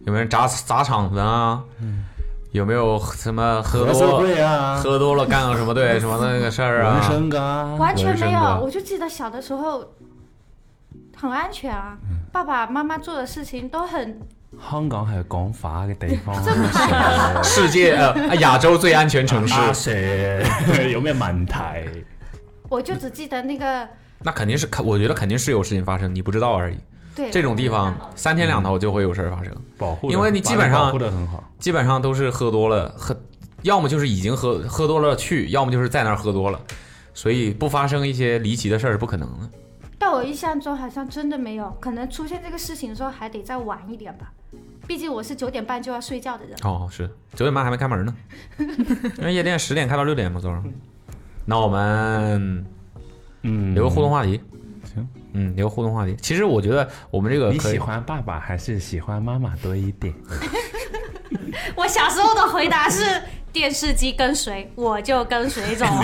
[SPEAKER 2] 有没有人砸砸场子啊？有没有什么喝
[SPEAKER 8] 合
[SPEAKER 2] 多
[SPEAKER 8] 社
[SPEAKER 2] 了、
[SPEAKER 8] 会啊，
[SPEAKER 2] 喝多了干个什么对什么那个事儿
[SPEAKER 8] 纹
[SPEAKER 2] 啊？
[SPEAKER 8] 身啊，
[SPEAKER 6] 完全没有
[SPEAKER 2] 纹身，哥
[SPEAKER 6] 我就记得小的时候很安全啊，爸爸妈妈做的事情都很
[SPEAKER 8] 香港係講法嘅地 方，啊
[SPEAKER 2] 世界呃亚洲最安全城市，
[SPEAKER 3] 啊
[SPEAKER 8] Sir，有 咩問題？
[SPEAKER 6] 我就只记得那个
[SPEAKER 2] 那肯定是肯，我觉得肯定是有事情发生，你不知道而已。
[SPEAKER 6] 对嗯
[SPEAKER 2] 这种地方三天两头就会有事儿发生。
[SPEAKER 8] 保護得，
[SPEAKER 2] 因為你基本上
[SPEAKER 8] 把你保護得很好，
[SPEAKER 2] 基本上都是喝多了，喝，要么就是已经喝喝多了去，要么就是在那儿喝多了，所以不发生一些离奇的事儿是不可能的。
[SPEAKER 6] 但我印象中好像真的没有，可能出现这个事情的时候还得再晚一点吧，毕竟我是九点半就要睡觉的人。
[SPEAKER 2] 哦，是九点半还没开 门呢，因为夜店十点开到六点嘛，早上。那我们
[SPEAKER 8] 嗯，
[SPEAKER 2] 留个互动话题，
[SPEAKER 8] 行，
[SPEAKER 2] 嗯，留个互动话题。其实我觉得我们这个
[SPEAKER 8] 你
[SPEAKER 2] 可
[SPEAKER 8] 喜
[SPEAKER 2] 以，
[SPEAKER 8] 歡爸爸還是喜歡媽媽多一點？
[SPEAKER 6] 我小时候的回答是电视机跟谁我就跟谁走。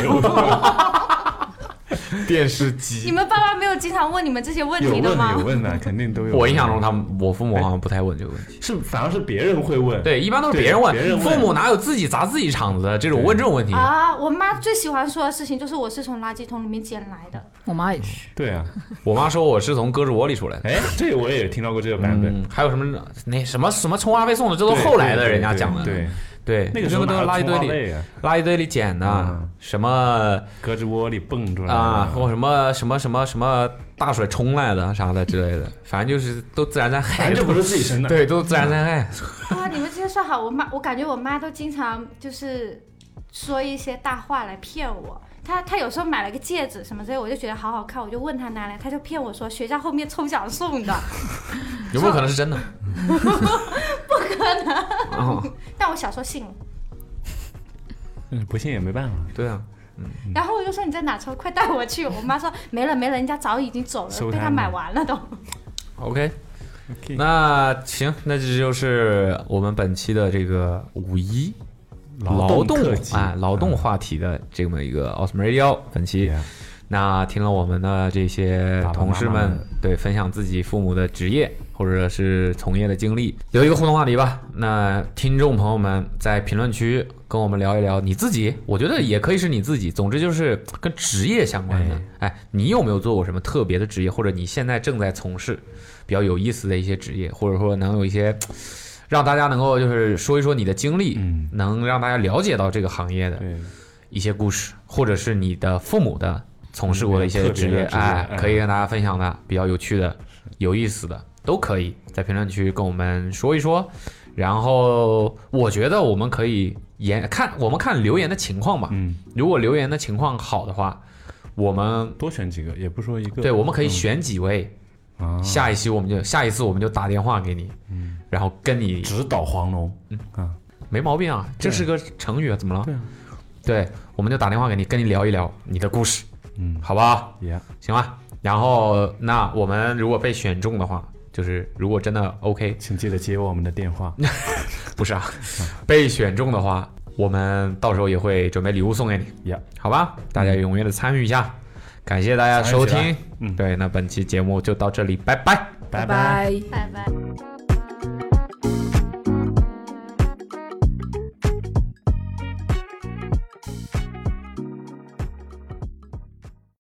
[SPEAKER 2] 电视
[SPEAKER 6] 你
[SPEAKER 2] 机。
[SPEAKER 6] 们爸妈没有经常问你们这些问
[SPEAKER 8] 有
[SPEAKER 6] 题的吗
[SPEAKER 8] 問？有問啊，肯定都有。
[SPEAKER 2] 我印象中，他们我父母好像不太问这个问题。
[SPEAKER 8] 是反而是別人會問，
[SPEAKER 2] 对，一般都是
[SPEAKER 8] 对
[SPEAKER 2] 别人
[SPEAKER 8] 别人
[SPEAKER 2] 问，
[SPEAKER 8] 问
[SPEAKER 2] 父母哪有自己砸自己场子的这种问这种问题？
[SPEAKER 6] 啊，我妈最喜欢说的事情就是我是从垃圾桶里面捡来的。
[SPEAKER 9] 我妈也是，
[SPEAKER 8] 对啊，
[SPEAKER 2] 我妈说我是从胳肢窝里出 来的。
[SPEAKER 8] 哎，这个我也有听到過這個版本，
[SPEAKER 2] 嗯，还有什么那什么什么充话费送的，这都
[SPEAKER 8] 都
[SPEAKER 2] 是后来的人家讲的。
[SPEAKER 8] 对，
[SPEAKER 2] 对，
[SPEAKER 8] 那个时候
[SPEAKER 2] 都是垃圾堆里，
[SPEAKER 8] 里，
[SPEAKER 2] 垃圾堆里捡的
[SPEAKER 8] 嗯，
[SPEAKER 2] 什么
[SPEAKER 8] 啊胳肢窝里蹦出來
[SPEAKER 2] 啊，
[SPEAKER 8] 的
[SPEAKER 2] 或什么什么什么什么大水冲来的啥的之类的，反正就是都自然灾害
[SPEAKER 8] 反，哎正不是自己生的，
[SPEAKER 2] 对，都是自然灾害。
[SPEAKER 6] 啊，你们这些算好，我妈，我感觉我妈都经常就是说一些大话来骗我。她她有时候买了个戒指什么之类，我就觉得好好看，我就问她拿来，她就骗我说学校后面抽奖送的。
[SPEAKER 2] 有没有可能是真的？ 不可能。哦，
[SPEAKER 6] 但我小时候信了，
[SPEAKER 8] 嗯，不信也没办法。
[SPEAKER 2] 对啊，
[SPEAKER 6] 然后我就说你在哪抽，快带我去。我妈说没了没了，人家早已经走
[SPEAKER 8] 收
[SPEAKER 6] 了，被
[SPEAKER 8] 摊
[SPEAKER 6] 她
[SPEAKER 8] 了
[SPEAKER 6] 买完了都。
[SPEAKER 2] OK，
[SPEAKER 8] OK
[SPEAKER 2] 那行，那这就是我们本期的这个五一劳动
[SPEAKER 8] 特辑嗯
[SPEAKER 2] 啊劳动话题的这么一个 Awesome Radio 本期。
[SPEAKER 8] Yeah
[SPEAKER 2] 那听了我们的这些
[SPEAKER 8] 爸爸妈妈
[SPEAKER 2] 同事们
[SPEAKER 8] 们
[SPEAKER 2] 对分享自己父母的职业或者是从业的经历，留一个互动话题吧。那听众朋友们在评论区跟我们聊一聊你自己，我觉得也可以是你自己，总之就是跟职业相关的。哎，你有没有做过什么特别的职业，或者你现在正在从事比较有意思的一些职业，或者说能有一些让大家能够就是说一说你的经历，
[SPEAKER 8] 嗯
[SPEAKER 2] 能让大家了解到这个行业的
[SPEAKER 8] 对，
[SPEAKER 2] 一些故事，或者是你的父母的从事过的一些职
[SPEAKER 8] 特别
[SPEAKER 2] 业，
[SPEAKER 8] 的职业
[SPEAKER 2] 哎，
[SPEAKER 8] 嗯
[SPEAKER 2] 可以跟大家分享的比较有趣的、有意思的，都可以在评论区跟我们说一说。然后我觉得我们可以言看我们看留言的情况吧，
[SPEAKER 8] 嗯，
[SPEAKER 2] 如果留言的情况好的话，我们
[SPEAKER 8] 多选几个，也不说一个。
[SPEAKER 2] 对我们可以选几位，
[SPEAKER 3] 嗯
[SPEAKER 8] 啊，
[SPEAKER 2] 下一期我们就下一次我们就打电话给你，然后跟你
[SPEAKER 8] 指导黄龙，
[SPEAKER 2] 没毛病啊，这是个成语啊，怎么了？
[SPEAKER 8] 对啊
[SPEAKER 2] 对我们就打电话给你，跟你聊一聊你的故事，
[SPEAKER 8] 嗯，
[SPEAKER 2] 好不好？
[SPEAKER 8] 也
[SPEAKER 2] 行吧。然后那我们如果被选中的话，就是如果真的 OK，
[SPEAKER 3] 请记得接我们的电话。
[SPEAKER 2] 不 是啊，被选中的话，我们到时候也会准备礼物送给你
[SPEAKER 3] Yeah 嗯
[SPEAKER 2] 好吧？大家踊跃的参与一下，感谢大家收
[SPEAKER 3] 参
[SPEAKER 2] 听
[SPEAKER 3] 与起来。嗯
[SPEAKER 2] 对，那本期节目就到这里，拜拜。
[SPEAKER 3] 拜
[SPEAKER 9] 拜拜。
[SPEAKER 6] 拜拜。